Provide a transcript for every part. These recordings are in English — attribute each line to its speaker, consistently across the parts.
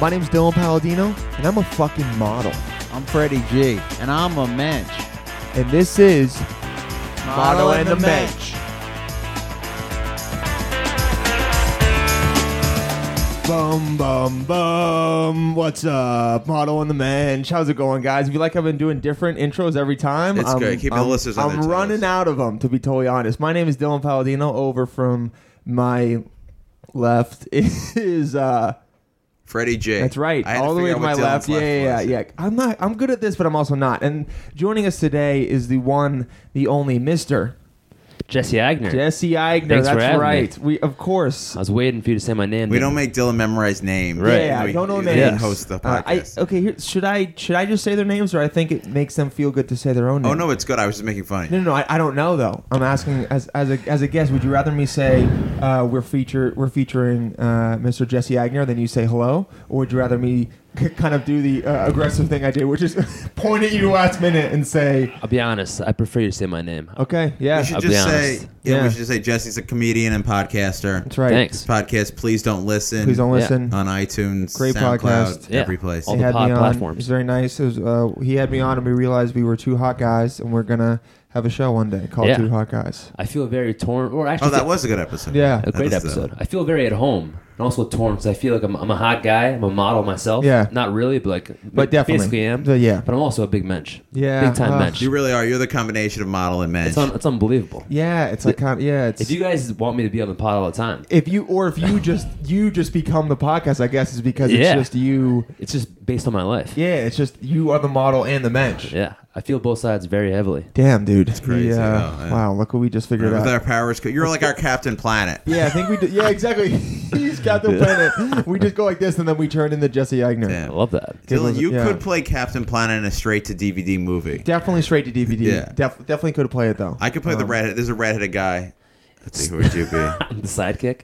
Speaker 1: My name's Dylan Palladino, and I'm a fucking model.
Speaker 2: I'm Freddie G, and I'm a mensch.
Speaker 1: And this is Model and the Mensch. Bum Bum Bum. What's up, Model and the Mensch? How's it going, guys? If you like, I've been doing different intros every time.
Speaker 3: It's good. Keeping the
Speaker 1: I'm,
Speaker 3: listeners on
Speaker 1: I'm
Speaker 3: their toes.
Speaker 1: running out of them, to be totally honest. My name is Dylan Palladino. Over from my left is. uh
Speaker 3: Freddie J.
Speaker 1: That's right.
Speaker 3: I had
Speaker 1: All the way
Speaker 3: figure
Speaker 1: to
Speaker 3: out
Speaker 1: my
Speaker 3: what
Speaker 1: left.
Speaker 3: Dylan's
Speaker 1: Yeah, yeah,
Speaker 3: was.
Speaker 1: yeah, yeah. I'm not. I'm good at this, but I'm also not. And joining us today is the one, the only Mister
Speaker 4: Jesse Agner.
Speaker 1: Jesse Eigner.
Speaker 4: Thanks for
Speaker 1: That's
Speaker 4: having me.
Speaker 1: right. We of course.
Speaker 4: I was waiting for you to say my name.
Speaker 3: We don't make Dylan memorize names.
Speaker 4: Right.
Speaker 1: Yeah,
Speaker 3: We-
Speaker 1: don't know
Speaker 3: we
Speaker 1: names.
Speaker 3: didn't Host the
Speaker 1: Uh, I,
Speaker 3: podcast.
Speaker 1: okay, here, should I should I just say their names, or I think it makes them feel good to say their own name?
Speaker 3: oh no, it's good. I was just making fun. of
Speaker 1: No,
Speaker 3: you.
Speaker 1: no, no, I, I don't know though. I'm asking as, as a as a guest. Would you rather me say uh, we're feature we're featuring uh, Mr. Jesse Agner than you say hello, or would you rather me k- kind of do the uh, aggressive thing I did, which is point at you last minute and say,
Speaker 4: I'll be honest. I prefer you to say my name.
Speaker 1: okay, yeah,
Speaker 3: We should
Speaker 4: I'll be
Speaker 3: just
Speaker 4: honest.
Speaker 3: say. Yeah,
Speaker 1: Yeah.
Speaker 3: we should just say Jesse's a comedian and podcaster.
Speaker 1: that's right.
Speaker 3: This
Speaker 4: Thanks.
Speaker 3: podcast, please don't listen.
Speaker 1: Please don't
Speaker 4: Yeah.
Speaker 1: listen.
Speaker 3: on iTunes,
Speaker 1: Great
Speaker 3: SoundCloud,
Speaker 1: podcast.
Speaker 4: Yeah.
Speaker 3: every place.
Speaker 4: All
Speaker 1: He
Speaker 4: the
Speaker 1: had
Speaker 4: pod
Speaker 1: me on.
Speaker 4: platforms.
Speaker 1: It was very nice. It was, uh, he had me on, and we realized we were two hot guys, and we're gonna have a show one day called
Speaker 4: Yeah.
Speaker 1: Two Hot Guys.
Speaker 4: I feel very torn. Or actually,
Speaker 3: Oh, that was a good episode.
Speaker 1: Yeah.
Speaker 4: a
Speaker 1: that uh,
Speaker 4: great
Speaker 3: was the-
Speaker 4: episode. I feel very at home and also torn because I feel like I'm, I'm a hot guy. I'm a model myself.
Speaker 1: Yeah.
Speaker 4: Not really, but like,
Speaker 1: But definitely.
Speaker 4: basically am.
Speaker 1: But yeah.
Speaker 4: But I'm also a big mensch.
Speaker 1: Yeah,
Speaker 4: Big time
Speaker 1: uh,
Speaker 4: mensch.
Speaker 3: You really are. You're the combination of model and mensch.
Speaker 4: It's, un- it's unbelievable.
Speaker 1: Yeah, it's like kind of, yeah, it's
Speaker 4: If you guys want me to be on the pod all the time,
Speaker 1: if you or if you just you just become the podcast, I guess is because
Speaker 4: Yeah.
Speaker 1: it's just you.
Speaker 4: it's just based on my life.
Speaker 1: Yeah, it's just you are the model and the mensch.
Speaker 4: Yeah. I feel both sides very heavily.
Speaker 1: Damn, dude, it's
Speaker 3: crazy, though, yeah.
Speaker 1: Wow, look what we just figured
Speaker 3: With
Speaker 1: out.
Speaker 3: our powers, co- you're like our Captain Planet.
Speaker 1: yeah, I think we did. Yeah, exactly. He's got the planet. We just go like this, and then we turn into Jesse Eigner.
Speaker 3: Yeah.
Speaker 4: I love that.
Speaker 3: Dylan, you
Speaker 1: Yeah.
Speaker 3: could play Captain Planet in a straight to DVD movie.
Speaker 1: Definitely straight to DVD.
Speaker 3: Yeah.
Speaker 1: Def- definitely could play it though.
Speaker 3: I could play the
Speaker 1: Um,
Speaker 3: redhead. There's a redheaded guy. Let's see who would you be?
Speaker 4: I'm the sidekick.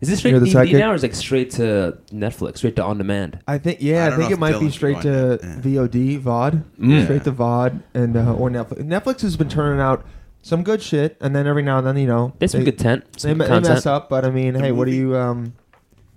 Speaker 4: Is this straight
Speaker 1: You're
Speaker 4: to
Speaker 1: the
Speaker 4: DVD
Speaker 1: sidekick?
Speaker 4: now or is it like straight to Netflix, straight to on demand?
Speaker 1: I think yeah,
Speaker 3: I
Speaker 1: I,
Speaker 3: don't know
Speaker 1: think it
Speaker 3: if
Speaker 1: might be
Speaker 3: Dylan's
Speaker 1: straight to
Speaker 3: going to- yeah.
Speaker 1: VOD, VOD,
Speaker 4: Mm.
Speaker 1: straight to VOD, and uh, or Netflix. Netflix has been turning out some good shit, and then every now and then you know
Speaker 4: There's some
Speaker 1: they-
Speaker 4: good tent.
Speaker 1: They,
Speaker 4: Some
Speaker 1: me-
Speaker 4: good
Speaker 1: they
Speaker 4: content.
Speaker 1: mess up, but I mean, hey, what do
Speaker 3: movie-
Speaker 1: you? Um,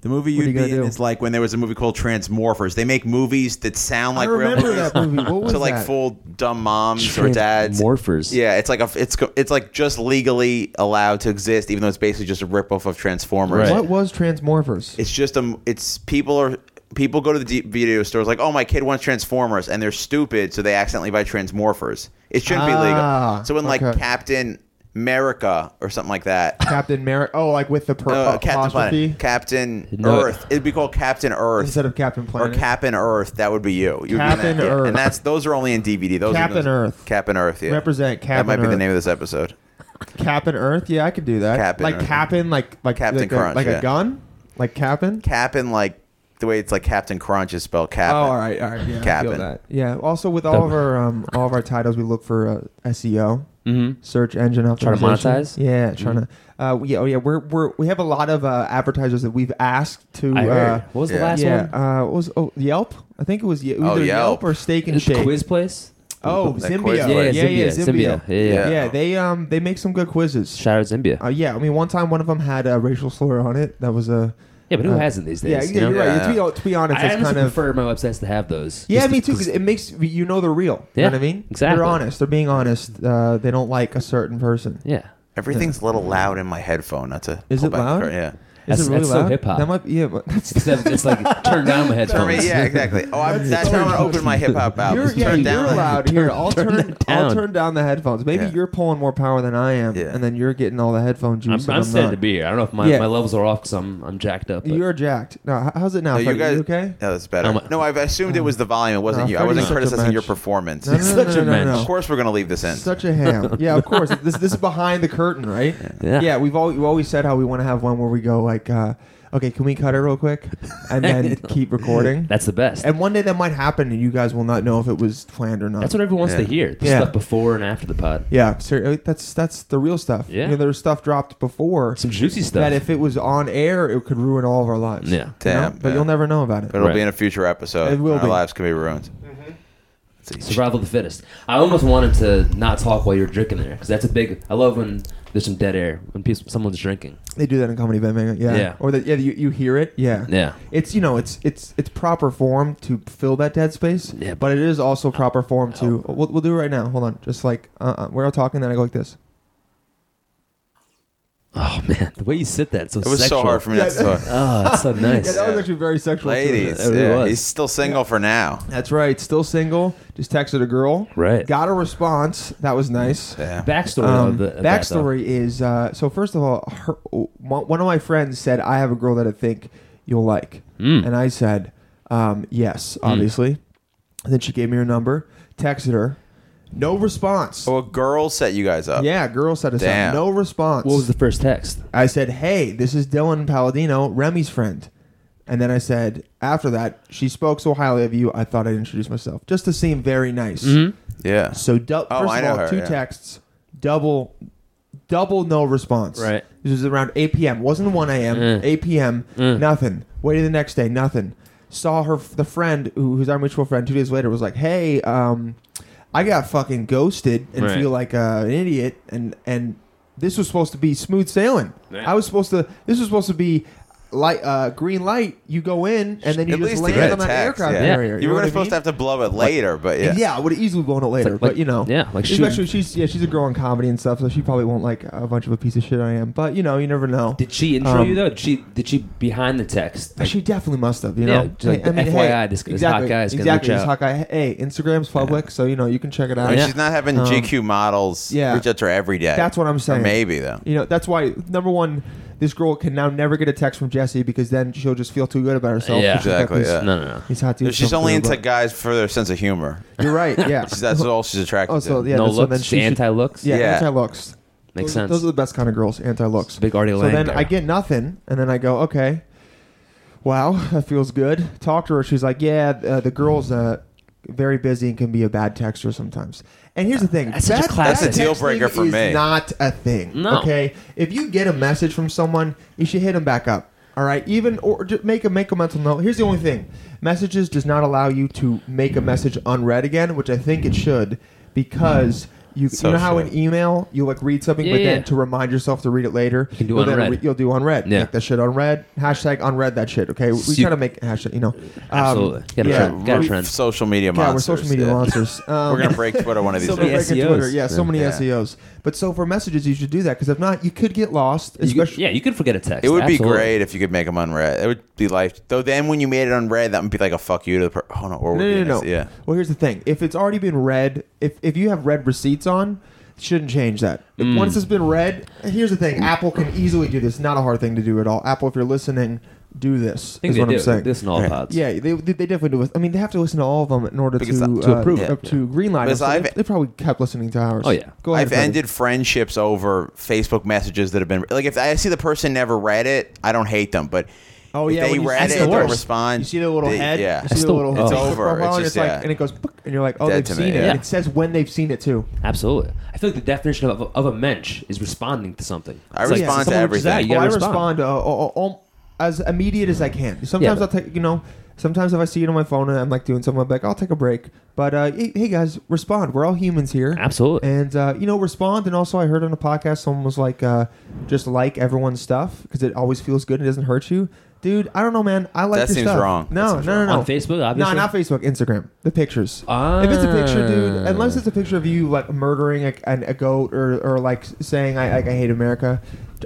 Speaker 3: The movie
Speaker 1: What are
Speaker 3: you'd
Speaker 1: you
Speaker 3: be
Speaker 1: gonna
Speaker 3: in
Speaker 1: do?
Speaker 3: is like when there was a movie called Transmorphers. They make movies that sound like
Speaker 1: I remember
Speaker 3: real movies
Speaker 1: that movie. What was
Speaker 3: to like
Speaker 1: that?
Speaker 3: full dumb moms or dads.
Speaker 4: Morphers.
Speaker 3: Yeah, it's like a it's co- it's like just legally allowed to exist, even though it's basically just a ripoff of Transformers.
Speaker 4: Right.
Speaker 1: What was Transmorphers?
Speaker 3: It's just a it's people are people go to the d- video stores like, oh my kid wants Transformers, and they're stupid, so they accidentally buy Transmorphers. It shouldn't be
Speaker 1: Ah,
Speaker 3: legal. So when like
Speaker 1: okay.
Speaker 3: Captain America or something like that.
Speaker 1: Captain Merrick. Oh, like with the per-
Speaker 3: Uh, Captain
Speaker 1: apostrophe
Speaker 3: Planet. Captain
Speaker 4: No.
Speaker 3: Earth. It'd be called Captain Earth
Speaker 1: instead of Captain
Speaker 3: or
Speaker 1: Planet.
Speaker 3: Captain Earth. That would be you. You'd
Speaker 1: Captain
Speaker 3: be in that.
Speaker 1: Earth.
Speaker 3: and that's those are only in DVD. Those
Speaker 1: Captain
Speaker 3: are those-
Speaker 1: Earth.
Speaker 3: Captain Earth. Yeah,
Speaker 1: Represent
Speaker 3: That might
Speaker 1: Captain
Speaker 3: be the
Speaker 1: Earth.
Speaker 3: name of this episode.
Speaker 1: Captain Earth. Yeah, I could do that.
Speaker 3: Captain
Speaker 1: like
Speaker 3: Earth.
Speaker 1: Captain, like like
Speaker 3: Captain
Speaker 1: like, a,
Speaker 3: Crunch,
Speaker 1: like a
Speaker 3: yeah.
Speaker 1: gun, like Captain.
Speaker 3: Captain, like the way it's like Captain Crunch is spelled.
Speaker 1: Oh,
Speaker 3: Captain.
Speaker 1: all right, all right. Yeah, I feel
Speaker 3: Captain.
Speaker 1: that. Yeah. Also, with all of our um, all of our titles, we look for uh, SEO,
Speaker 4: Mm-hmm.
Speaker 1: search engine optimization.
Speaker 4: Try to monetize? Mm-hmm.
Speaker 1: Yeah, trying to. Uh, yeah, oh yeah. We're, we're we have a lot of uh, advertisers that we've asked to.
Speaker 4: I
Speaker 1: uh,
Speaker 4: heard. What was the
Speaker 3: yeah.
Speaker 4: last
Speaker 1: yeah,
Speaker 4: one?
Speaker 1: uh, what was oh, Yelp? I think it was Ye- either
Speaker 3: Oh,
Speaker 1: Yelp.
Speaker 3: Yelp.
Speaker 1: or Steak and
Speaker 4: It's the
Speaker 1: Shake.
Speaker 4: quiz place.
Speaker 1: Oh,
Speaker 3: That
Speaker 1: Zimbia.
Speaker 3: quiz
Speaker 1: Yeah,
Speaker 3: place.
Speaker 1: yeah, yeah,
Speaker 4: Zimbia,
Speaker 1: Zimbia.
Speaker 4: Zimbia. Yeah,
Speaker 1: Yeah.
Speaker 4: yeah.
Speaker 1: they um they make some good quizzes.
Speaker 4: Shout out Zimbia.
Speaker 1: Uh, yeah, I mean, one time one of them had a racial slur on it. That was a
Speaker 4: yeah, but who
Speaker 1: uh,
Speaker 4: hasn't these
Speaker 1: yeah, yeah,
Speaker 4: days? you know?
Speaker 1: you're right.
Speaker 3: Yeah,
Speaker 1: To, be, to be honest,
Speaker 4: I
Speaker 1: it's
Speaker 4: honestly
Speaker 1: kind of
Speaker 4: prefer my websites to have those.
Speaker 1: yeah,
Speaker 4: Just
Speaker 1: me too.
Speaker 4: because-
Speaker 1: Because it makes you know they're real. you
Speaker 4: Yeah,
Speaker 1: know what I mean,
Speaker 4: exactly.
Speaker 1: They're honest. They're being honest. Uh, they don't like a certain person.
Speaker 4: Yeah.
Speaker 3: Everything's a little loud in my headphone. Not to
Speaker 1: Is
Speaker 3: pull
Speaker 1: it
Speaker 3: back the
Speaker 1: loud?
Speaker 3: curtain, Yeah.
Speaker 1: Is
Speaker 4: That's-
Speaker 1: it really
Speaker 4: that's so
Speaker 1: loud?
Speaker 4: hip-hop.
Speaker 1: That might be. Yeah, but that's
Speaker 4: Except it's like turned down my
Speaker 3: For me,
Speaker 4: headphones.
Speaker 3: yeah, exactly. Oh, I'm, that's how I open my hip hop album.
Speaker 1: You're, yeah,
Speaker 3: Turn
Speaker 1: you're
Speaker 3: down the-
Speaker 1: loud here. I'll
Speaker 4: turn
Speaker 1: turn,
Speaker 4: that
Speaker 1: I'll
Speaker 4: down.
Speaker 1: turn down the headphones. Maybe
Speaker 3: Yeah.
Speaker 1: you're pulling more power than I am,
Speaker 3: Yeah.
Speaker 1: and then you're getting all the headphone juice.
Speaker 4: I'm,
Speaker 1: and
Speaker 4: I'm sad
Speaker 1: not.
Speaker 4: to be here. I don't know if my,
Speaker 1: Yeah.
Speaker 4: my levels are off because I'm, I'm jacked up. but-
Speaker 1: You're jacked. No, h- how's it now?
Speaker 3: No, you
Speaker 1: Freddy?
Speaker 3: guys.
Speaker 1: You okay?
Speaker 3: No, that's better.
Speaker 4: I'm-
Speaker 3: no, I've assumed it was the volume. It wasn't
Speaker 1: No,
Speaker 3: you. I wasn't
Speaker 1: Freddie's such a
Speaker 3: criticizing your
Speaker 1: mensch.
Speaker 3: performance.
Speaker 1: No, no, no,
Speaker 4: Such
Speaker 1: no, no,
Speaker 4: a
Speaker 1: no.
Speaker 4: mensch.
Speaker 3: Of course, we're gonna leave this in.
Speaker 1: Such a ham. Yeah, of course. this this is behind the curtain, right?
Speaker 4: Yeah.
Speaker 1: we've all we've always said how we want to have one where we go like, uh, okay, can we cut it real quick, and then keep recording.
Speaker 4: That's the best.
Speaker 1: and one day that might happen, and you guys will not know if it was planned or not.
Speaker 4: That's what everyone wants
Speaker 3: Yeah.
Speaker 4: to hear. The
Speaker 1: Yeah.
Speaker 4: stuff before and after the pod.
Speaker 1: yeah, ser- uh, that's that's the real stuff.
Speaker 4: Yeah.
Speaker 1: you know, there's stuff dropped before
Speaker 4: Some juicy stuff.
Speaker 1: that if it was on air, it could ruin all of our lives.
Speaker 4: Yeah.
Speaker 1: You know?
Speaker 3: Damn,
Speaker 1: but
Speaker 3: yeah.
Speaker 1: you'll never know about it.
Speaker 3: But it'll
Speaker 4: Right.
Speaker 3: be in a future episode.
Speaker 1: It will
Speaker 3: and Our
Speaker 1: be.
Speaker 3: lives can be ruined.
Speaker 4: Survival of the fittest. I almost wanted to not talk while you're drinking there because that's a big. I love when there's some dead air when people, someone's drinking.
Speaker 1: They do that in comedy Bang Bang. Yeah.
Speaker 4: Yeah.
Speaker 1: Or that yeah, you, you hear it. Yeah.
Speaker 4: Yeah.
Speaker 1: It's you know, it's it's it's proper form to fill that dead space.
Speaker 4: Yeah. Oh.
Speaker 1: But it is also proper form to we'll, we'll do it right now. Hold on. Just like uh, uh, we're all talking then I go like this.
Speaker 4: Oh man, the way you sit that so
Speaker 3: It was
Speaker 4: sexual.
Speaker 3: so hard for me not to talk.
Speaker 4: Oh, that's so nice.
Speaker 1: Yeah, that was actually very sexual. too.
Speaker 3: Ladies,
Speaker 4: It really
Speaker 3: yeah,
Speaker 4: was.
Speaker 3: he's still single for now.
Speaker 1: That's right. Still single. Just texted a girl.
Speaker 4: Right.
Speaker 1: Got a response. That was nice.
Speaker 3: Yeah.
Speaker 4: Backstory.
Speaker 1: Um,
Speaker 4: of the, of that, though.
Speaker 1: backstory is uh, so first of all, her, one of my friends said I have a girl that I think you'll like,
Speaker 4: Hmm.
Speaker 1: and I said um, yes, obviously. And then she gave me her number, texted her, no response.
Speaker 3: Oh, a girl set you guys
Speaker 4: uh,
Speaker 3: up.
Speaker 1: Yeah, girl said us up,
Speaker 3: Damn.
Speaker 1: no response.
Speaker 4: What was the first text?
Speaker 1: I said, hey, this is Dylan Palladino, Remy's friend. And then I said, after that, she spoke so highly of you, I thought I'd introduce myself just to seem very nice.
Speaker 4: Mm-hmm.
Speaker 3: Yeah.
Speaker 1: So dou-
Speaker 3: Oh,
Speaker 1: first
Speaker 3: I
Speaker 1: of
Speaker 3: know
Speaker 1: all,
Speaker 3: her,
Speaker 1: two
Speaker 3: yeah.
Speaker 1: texts, double, double no response.
Speaker 4: Right. Mm.
Speaker 1: This was around 8 p.m. wasn't 1 a.m. 8 p.m. Nothing. Waited the next day. Nothing. Saw her. The friend who, who's our mutual friend two days later was like, "Hey, um, I got fucking ghosted and
Speaker 4: Right.
Speaker 1: feel like uh, an idiot." And and this was supposed to be smooth sailing.
Speaker 4: Right.
Speaker 1: I was supposed to. This was supposed to be. Light, uh, green light. You go in, and then you
Speaker 3: At
Speaker 1: just
Speaker 3: least to
Speaker 1: land
Speaker 3: get a
Speaker 1: on that
Speaker 3: text.
Speaker 1: aircraft
Speaker 3: yeah.
Speaker 1: carrier.
Speaker 3: You
Speaker 1: know
Speaker 3: were
Speaker 1: what I
Speaker 3: supposed
Speaker 1: mean?
Speaker 3: to have to blow it later, but yeah.
Speaker 1: Yeah, I would have easily blown it later,
Speaker 4: like-
Speaker 1: but you know,
Speaker 4: yeah, like shooting-
Speaker 1: especially she's yeah she's a girl in comedy and stuff, so she probably won't like a bunch of a piece of shit I am. But you know, you never know.
Speaker 4: Did she intro
Speaker 1: Um,
Speaker 4: you though? Did she did she behind the text? Like,
Speaker 1: she definitely must have, you
Speaker 4: Yeah,
Speaker 1: know.
Speaker 4: just like the FYI, this- this hot guy is gonna
Speaker 1: exactly.
Speaker 4: reach
Speaker 1: This
Speaker 4: out.
Speaker 1: hot guy. Hey, Instagram's public, so you know you can check it
Speaker 3: I
Speaker 1: out.
Speaker 3: mean, She's not having
Speaker 1: Um,
Speaker 3: GQ models
Speaker 1: yeah.
Speaker 3: reach out to her every day.
Speaker 1: That's what I'm saying.
Speaker 3: Or maybe, though.
Speaker 1: You know, that's why number one, this girl can now never get a text from Jesse because then she'll just feel too good about herself.
Speaker 4: Yeah.
Speaker 1: because she's got
Speaker 3: Exactly,
Speaker 1: these-
Speaker 3: yeah.
Speaker 4: no, no, no.
Speaker 1: These hot dudes.
Speaker 3: She's
Speaker 1: come
Speaker 3: only
Speaker 1: through,
Speaker 3: into guys for their sense of humor.
Speaker 1: but- You're right. Yeah.
Speaker 3: She's- That's all she's attracted
Speaker 1: oh, so
Speaker 3: to.
Speaker 1: yeah.
Speaker 4: no
Speaker 1: that's- so then
Speaker 4: looks.
Speaker 1: she should-
Speaker 4: anti looks.
Speaker 1: Yeah.
Speaker 3: Yeah.
Speaker 1: Anti looks.
Speaker 4: makes
Speaker 1: those,
Speaker 4: sense.
Speaker 1: Those are the best kind of girls, anti looks.
Speaker 4: Big Artie
Speaker 1: So
Speaker 4: Lang
Speaker 1: then
Speaker 4: there.
Speaker 1: I get nothing, and then I go, okay, wow, that feels good. Talk to her. She's like, yeah, uh, the girl's uh, very busy and can be a bad texter sometimes. And here's the thing:
Speaker 4: Uh, That's such a
Speaker 1: bad-
Speaker 4: classic.
Speaker 1: bad
Speaker 4: That's a
Speaker 3: deal
Speaker 1: texting
Speaker 3: breaker for
Speaker 1: is
Speaker 3: me.
Speaker 1: Not a thing.
Speaker 4: No.
Speaker 1: Okay, if you get a message from someone, you should hit them back up. All right, even or just make a make a mental note. Here's the only thing: messages does not allow you to make a message unread again, which I think it should, because. You,
Speaker 3: So
Speaker 1: you know how
Speaker 3: should.
Speaker 1: in email you like read something, but
Speaker 4: Yeah,
Speaker 1: then
Speaker 4: yeah.
Speaker 1: to remind yourself to read it later,
Speaker 4: can do
Speaker 1: you'll then
Speaker 4: unread.
Speaker 1: re- you'll do unread.
Speaker 4: Yeah.
Speaker 1: Make that shit unread. Hashtag unread that shit. Okay. We
Speaker 4: Su-
Speaker 1: try to make hashtag. You know. Um,
Speaker 4: Absolutely. Gotta
Speaker 1: yeah.
Speaker 4: try- gotta
Speaker 1: We-
Speaker 4: try Trend.
Speaker 3: Social media
Speaker 1: yeah, we're
Speaker 3: monsters.
Speaker 1: social media
Speaker 3: yeah.
Speaker 1: monsters. Um,
Speaker 3: We're going to break Twitter one of these
Speaker 4: So
Speaker 1: we're
Speaker 3: days.
Speaker 4: many
Speaker 1: breaking
Speaker 4: SEOs.
Speaker 1: Twitter. Yeah, so many
Speaker 3: Yeah.
Speaker 1: SEOs. But so for messages, you should do that because if not, you could get lost.
Speaker 4: You could-
Speaker 1: Especially,
Speaker 4: yeah, you could forget a text.
Speaker 3: It would be
Speaker 4: Absolutely.
Speaker 3: great if you could make them unread. It would be life. Though then when you made it unread, that would be like a fuck you to the per- Oh, no. Or we're
Speaker 1: No, no,
Speaker 3: being
Speaker 1: no,
Speaker 3: nice.
Speaker 1: no.
Speaker 3: Yeah.
Speaker 1: Well, here's the thing: if it's already been read, if if you have red receipts on, it shouldn't change that. If-
Speaker 4: Mm.
Speaker 1: Once it's been read, here's the thing: Apple can easily do this. Not a hard thing to do at all. Apple, if you're listening, do this.
Speaker 4: I think
Speaker 1: is
Speaker 4: they
Speaker 1: what
Speaker 4: do.
Speaker 1: I'm saying.
Speaker 4: This and all pods.
Speaker 1: Yeah, they, they they definitely do. it. I mean, they have to listen to all of them in order
Speaker 3: Because
Speaker 1: to,
Speaker 3: that-
Speaker 1: uh,
Speaker 4: to approve it.
Speaker 1: up to green light.
Speaker 3: Because
Speaker 1: So they,
Speaker 3: I've-
Speaker 1: they probably kept listening to ours.
Speaker 4: Oh, yeah.
Speaker 1: go ahead.
Speaker 3: I've
Speaker 1: Freddie.
Speaker 3: ended friendships over Facebook messages that have been like if I see the person never read it, I don't hate them, but
Speaker 1: Oh
Speaker 3: if
Speaker 1: yeah,
Speaker 3: they
Speaker 1: when you
Speaker 3: read
Speaker 1: see
Speaker 3: it,
Speaker 1: the
Speaker 3: don't
Speaker 1: worst.
Speaker 3: respond.
Speaker 1: You see the little
Speaker 3: they-
Speaker 1: head.
Speaker 3: yeah,
Speaker 1: You see the
Speaker 4: still-
Speaker 1: little
Speaker 4: it's
Speaker 1: Facebook
Speaker 3: over.
Speaker 1: profile,
Speaker 3: It's
Speaker 1: and
Speaker 3: just-
Speaker 1: like,
Speaker 3: yeah.
Speaker 1: and it goes, "Book," and you're like, oh,
Speaker 3: Dead
Speaker 1: they've
Speaker 3: to me,
Speaker 1: seen it.
Speaker 3: yeah.
Speaker 1: And it says when they've seen it too.
Speaker 4: Absolutely. I feel like the definition of, of a mensch is responding to something.
Speaker 3: I
Speaker 4: It's like
Speaker 3: respond to
Speaker 4: someone reaches
Speaker 3: everything.
Speaker 4: out,
Speaker 1: Oh,
Speaker 4: you
Speaker 1: I
Speaker 4: gotta respond.
Speaker 1: respond uh, uh, uh, um, as immediate as I can. Sometimes
Speaker 4: Yeah,
Speaker 1: I'll take, you know, sometimes if I see it on my phone and I'm like doing something, I'm like, I'll take a break. But uh, hey, hey, guys, respond. We're all humans here.
Speaker 4: Absolutely.
Speaker 1: And uh, you know, respond. And also, I heard on a podcast someone was like, uh, just like everyone's stuff because it always feels good and it doesn't hurt you. Dude, I don't know, man. I like
Speaker 3: That
Speaker 1: your
Speaker 3: seems
Speaker 1: stuff.
Speaker 3: wrong.
Speaker 1: No,
Speaker 3: That seems
Speaker 1: no, no,
Speaker 3: wrong.
Speaker 1: no.
Speaker 4: On Facebook,
Speaker 1: No,
Speaker 4: obviously?
Speaker 1: not Facebook. Instagram. The pictures. If it's a picture, dude,
Speaker 4: Ah.
Speaker 1: unless it's a picture of you like murdering a, an, a goat or, or like saying I, like, I hate America.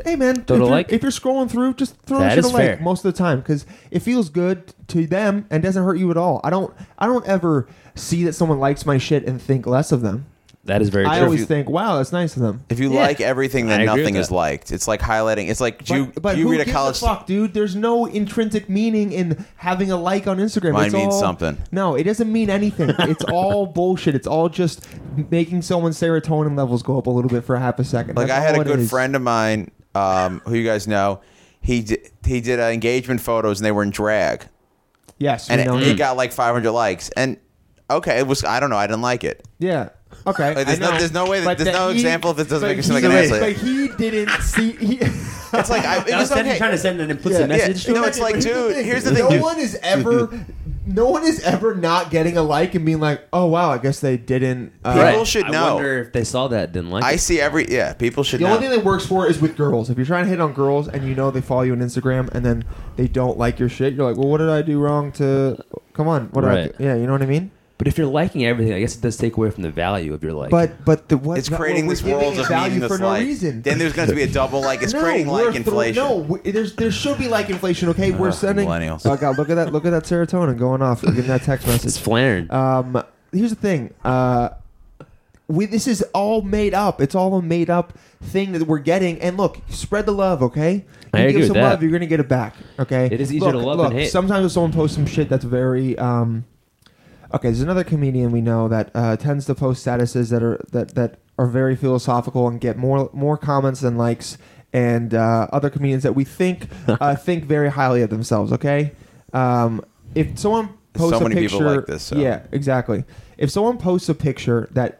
Speaker 1: Hey man,
Speaker 4: Throw it
Speaker 1: if,
Speaker 4: a
Speaker 1: you're,
Speaker 4: like.
Speaker 1: if you're scrolling through, just throw
Speaker 4: That
Speaker 1: shit a
Speaker 4: is
Speaker 1: like
Speaker 4: fair.
Speaker 1: most of the time because it feels good to them and doesn't hurt you at all. I don't I don't ever see that someone likes my shit and think less of them.
Speaker 4: That is very
Speaker 1: I
Speaker 4: true.
Speaker 1: always
Speaker 3: you-
Speaker 1: think, wow, that's nice of them.
Speaker 3: If you
Speaker 4: Yeah.
Speaker 3: like everything, then
Speaker 4: I agree with
Speaker 3: nothing is
Speaker 4: that.
Speaker 3: liked. It's like highlighting. It's like do
Speaker 1: But,
Speaker 3: you,
Speaker 1: but
Speaker 3: do you
Speaker 1: who
Speaker 3: read a
Speaker 1: gives
Speaker 3: college?
Speaker 1: fuck, dude? There's no intrinsic meaning in having a like on Instagram.
Speaker 3: Mine
Speaker 1: It's
Speaker 3: means
Speaker 1: all-
Speaker 3: something.
Speaker 1: No, it doesn't mean anything. it's all bullshit. It's all just making someone's serotonin levels go up a little bit for half a second.
Speaker 3: like I
Speaker 1: That's
Speaker 3: had
Speaker 1: all
Speaker 3: a
Speaker 1: it
Speaker 3: good
Speaker 1: is.
Speaker 3: friend of mine um, who you guys know. He did, he did uh, engagement photos and they were in drag,
Speaker 1: Yes, we
Speaker 3: and it,
Speaker 1: know
Speaker 3: it
Speaker 1: him.
Speaker 3: got like 500 likes. And okay, it was I don't know. I didn't like it.
Speaker 1: Yeah. Okay.
Speaker 3: Like, there's
Speaker 1: I
Speaker 3: no-
Speaker 1: know.
Speaker 3: there's no way that-
Speaker 1: But
Speaker 3: there's no example if this doesn't
Speaker 1: but
Speaker 3: make it seem like
Speaker 1: he-
Speaker 3: an asshole.
Speaker 1: But he didn't see. He,
Speaker 3: It's like I, it
Speaker 4: Now,
Speaker 3: was
Speaker 4: instead of
Speaker 3: okay.
Speaker 4: trying to send an implicit
Speaker 1: Yeah.
Speaker 4: message
Speaker 3: Yeah.
Speaker 4: to
Speaker 3: No,
Speaker 4: him,
Speaker 3: it's like,
Speaker 1: But
Speaker 3: dude, here's the
Speaker 1: No
Speaker 3: thing, dude.
Speaker 1: one is ever no one is ever not getting a like and being like, oh wow, I guess they didn't. Uh,
Speaker 3: People should know.
Speaker 4: I wonder if they saw that didn't like
Speaker 3: I
Speaker 4: it.
Speaker 3: see every yeah. People should
Speaker 1: The
Speaker 3: know.
Speaker 1: only thing that works for it is with girls. If you're trying to hit on girls and you know they follow you on Instagram and then they don't like your shit, you're like, well, what did I do wrong to? Come on, what did
Speaker 4: Right.
Speaker 1: I do? Yeah, you know what I mean.
Speaker 4: But if you're liking everything, I guess it does take away from the value of your like.
Speaker 1: But but the what
Speaker 3: it's creating
Speaker 1: we're
Speaker 3: these
Speaker 1: giving
Speaker 3: worlds
Speaker 1: it
Speaker 3: of
Speaker 1: value
Speaker 3: meaningless
Speaker 1: for no
Speaker 3: like.
Speaker 1: reason.
Speaker 3: Then there's going to be a double like. It's creating
Speaker 1: we're
Speaker 3: like
Speaker 1: thro-
Speaker 3: inflation.
Speaker 1: no, we, there's there should be like inflation. Okay, we're
Speaker 3: Ugh,
Speaker 1: sending.
Speaker 3: millennials.
Speaker 1: Oh god, look at that! Look at that serotonin going off. Look at that text
Speaker 4: it's
Speaker 1: message.
Speaker 4: flaring.
Speaker 1: Um, here's the thing. Uh, we this is all made up. It's all a made up thing that we're getting. And look, spread the love, okay?
Speaker 4: I
Speaker 1: you
Speaker 4: agree
Speaker 1: give
Speaker 4: with
Speaker 1: some
Speaker 4: that.
Speaker 1: love, you're gonna get it back. Okay.
Speaker 4: It is easier to love
Speaker 1: look,
Speaker 4: than hate.
Speaker 1: Sometimes if someone posts some shit that's very um, okay. There's another comedian we know that uh, tends to post statuses that are that that are very philosophical and get more more comments than likes. And uh, other comedians that we think uh, think very highly of themselves. Okay. Um, if someone posts
Speaker 3: So
Speaker 1: a
Speaker 3: many
Speaker 1: picture,
Speaker 3: people like this, so.
Speaker 1: yeah, exactly. If someone posts a picture that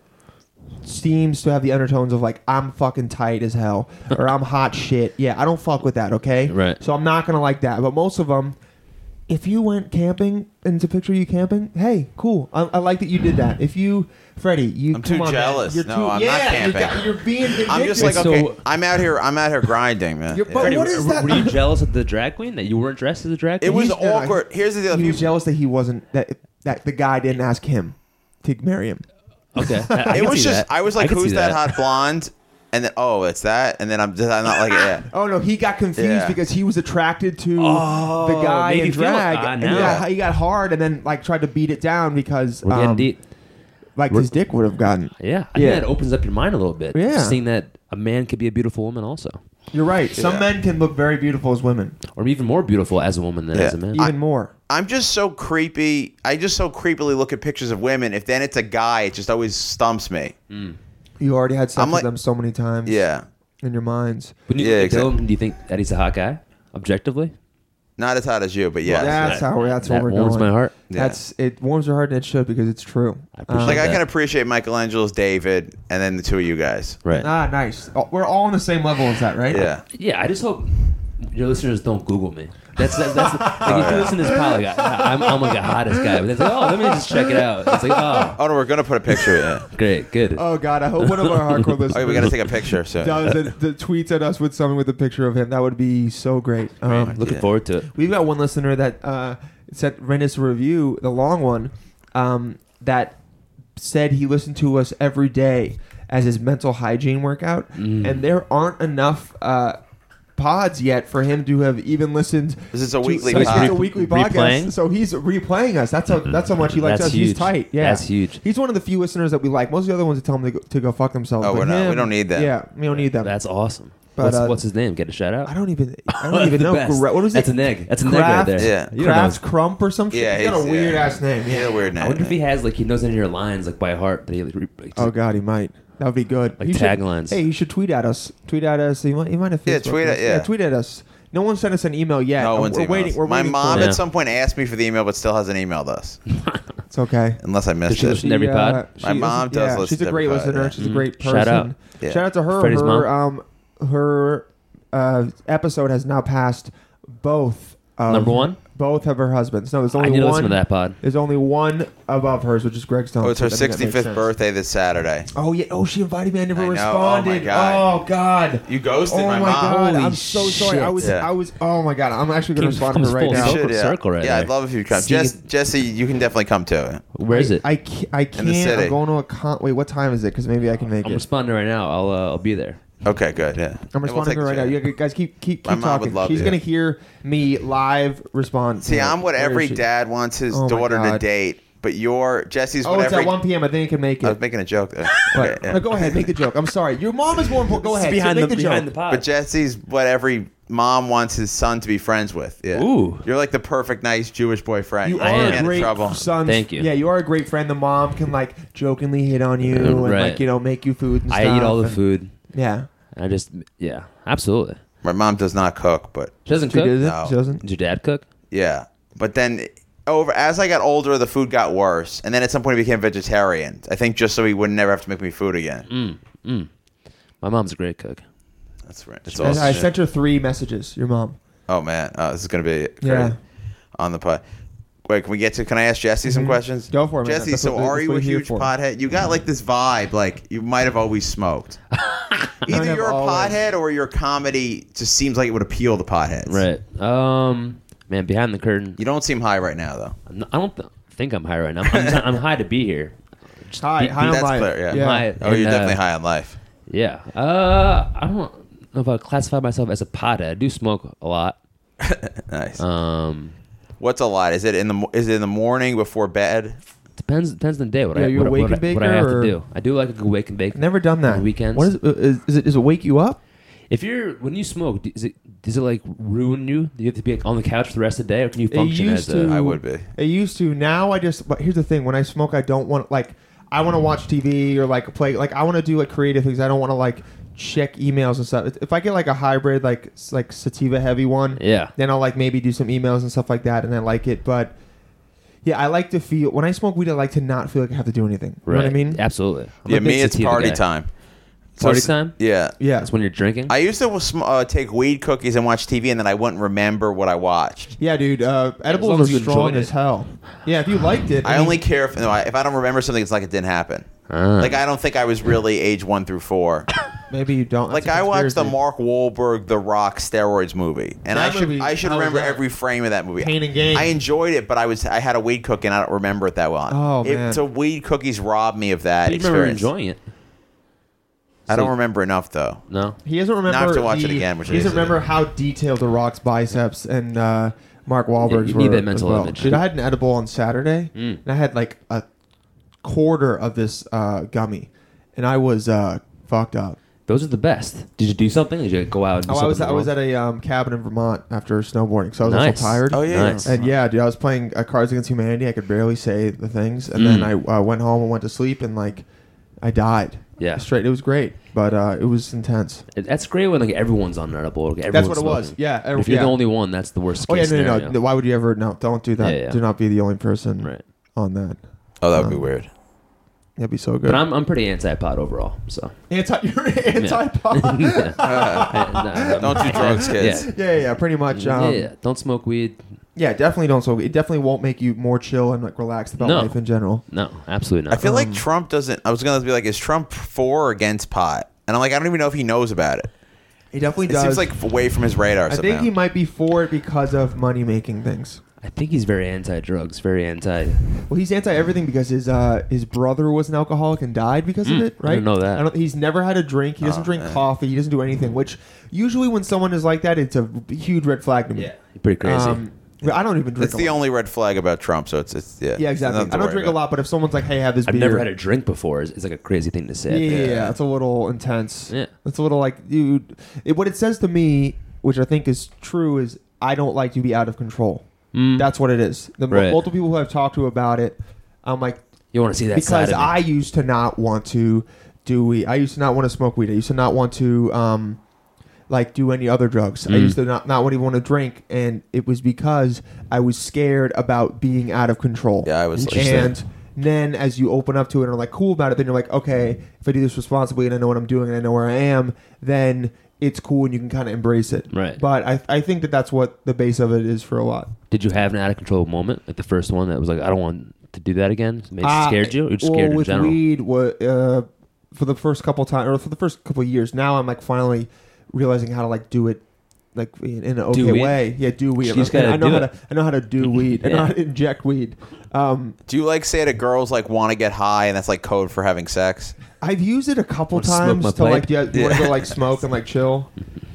Speaker 1: seems to have the undertones of like I'm fucking tight as hell or I'm hot shit. Yeah, I don't fuck with that. Okay,
Speaker 4: Right.
Speaker 1: So I'm not gonna like that. But most of them, if you went camping and to picture you camping, hey, cool. I, I like that you did that. If you, Freddie, you
Speaker 3: I'm
Speaker 1: come
Speaker 3: too
Speaker 1: on, man.
Speaker 3: jealous.
Speaker 1: You're
Speaker 3: No,
Speaker 1: too,
Speaker 3: I'm not
Speaker 1: yeah, you're-
Speaker 3: camping.
Speaker 1: You're, being.
Speaker 3: I'm just like
Speaker 1: ridiculous.
Speaker 4: So-
Speaker 3: okay. I'm out here. I'm out here grinding, man.
Speaker 1: You're- but
Speaker 4: Freddie,
Speaker 1: what is
Speaker 4: were,
Speaker 1: that?
Speaker 4: were you jealous of the drag queen that you weren't dressed as a drag
Speaker 3: it
Speaker 4: queen?
Speaker 3: was
Speaker 1: he's- no,
Speaker 3: awkward. Here's the deal.
Speaker 1: he was
Speaker 3: People-
Speaker 1: jealous that he wasn't that that the guy didn't ask him to marry him.
Speaker 4: okay. I- I
Speaker 3: it
Speaker 4: can
Speaker 3: was
Speaker 4: see
Speaker 3: just.
Speaker 4: that.
Speaker 3: I was like,
Speaker 4: can see
Speaker 3: "Who's that, hot blonde?" And then, oh, it's that. And then I'm just. I'm not like, yeah.
Speaker 1: Oh no, he got confused
Speaker 3: Yeah.
Speaker 1: because he was attracted to
Speaker 4: Oh,
Speaker 1: the guy
Speaker 4: made
Speaker 1: in
Speaker 4: you feel-
Speaker 1: drag.
Speaker 4: ah,
Speaker 1: and he,
Speaker 4: now.
Speaker 1: got, he got hard and then like tried to beat it down because
Speaker 4: We're getting
Speaker 1: um,
Speaker 4: deep.
Speaker 1: like his dick would have gotten.
Speaker 4: Yeah, I
Speaker 1: Yeah.
Speaker 4: think that opens up your mind a little bit.
Speaker 1: Yeah.
Speaker 4: seeing that a man could be a beautiful woman also,
Speaker 1: You're right. Some
Speaker 3: Yeah.
Speaker 1: men can look very beautiful as women,
Speaker 4: or even more beautiful as a woman than
Speaker 3: Yeah.
Speaker 4: as a man.
Speaker 1: even more.
Speaker 3: I'm just so creepy. I just so creepily look at pictures of women. If then it's a guy, it just always stumps me.
Speaker 1: You already had sex
Speaker 3: I'm
Speaker 1: with
Speaker 3: like-
Speaker 1: them so many times.
Speaker 3: Yeah.
Speaker 1: in your minds.
Speaker 4: When you
Speaker 3: Yeah,
Speaker 4: look at
Speaker 3: exactly.
Speaker 4: Dylan, do you think Eddie's a hot guy objectively?
Speaker 3: Not as hot as you, but yeah.
Speaker 1: that's
Speaker 4: that-
Speaker 1: how. That's where
Speaker 4: that
Speaker 1: we're
Speaker 4: warms
Speaker 1: going.
Speaker 4: my heart.
Speaker 3: Yeah.
Speaker 1: That's it. Warms your heart and it should because it's true.
Speaker 4: I appreciate
Speaker 3: like I
Speaker 4: that.
Speaker 3: can appreciate Michelangelo's David, and then the two of you guys.
Speaker 4: Right.
Speaker 1: Ah, nice. Oh, we're all on the same level as that, right?
Speaker 3: Yeah.
Speaker 4: Yeah, I just hope your listeners don't Google me. That's that's, that's like if you listen to this probably like, I- I'm, I'm like the hottest guy, but it's like, oh, let me just check it out. It's like, oh,
Speaker 3: Oh no, we're gonna put a picture. Yeah.
Speaker 4: great, good.
Speaker 1: Oh God, I hope one of our hardcore listeners.
Speaker 3: Okay, we gotta take a picture. So
Speaker 1: does it, the tweets at us with someone with a picture of him. That would be so great. Um,
Speaker 4: Looking
Speaker 3: yeah.
Speaker 4: forward to it.
Speaker 1: We've got one listener that uh, sent sent us a review, the long one, um, that said he listened to us every day as his mental hygiene workout,
Speaker 4: Mm.
Speaker 1: and there aren't enough uh, pods yet for him to have even listened.
Speaker 3: This is a
Speaker 1: to-
Speaker 3: weekly
Speaker 1: so it's
Speaker 3: pod.
Speaker 1: a weekly
Speaker 4: Replaying? Mm.
Speaker 1: podcast, so he's replaying us. That's how that's how much he likes
Speaker 4: That's
Speaker 1: us. He's
Speaker 4: huge.
Speaker 1: tight. Yeah,
Speaker 4: That's huge.
Speaker 1: He's one of the few listeners that we like. Most of the other ones that tell him to go, to go fuck themselves.
Speaker 3: Oh,
Speaker 1: but
Speaker 3: we're not- we
Speaker 1: him-
Speaker 3: don't need them.
Speaker 1: Yeah, we don't need them.
Speaker 4: That's awesome.
Speaker 1: But,
Speaker 4: what's,
Speaker 1: uh,
Speaker 4: what's his name? Get a shout out.
Speaker 1: I don't even. I don't even
Speaker 4: The
Speaker 1: know.
Speaker 4: best.
Speaker 1: Gra- what was
Speaker 4: That's
Speaker 1: it?
Speaker 4: an egg. That's an
Speaker 1: Kraft?
Speaker 4: egg right there.
Speaker 3: Yeah.
Speaker 4: You don't
Speaker 1: Crabs
Speaker 4: know.
Speaker 1: Crump or some shit.
Speaker 3: yeah,
Speaker 1: he got
Speaker 3: he's-
Speaker 1: a weird
Speaker 3: yeah.
Speaker 1: ass name.
Speaker 3: He had a
Speaker 1: Yeah.
Speaker 3: weird
Speaker 4: I
Speaker 3: name.
Speaker 4: wonder if he has like he knows any of your lines like by heart. That he, like, re- like,
Speaker 1: Oh god, he might. That would be good.
Speaker 4: Like
Speaker 1: He should-
Speaker 4: taglines.
Speaker 1: Hey, you should tweet at us. Tweet at us. You might. You might have.
Speaker 3: Yeah,
Speaker 1: Facebook
Speaker 3: tweet
Speaker 1: us.
Speaker 3: at- yeah.
Speaker 1: tweet at us. No one sent us an email yet.
Speaker 3: no
Speaker 1: Um,
Speaker 3: one's
Speaker 1: we're
Speaker 3: emailed
Speaker 1: waiting.
Speaker 3: us.
Speaker 1: We're
Speaker 3: My
Speaker 1: waiting
Speaker 3: mom
Speaker 1: For
Speaker 4: it.
Speaker 1: it.
Speaker 4: Yeah.
Speaker 3: at some point asked me for the email, but still hasn't emailed us
Speaker 1: It's okay.
Speaker 3: unless I missed
Speaker 4: she
Speaker 3: it.
Speaker 4: listen to every pod? Mm-hmm.
Speaker 1: she
Speaker 3: My mom does
Speaker 1: yeah,
Speaker 3: listen
Speaker 1: She's a
Speaker 3: to
Speaker 1: great
Speaker 3: every pod,
Speaker 1: listener.
Speaker 3: yeah.
Speaker 1: She's a great person.
Speaker 4: Shout out.
Speaker 3: Yeah.
Speaker 1: Shout out to her.
Speaker 4: Freddie's
Speaker 1: her um her uh episode has now passed both of,
Speaker 4: Number one?
Speaker 1: Both of her husbands. No, there's
Speaker 4: I
Speaker 1: only
Speaker 4: need to
Speaker 1: one.
Speaker 4: listen to that pod.
Speaker 1: There's only one above hers, which is Greg Stone.
Speaker 3: Oh, it's her
Speaker 1: so I think that makes
Speaker 3: 65th
Speaker 1: sense.
Speaker 3: birthday this Saturday.
Speaker 1: Oh yeah. Oh, she invited me. I never
Speaker 3: I know. Oh,
Speaker 1: responded.
Speaker 3: my God.
Speaker 1: Oh, God.
Speaker 3: You ghosted
Speaker 1: Oh
Speaker 3: my,
Speaker 1: my
Speaker 3: mom.
Speaker 1: god!
Speaker 4: Holy
Speaker 1: I'm so sorry. I was,
Speaker 3: shit.
Speaker 1: I was. Oh my god! I'm actually gonna
Speaker 4: Came-
Speaker 1: respond to
Speaker 4: comes
Speaker 1: her right
Speaker 4: full
Speaker 1: now.
Speaker 4: circle.
Speaker 3: Should, yeah.
Speaker 4: circle right
Speaker 3: yeah,
Speaker 4: there.
Speaker 3: I'd love if you'd come.
Speaker 4: See-
Speaker 3: Jess, Jesse, you can definitely come too.
Speaker 4: Where is it?
Speaker 1: I can't. I
Speaker 3: the
Speaker 1: can't. I'm
Speaker 3: city.
Speaker 1: going to a con. Wait, what time is it? Because maybe I can make
Speaker 4: I'm
Speaker 1: it.
Speaker 4: responding right now. I'll uh, I'll be there.
Speaker 3: Okay, good. Yeah,
Speaker 1: I'm
Speaker 3: And we'll
Speaker 1: responding
Speaker 3: take
Speaker 1: to her right now.
Speaker 3: the
Speaker 1: You
Speaker 3: shot.
Speaker 1: guys keep keep keep
Speaker 3: My mom would
Speaker 1: talking.
Speaker 3: love
Speaker 1: She's
Speaker 3: you.
Speaker 1: gonna hear me live respond.
Speaker 3: See,
Speaker 1: to her.
Speaker 3: I'm what
Speaker 1: Where is
Speaker 3: every
Speaker 1: she?
Speaker 3: dad wants his
Speaker 1: Oh my
Speaker 3: daughter to
Speaker 1: God.
Speaker 3: date, but you're Jesse's
Speaker 1: Oh,
Speaker 3: what
Speaker 1: it's
Speaker 3: every.
Speaker 1: at 1 p.m. I think I can make
Speaker 3: I was
Speaker 1: it.
Speaker 3: making a joke. there.
Speaker 1: But,
Speaker 3: Okay, yeah.
Speaker 1: no, go ahead, make the joke. I'm sorry. Your mom is more important. Go ahead.
Speaker 4: behind
Speaker 1: make
Speaker 4: the,
Speaker 1: the,
Speaker 4: behind the
Speaker 1: joke.
Speaker 4: pod.
Speaker 3: But Jesse's what every mom wants his son to be friends with. Yeah.
Speaker 4: Ooh.
Speaker 3: You're like the perfect nice Jewish boyfriend.
Speaker 1: You
Speaker 3: I
Speaker 1: are a
Speaker 3: am.
Speaker 1: great
Speaker 3: trouble.
Speaker 1: son.
Speaker 4: Thank you.
Speaker 1: Yeah, you are a great friend. The mom can like jokingly hit on you and like
Speaker 4: right.
Speaker 1: you know make you food. And
Speaker 4: I eat
Speaker 1: stuff
Speaker 4: all the
Speaker 1: and-
Speaker 4: food.
Speaker 1: Yeah.
Speaker 4: I just yeah, absolutely.
Speaker 3: My mom does not cook, but
Speaker 4: She doesn't
Speaker 1: She
Speaker 4: cook.
Speaker 1: doesn't.
Speaker 3: No.
Speaker 1: She doesn't.
Speaker 4: Did your dad cook?
Speaker 3: yeah. But then over as I got older, the food got worse, and then at some point he became vegetarian. I think just so he would never have to make me food again.
Speaker 4: My mom's a great cook.
Speaker 3: That's right. That's
Speaker 1: I, I
Speaker 3: awesome.
Speaker 1: sent her three messages. Your mom.
Speaker 3: oh man, oh, this is gonna be
Speaker 1: Yeah.
Speaker 3: yeah. on the pod. Wait, can we get to? Can I ask Jesse some questions?
Speaker 1: Mm-hmm. Go for it, man.
Speaker 3: Jesse.
Speaker 1: That's
Speaker 3: So,
Speaker 1: what-
Speaker 3: are
Speaker 1: that's
Speaker 3: you
Speaker 1: what
Speaker 3: a
Speaker 1: we're here
Speaker 3: huge
Speaker 1: for.
Speaker 3: pothead? You got like this vibe, like you might have always smoked.
Speaker 1: Kind
Speaker 3: Either
Speaker 1: of
Speaker 3: you're a
Speaker 1: always.
Speaker 3: pothead or your comedy just seems like it would appeal to potheads.
Speaker 4: Right. Um, man, behind the curtain.
Speaker 3: You don't seem high right now, though.
Speaker 4: I'm not- I don't th- think I'm high right now. I'm, I'm high to be here. Just
Speaker 1: High-
Speaker 4: be-
Speaker 1: high
Speaker 4: be-
Speaker 1: on
Speaker 3: That's
Speaker 1: life.
Speaker 3: clear. Yeah.
Speaker 1: Yeah.
Speaker 4: My-
Speaker 3: Oh, you're
Speaker 4: and, uh,
Speaker 3: definitely high on life.
Speaker 4: Yeah. Uh, I don't know if I classify myself as a pothead. I do smoke a lot.
Speaker 3: Nice.
Speaker 4: Um,
Speaker 3: What's a lot? Is it in the mo- is it in the morning before bed?
Speaker 4: depends depends on the day. What
Speaker 1: Yeah,
Speaker 4: I
Speaker 1: you're a
Speaker 4: what,
Speaker 1: wake
Speaker 4: what,
Speaker 1: and
Speaker 4: I- what I
Speaker 1: baker,
Speaker 4: have to
Speaker 1: or-
Speaker 4: do. I do like a good wake and bake.
Speaker 1: Never done that.
Speaker 4: On weekends.
Speaker 1: What is, is, is it? Is it wake you up?
Speaker 4: If you're when you smoke, d- is it does it like ruin you? Do you have to be like on the couch for the rest of the day, or can you function
Speaker 1: used
Speaker 4: as a?
Speaker 1: to.
Speaker 3: I would be.
Speaker 1: It used to. Now I just. But here's the thing: when I smoke, I don't want like I want to watch TV or like play. Like I want to do like creative things. I don't want to like check emails and stuff. If I get like a hybrid, like s- like sativa heavy one,
Speaker 4: Yeah.
Speaker 1: then I'll like maybe do some emails and stuff like that, and I like it. But yeah, I like to feel when I smoke weed. I like to not feel like I have to do anything. You know what I mean?
Speaker 4: Absolutely. I'm a
Speaker 3: yeah,
Speaker 4: big
Speaker 3: me it's
Speaker 4: sativa
Speaker 3: party
Speaker 4: guy.
Speaker 3: time. So
Speaker 4: Party
Speaker 3: s-
Speaker 4: time.
Speaker 3: Yeah.
Speaker 1: Yeah.
Speaker 4: That's when you're drinking.
Speaker 3: I used to sm- uh, take weed cookies and watch TV, and then I wouldn't remember what I watched.
Speaker 1: Yeah, dude. Uh,
Speaker 4: long as
Speaker 1: edibles
Speaker 4: you
Speaker 1: are strong
Speaker 4: enjoyed
Speaker 1: as
Speaker 4: it.
Speaker 1: hell. Yeah, if you liked it,
Speaker 3: I
Speaker 1: mean-
Speaker 3: only care if no, I, if I don't remember something, it's like it didn't happen.
Speaker 4: Ah.
Speaker 3: Like I don't think I was really age one through four.
Speaker 1: maybe you don't.
Speaker 3: like
Speaker 1: That's a
Speaker 3: I watched the
Speaker 1: conspiracy.
Speaker 3: Mark Wahlberg The Rock steroids movie, and
Speaker 1: That
Speaker 3: I should
Speaker 1: movie,
Speaker 3: I should
Speaker 1: how was
Speaker 3: remember
Speaker 1: that?
Speaker 3: every frame of that movie.
Speaker 1: Pain and Gain.
Speaker 3: I enjoyed it, but I was I had a weed cookie, and I don't remember it that well.
Speaker 1: Oh,
Speaker 3: It-
Speaker 1: man.
Speaker 3: so weed cookies robbed me of that
Speaker 4: you remember
Speaker 3: experience.
Speaker 4: enjoying it?
Speaker 3: I don't
Speaker 4: So-
Speaker 3: remember enough though.
Speaker 4: No.
Speaker 1: He doesn't remember.
Speaker 3: Now I have to watch
Speaker 1: the-
Speaker 3: it again, which
Speaker 1: he doesn't
Speaker 3: is-
Speaker 1: remember how detailed the Rock's biceps and uh, Mark Wahlberg's
Speaker 4: you need
Speaker 1: were.
Speaker 4: that mental
Speaker 1: as well.
Speaker 4: image. Mm.
Speaker 1: Dude, I had an edible on Saturday, and I had like a quarter of this uh, gummy, and I was uh, fucked up.
Speaker 4: Those are the best. Did you do something? Did you go out? And do
Speaker 1: Oh, I
Speaker 4: something
Speaker 1: was
Speaker 4: in
Speaker 1: I
Speaker 4: the
Speaker 1: was
Speaker 4: world?
Speaker 1: at a um, cabin in Vermont after snowboarding, so I was
Speaker 4: Nice.
Speaker 1: also tired.
Speaker 3: Oh yeah.
Speaker 4: Nice.
Speaker 1: And yeah, dude, I was playing uh, Cards Against Humanity. I could barely say the things, and then
Speaker 4: Mm.
Speaker 1: I uh, went home and went to sleep, and like, I died.
Speaker 4: Yeah.
Speaker 1: straight. It was great, but uh, it was intense.
Speaker 4: It- That's great when like everyone's on an edible. Like,
Speaker 1: That's what
Speaker 4: everyone's
Speaker 1: it was.
Speaker 4: smoking.
Speaker 1: Yeah,
Speaker 4: If you're
Speaker 1: yeah.
Speaker 4: the only one, that's the worst.
Speaker 1: Oh yeah,
Speaker 4: case
Speaker 1: no, no, no,
Speaker 4: scenario.
Speaker 1: no. Why would you ever? No, don't do that.
Speaker 4: Yeah, yeah.
Speaker 1: Do not be the only person
Speaker 4: Right.
Speaker 1: on that.
Speaker 3: Oh, that would be weird.
Speaker 1: That'd be so good.
Speaker 4: But I'm I'm pretty anti pot overall. So.
Speaker 1: anti. You're anti pod. yeah.
Speaker 4: Yeah. Uh,
Speaker 3: Don't do drugs, kids.
Speaker 4: Yeah.
Speaker 1: yeah, yeah, pretty much.
Speaker 4: Yeah,
Speaker 1: Um,
Speaker 4: yeah,
Speaker 1: yeah.
Speaker 4: don't smoke weed.
Speaker 1: definitely don't smoke. It definitely won't make you more chill and like relaxed about
Speaker 4: No.
Speaker 1: life in general.
Speaker 4: No,
Speaker 3: I
Speaker 4: absolutely not. Um,
Speaker 3: feel like Trump doesn't. I was gonna be like, is Trump for or against pot? And I'm like, I don't even know if he knows about it.
Speaker 1: He definitely
Speaker 3: It
Speaker 1: does.
Speaker 3: seems like away from his radar.
Speaker 1: I
Speaker 3: somehow.
Speaker 1: think he might be for it because of money making things.
Speaker 4: I think he's very anti-drugs, very anti.
Speaker 1: Well, he's anti everything because his uh, his brother was an alcoholic and died because of it, right?
Speaker 4: didn't know that.
Speaker 1: I don't, he's never had a drink. He doesn't
Speaker 3: Oh,
Speaker 1: drink
Speaker 3: man.
Speaker 1: coffee. He doesn't do anything. Which usually, when someone is like that, it's a huge red flag to me.
Speaker 4: pretty crazy.
Speaker 1: Um, but I don't even drink.
Speaker 3: That's
Speaker 1: a
Speaker 3: the
Speaker 1: lot.
Speaker 3: only red flag about Trump. So it's it's yeah.
Speaker 1: Yeah, exactly.
Speaker 3: nothing
Speaker 1: I
Speaker 3: to
Speaker 1: don't
Speaker 3: worry
Speaker 1: drink a
Speaker 3: about.
Speaker 1: lot, but if someone's like, "Hey, have this
Speaker 4: I've
Speaker 1: beer,"
Speaker 4: never had a drink before. It's, it's like a crazy thing to
Speaker 1: Yeah,
Speaker 4: say.
Speaker 1: yeah, yeah, yeah. That's a little intense.
Speaker 4: Yeah.
Speaker 1: That's a little like, dude. It, what it says to me, which I think is true, is I don't like to be out of control. That's what it is. The mul-
Speaker 4: Mm. Right.
Speaker 1: multiple people who I've talked to about it, I'm like,
Speaker 4: You want to see that side
Speaker 1: because
Speaker 4: of it.
Speaker 1: I used to not want to do weed. I used to not want to smoke weed. I used to not want to um, like do any other drugs.
Speaker 4: Mm.
Speaker 1: I used to not not even want to drink, and it was because I was scared about being out of control.
Speaker 3: Yeah, I was like that.
Speaker 1: And then as you open up to it and are like cool about it, then you're like, okay, if I do this responsibly and I know what I'm doing and I know where I am, then it's cool and you can kind of embrace it.
Speaker 4: Right.
Speaker 1: But I I think that that's what the base of it is for a lot.
Speaker 4: Did you have an out of control moment, like the first one that was like, I don't want to do that again? It made-
Speaker 1: Uh,
Speaker 4: scared you? Or just
Speaker 1: well,
Speaker 4: scared in
Speaker 1: with
Speaker 4: general?
Speaker 1: weed, what uh, for the first couple times, or for the first couple years, now I'm like finally realizing how to like do it, like in, in an okay
Speaker 4: weed?
Speaker 1: way. Yeah, do weed.
Speaker 4: You just
Speaker 1: I
Speaker 4: gotta
Speaker 1: know
Speaker 4: do
Speaker 1: how
Speaker 4: it.
Speaker 1: to. I know how to do weed. I know
Speaker 4: Yeah.
Speaker 1: how to inject weed. Um,
Speaker 3: Do you like say to girls like want to get high and that's like code for having sex?
Speaker 1: I've used it a couple
Speaker 4: Wanna smoke my
Speaker 1: times to like
Speaker 4: pipe?
Speaker 1: yeah, want to go like smoke and like chill,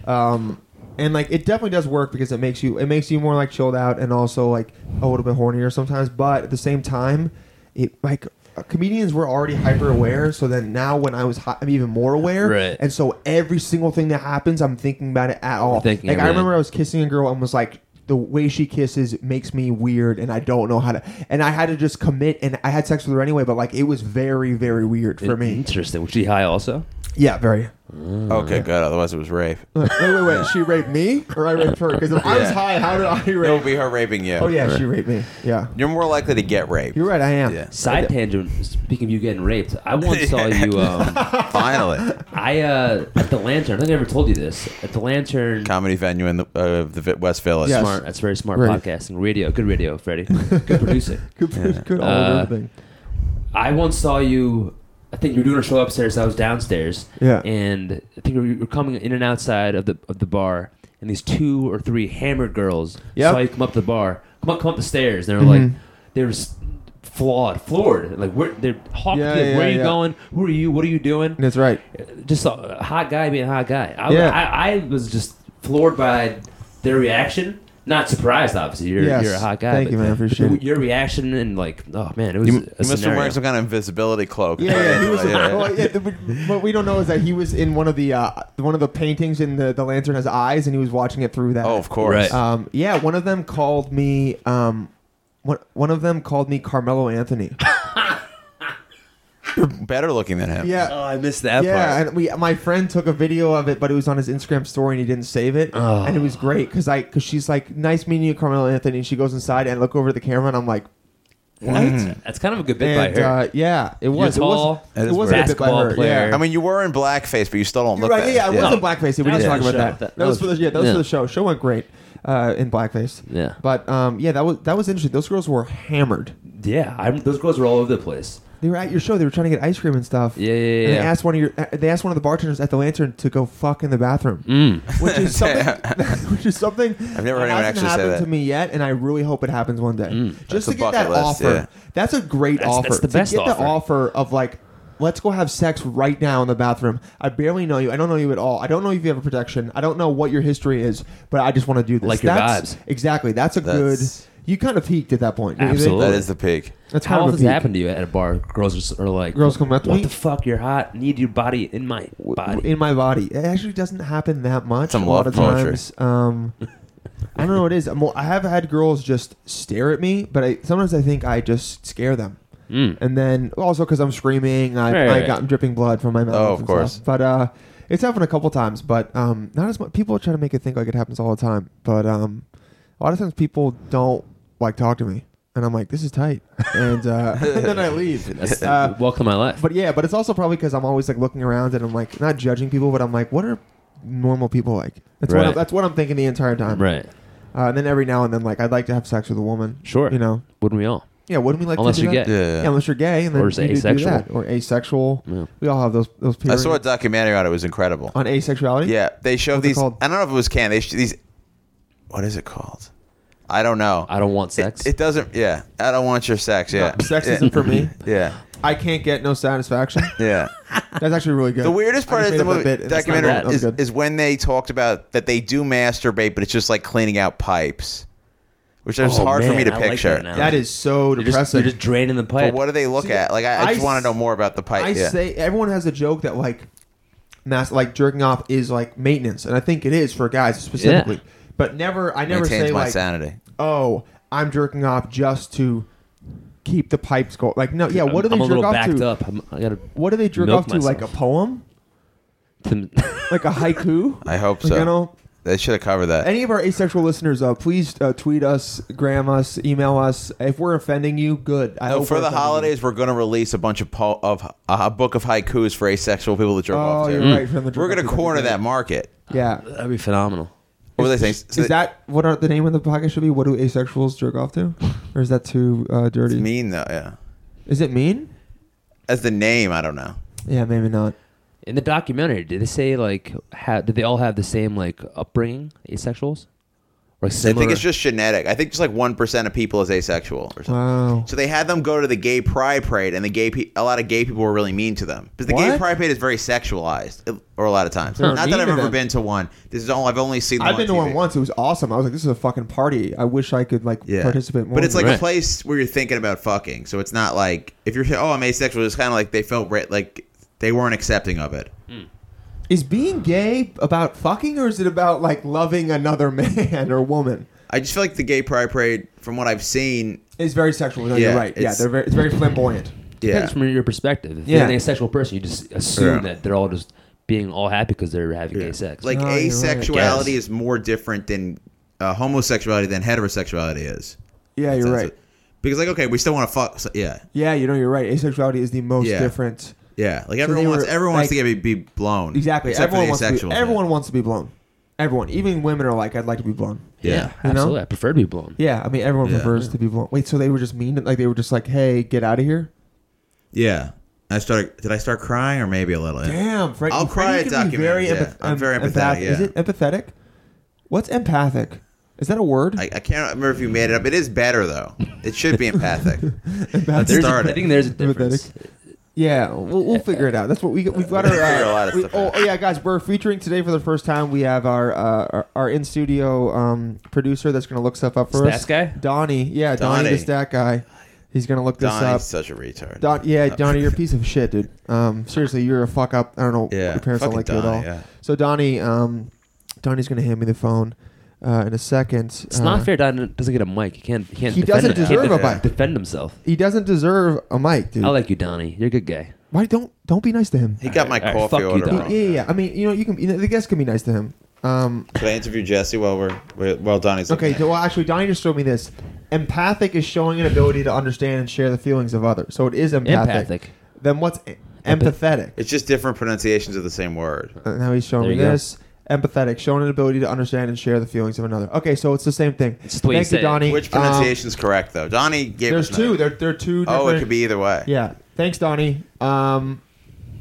Speaker 1: um, and like it definitely does work because it makes you it makes you more like chilled out and also like a little bit hornier sometimes. But at the same time, it like uh, comedians were already hyper aware, so then now when I was hot, I'm even more aware,
Speaker 4: Right.
Speaker 1: and so every single thing that happens, I'm thinking about it at all.
Speaker 4: thinking
Speaker 1: like I
Speaker 4: about it.
Speaker 1: remember I was kissing a girl and was like. The way she kisses makes me weird, and I don't know how to. And I had to just commit, and I had sex with her anyway. But like, it was very, very weird for me.
Speaker 4: Interesting. Was she high also?
Speaker 1: Yeah, very.
Speaker 4: Hmm.
Speaker 3: Okay, good. Otherwise, it was rape.
Speaker 1: Wait, wait, wait. She raped me, or I raped her? Because if I was
Speaker 3: Yeah.
Speaker 1: high, how did I
Speaker 3: It would
Speaker 1: rape?
Speaker 3: be her raping you.
Speaker 1: Oh yeah, she raped me. Yeah,
Speaker 3: You're more likely to get raped.
Speaker 1: you're right. I am.
Speaker 3: Yeah.
Speaker 4: Side tangent. Speaking of you getting raped, I once saw you. Um,
Speaker 3: Finally,
Speaker 4: I uh, at the Lantern. I think I ever told you this. At the Lantern.
Speaker 3: comedy venue in the uh, the Vi- West Village.
Speaker 1: Yes.
Speaker 4: Smart. That's very smart
Speaker 1: Right.
Speaker 4: podcasting. Radio. Good radio, Freddie. Good producing.
Speaker 1: Good, good all
Speaker 4: Uh,
Speaker 1: over everything.
Speaker 4: I once saw you. I think you were doing a show upstairs. I was downstairs.
Speaker 1: Yeah.
Speaker 4: And I think you were coming in and outside of the of the bar, and these two or three hammered girls
Speaker 1: Yep.
Speaker 4: saw you come up the bar, come up, come up the stairs, and they were
Speaker 1: Mm-hmm.
Speaker 4: like, they were s- flawed, floored. Like, where they're hawking,
Speaker 1: Yeah,
Speaker 4: like,
Speaker 1: yeah,
Speaker 4: where are you
Speaker 1: yeah.
Speaker 4: going? Who are you? What are you doing?
Speaker 1: That's right.
Speaker 4: Just a hot guy being a hot guy. I,
Speaker 1: Yeah.
Speaker 4: I, I was just floored by their reaction. Not surprised, obviously. You're,
Speaker 1: Yes.
Speaker 4: you're a hot guy.
Speaker 1: Thank you, man. I appreciate it.
Speaker 4: Your reaction and like, oh man, it was.
Speaker 3: You,
Speaker 4: a
Speaker 3: you must have
Speaker 4: scenario.
Speaker 3: been wearing some kind of invisibility cloak.
Speaker 1: Yeah, yeah, he was.
Speaker 3: Yeah.
Speaker 1: well, yeah, the- what we don't know is that he was in one of the uh, one of the paintings in the the lantern has eyes, and he was watching it through that.
Speaker 3: Oh, of course.
Speaker 4: Right.
Speaker 1: Um, yeah, one of them called me. Um, one one of them called me Carmelo Anthony.
Speaker 3: Better looking than him.
Speaker 1: Yeah.
Speaker 4: Oh, I missed that
Speaker 1: Yeah,
Speaker 4: part.
Speaker 1: and we my friend took a video of it, but it was on his Instagram story and he didn't save it, and it was great because I because she's like, "Nice meeting you, Carmelo Anthony." And she goes inside and I look over at the camera and I'm like,
Speaker 4: What? That's kind of a good bit
Speaker 1: and,
Speaker 4: by her.
Speaker 1: uh, "Yeah, it was
Speaker 4: tall.
Speaker 1: It
Speaker 3: That
Speaker 1: was
Speaker 3: is
Speaker 1: it wasn't a bit by
Speaker 4: Basketball
Speaker 1: her.
Speaker 4: player.
Speaker 1: Yeah.
Speaker 3: I mean, you were in blackface, but you still don't
Speaker 1: You're
Speaker 3: look
Speaker 1: right.
Speaker 3: that.
Speaker 1: Yeah, I was in blackface. We
Speaker 4: That
Speaker 1: just
Speaker 4: was
Speaker 1: talked
Speaker 4: for
Speaker 1: about
Speaker 4: the
Speaker 1: that.
Speaker 4: show.
Speaker 1: that. was for the yeah. That was
Speaker 4: yeah.
Speaker 1: for the show. Show went great uh, in blackface.
Speaker 4: Yeah.
Speaker 1: But um, yeah, that was that was interesting. Those girls were hammered.
Speaker 4: yeah, I'm, those girls were all over the place.
Speaker 1: They were at your show. They were trying to get ice cream and stuff.
Speaker 4: Yeah, yeah, yeah,
Speaker 1: And they
Speaker 4: yeah.
Speaker 1: asked one of your. uh, They asked one of the bartenders at the Lantern to go fuck in the bathroom,
Speaker 4: Mm.
Speaker 1: which is something. which is something. I've
Speaker 3: never heard anyone actually say
Speaker 1: happened
Speaker 3: that.
Speaker 1: to me yet, and I really hope it happens one day. Just
Speaker 3: a
Speaker 1: to get that
Speaker 3: bucket list,
Speaker 1: offer.
Speaker 3: yeah.
Speaker 1: That's a great
Speaker 4: Mm. That's-
Speaker 1: offer.
Speaker 4: that's the
Speaker 1: to
Speaker 4: best
Speaker 1: get the
Speaker 4: offer.
Speaker 1: offer of like. Let's go have sex right now in the bathroom. I barely know you. I don't know you at all. I don't know if you have a protection. I don't know what your history is, but I just want to do this.
Speaker 4: Like your
Speaker 1: That's-
Speaker 4: vibes.
Speaker 1: Exactly. That's a
Speaker 3: That's-
Speaker 1: good. You kind of peaked at that point. don't you think?
Speaker 4: Absolutely.
Speaker 3: That is the peak.
Speaker 1: That's
Speaker 4: How
Speaker 1: kind of a
Speaker 4: often has
Speaker 1: peak.
Speaker 4: it happened to you at a bar? Girls are, s- are like,
Speaker 1: Girls come up to
Speaker 4: What
Speaker 1: me?
Speaker 4: the fuck? You're hot. Need your body in my body.
Speaker 1: in my body. It actually doesn't happen that much.
Speaker 3: Some
Speaker 1: a lot
Speaker 3: love
Speaker 1: of
Speaker 3: poetry.
Speaker 1: times. Um, I don't know what it is. I'm more- I have had girls just stare at me, but I, sometimes I think I just scare them.
Speaker 4: Hmm.
Speaker 1: And then also because I'm screaming, I,
Speaker 4: Right,
Speaker 1: I
Speaker 4: right.
Speaker 1: got dripping blood from my mouth.
Speaker 3: Oh, of
Speaker 1: and
Speaker 3: course.
Speaker 1: stuff. But uh, it's happened a couple times, but um, not as much. People try to make it think like it happens all the time, but um, a lot of times people don't like talk to me, and I'm like, this is tight, and, uh, and then I leave.
Speaker 4: That's
Speaker 1: Uh,
Speaker 4: welcome to my life.
Speaker 1: but yeah, but it's also probably because I'm always like looking around and I'm like not judging people, but I'm like, what are normal people like? That's what
Speaker 4: Right.
Speaker 1: I'm, that's what I'm thinking the entire time.
Speaker 4: right.
Speaker 1: Uh, and then every now and then, like, I'd like to have sex with a woman.
Speaker 4: Sure.
Speaker 1: You know.
Speaker 4: Wouldn't we all?
Speaker 1: Yeah. Wouldn't we like
Speaker 4: Unless
Speaker 1: to do
Speaker 4: you're
Speaker 1: that?
Speaker 4: gay.
Speaker 3: Yeah.
Speaker 1: Yeah, unless you're gay, and then
Speaker 4: Or
Speaker 1: you
Speaker 4: just
Speaker 1: do
Speaker 4: asexual.
Speaker 1: that. or asexual.
Speaker 4: Yeah.
Speaker 1: We all have those those
Speaker 3: I
Speaker 1: periods
Speaker 3: saw a documentary on it. It was incredible.
Speaker 1: on asexuality.
Speaker 3: Yeah, they showed
Speaker 1: What's it
Speaker 3: these. I
Speaker 1: called?
Speaker 3: don't know if it was can. They sh- these. What is it called? I don't know.
Speaker 4: I don't want
Speaker 3: It-
Speaker 4: sex.
Speaker 3: It, doesn't. Yeah, I don't want your sex. Yeah,
Speaker 1: No, sex
Speaker 3: yeah.
Speaker 1: isn't for me.
Speaker 3: Yeah,
Speaker 1: I can't get no satisfaction.
Speaker 3: yeah.
Speaker 1: That's actually really good.
Speaker 3: The weirdest
Speaker 1: I
Speaker 3: part
Speaker 1: just
Speaker 3: of the
Speaker 1: made up
Speaker 3: movie
Speaker 1: that bit, and it's not bad.
Speaker 3: documentary
Speaker 1: That
Speaker 3: is,
Speaker 1: was good.
Speaker 3: is when they talked about that they do masturbate, but it's just like cleaning out pipes, which is
Speaker 4: Oh,
Speaker 3: hard for
Speaker 4: man,
Speaker 3: me to
Speaker 4: I like
Speaker 3: picture.
Speaker 4: that now.
Speaker 1: that is so
Speaker 4: You're just,
Speaker 1: depressing.
Speaker 4: you're just draining the pipe.
Speaker 3: but what do they look
Speaker 1: See,
Speaker 3: at? Like, I, I
Speaker 1: I
Speaker 3: just want
Speaker 1: s-
Speaker 3: to know more about the pipe.
Speaker 1: I
Speaker 3: yeah.
Speaker 1: say everyone has a joke that like mass like jerking off is like maintenance, and I think it is for guys specifically.
Speaker 4: Yeah.
Speaker 1: But never, I never
Speaker 3: maintains
Speaker 1: say
Speaker 3: my
Speaker 1: like,
Speaker 3: sanity.
Speaker 1: oh, I'm jerking off just to keep the pipes going. Like, no, yeah. What do they
Speaker 4: I'm a
Speaker 1: jerk
Speaker 4: little
Speaker 1: off
Speaker 4: backed
Speaker 1: to?
Speaker 4: up. I'm, I gotta.
Speaker 1: What do they jerk
Speaker 4: Milk
Speaker 1: off to? Like a
Speaker 4: myself.
Speaker 1: poem, like a haiku.
Speaker 3: I hope
Speaker 1: Like,
Speaker 3: so.
Speaker 1: You know,
Speaker 3: They should have covered that.
Speaker 1: any of our asexual listeners, uh, please uh, tweet us, gram us, email us. If we're offending you, good. I
Speaker 3: No,
Speaker 1: hope
Speaker 3: Oh, for
Speaker 1: we're
Speaker 3: the
Speaker 1: offending you.
Speaker 3: holidays, we're going to release a bunch of po- of uh, a book of haikus for asexual people to jerk
Speaker 1: Oh,
Speaker 3: off to.
Speaker 1: you're right. From the
Speaker 3: We're going to
Speaker 1: jerk off
Speaker 3: corner
Speaker 1: to-
Speaker 3: that market.
Speaker 1: Yeah.
Speaker 4: That'd be phenomenal.
Speaker 3: What were they saying?
Speaker 1: Is that what are the name of the podcast should be? What do asexuals jerk off to, or is that too uh, dirty?
Speaker 3: mean though? Yeah.
Speaker 1: Is it mean?
Speaker 3: As the name, I don't know.
Speaker 1: Yeah, maybe not.
Speaker 4: In the documentary, did they say like how did they all have the same like upbringing, asexuals? Or
Speaker 3: I
Speaker 4: similar?
Speaker 3: think it's just genetic. I think just like one percent of people is asexual or something.
Speaker 1: Wow.
Speaker 3: So they had them go to the gay pride parade, and the gay pe- a lot of gay people were really mean to them because the gay
Speaker 1: What?
Speaker 3: pride parade is very sexualized, uh, or a lot of times.
Speaker 1: They're
Speaker 3: Not
Speaker 1: mean
Speaker 3: that I've
Speaker 1: to
Speaker 3: ever
Speaker 1: them.
Speaker 3: been to one. This is all I've only seen. Them
Speaker 1: I've been to one
Speaker 3: TV.
Speaker 1: once. It was awesome. I was like, this is a fucking party. I wish I could like
Speaker 3: Yeah.
Speaker 1: participate more.
Speaker 3: But it's like a
Speaker 4: Right.
Speaker 3: place where you're thinking about fucking. So it's not like if you're oh I'm asexual. It's kind of like they felt ra- like they weren't accepting of it.
Speaker 1: is being gay about fucking, or is it about like loving another man or woman?
Speaker 3: I just feel like the gay pride parade, from what I've seen,
Speaker 1: It's very sexual. No,
Speaker 3: Yeah,
Speaker 1: you're right. Yeah,
Speaker 3: it's-
Speaker 1: they're very, it's very flamboyant.
Speaker 3: Yeah.
Speaker 4: depends from your perspective. If
Speaker 1: Yeah.
Speaker 4: you're an asexual person, you just assume
Speaker 3: Yeah.
Speaker 4: that they're all just being all happy because they're having gay sex.
Speaker 3: Like
Speaker 1: No, Oh, you're right.
Speaker 3: asexuality
Speaker 4: Yes.
Speaker 3: is more different than uh, homosexuality than heterosexuality is.
Speaker 1: Yeah, you're
Speaker 3: That's
Speaker 1: right.
Speaker 3: it. Because like okay, we still want to fuck. So, yeah,
Speaker 1: Yeah, you know, you're right. Asexuality is the most
Speaker 3: Yeah.
Speaker 1: different.
Speaker 3: yeah. Like
Speaker 1: they
Speaker 3: everyone wants
Speaker 1: were,
Speaker 3: everyone wants to
Speaker 1: like-
Speaker 3: get be, be blown.
Speaker 1: Exactly.
Speaker 3: Except
Speaker 1: everyone
Speaker 3: for
Speaker 1: wants
Speaker 3: the
Speaker 1: to
Speaker 3: asexual.
Speaker 1: be, everyone wants to be blown. Everyone, even women are like, I'd like to be blown.
Speaker 3: Yeah.
Speaker 1: You know?
Speaker 4: absolutely. I prefer to be blown.
Speaker 1: Yeah, I mean, everyone
Speaker 3: Yeah.
Speaker 1: prefers to be blown. Wait, so they were just mean? Like they were just like, "Hey, get out of here."
Speaker 3: Yeah. I started. Did I start crying or maybe a little?
Speaker 1: Damn, Frank.
Speaker 3: I'll cry
Speaker 1: Frankie
Speaker 3: at
Speaker 1: can be Very
Speaker 3: documentaries, yeah.
Speaker 1: empath-
Speaker 3: I'm very empathetic,
Speaker 1: empath- Is
Speaker 3: yeah.
Speaker 1: it empathetic? What's empathic? Is that a word?
Speaker 3: I, I can't remember if you made it up. It is better though. It should be empathic.
Speaker 1: Empathic?
Speaker 4: There's a-
Speaker 3: Started.
Speaker 4: I think there's a difference.
Speaker 1: Yeah, we'll, we'll figure it out. That's what we got- we've got our.
Speaker 3: figure a lot
Speaker 1: Uh,
Speaker 3: of
Speaker 1: we,
Speaker 3: stuff
Speaker 1: oh,
Speaker 3: out.
Speaker 1: oh yeah, guys, we're featuring today for the first time. We have our uh, our, our in studio um, producer that's going to look stuff up for us.
Speaker 4: Stats guy?
Speaker 1: Donnie. Yeah, Donnie,
Speaker 3: Donnie.
Speaker 1: the stat guy. He's going to look this
Speaker 3: Donnie's
Speaker 1: up.
Speaker 3: such a retard.
Speaker 1: Don, yeah, Donnie, you're a piece of shit, dude. Um, seriously, you're a fuck up. I don't know.
Speaker 3: Yeah,
Speaker 1: your parents don't
Speaker 3: fucking
Speaker 1: like you at all.
Speaker 3: Donnie, yeah.
Speaker 1: So Donnie, um, Donnie's going to hand me the phone uh, in a second.
Speaker 4: It's not
Speaker 1: Uh,
Speaker 4: fair. Don doesn't get a mic. He can't. He, can't
Speaker 1: He
Speaker 4: defend
Speaker 1: doesn't
Speaker 4: him-
Speaker 1: deserve
Speaker 4: can't
Speaker 1: a
Speaker 4: def-
Speaker 1: mic.
Speaker 4: Defend himself.
Speaker 1: He doesn't deserve a mic, dude.
Speaker 4: I like you, Donnie. You're a good guy.
Speaker 1: Why don't don't be nice to him?
Speaker 3: He got my
Speaker 4: All right,
Speaker 3: coffee
Speaker 4: fuck you,
Speaker 3: order
Speaker 4: Donnie.
Speaker 1: Yeah,
Speaker 3: wrong.
Speaker 1: yeah, yeah. I mean, you know, you can. You know, the guests can be nice to him. Um,
Speaker 3: Should I interview Jesse while we're while Donnie's
Speaker 1: okay.
Speaker 3: looking at it?
Speaker 1: Well, actually, Donnie just showed me this. Empathic is showing an ability to understand and share the feelings of others. So it is empathic.
Speaker 4: Empathic.
Speaker 1: Then what's e- empathetic?
Speaker 3: It's just different pronunciations of the same word.
Speaker 1: Uh, now he's showing
Speaker 4: There
Speaker 1: me
Speaker 4: you go.
Speaker 1: this. Empathetic, showing an ability to understand and share the feelings of another. Okay, so it's the same thing.
Speaker 4: just the way you
Speaker 1: Thank
Speaker 4: say
Speaker 1: you,
Speaker 4: it.
Speaker 1: Donnie.
Speaker 3: Which
Speaker 1: Um,
Speaker 3: pronunciation's correct though? Donnie gave
Speaker 1: there's
Speaker 3: us
Speaker 1: two.
Speaker 3: another-
Speaker 1: There, there are two. Different,
Speaker 3: Oh, it could be either way.
Speaker 1: Yeah. Thanks, Donnie. Um,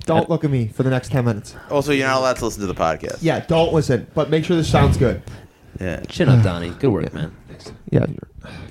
Speaker 1: don't look at me for the next ten minutes.
Speaker 3: Also, you're not allowed to listen to the podcast.
Speaker 1: Yeah, don't listen, but make sure this sounds good.
Speaker 3: Yeah.
Speaker 4: Chin up, Donnie. Good work, man.
Speaker 1: Yeah.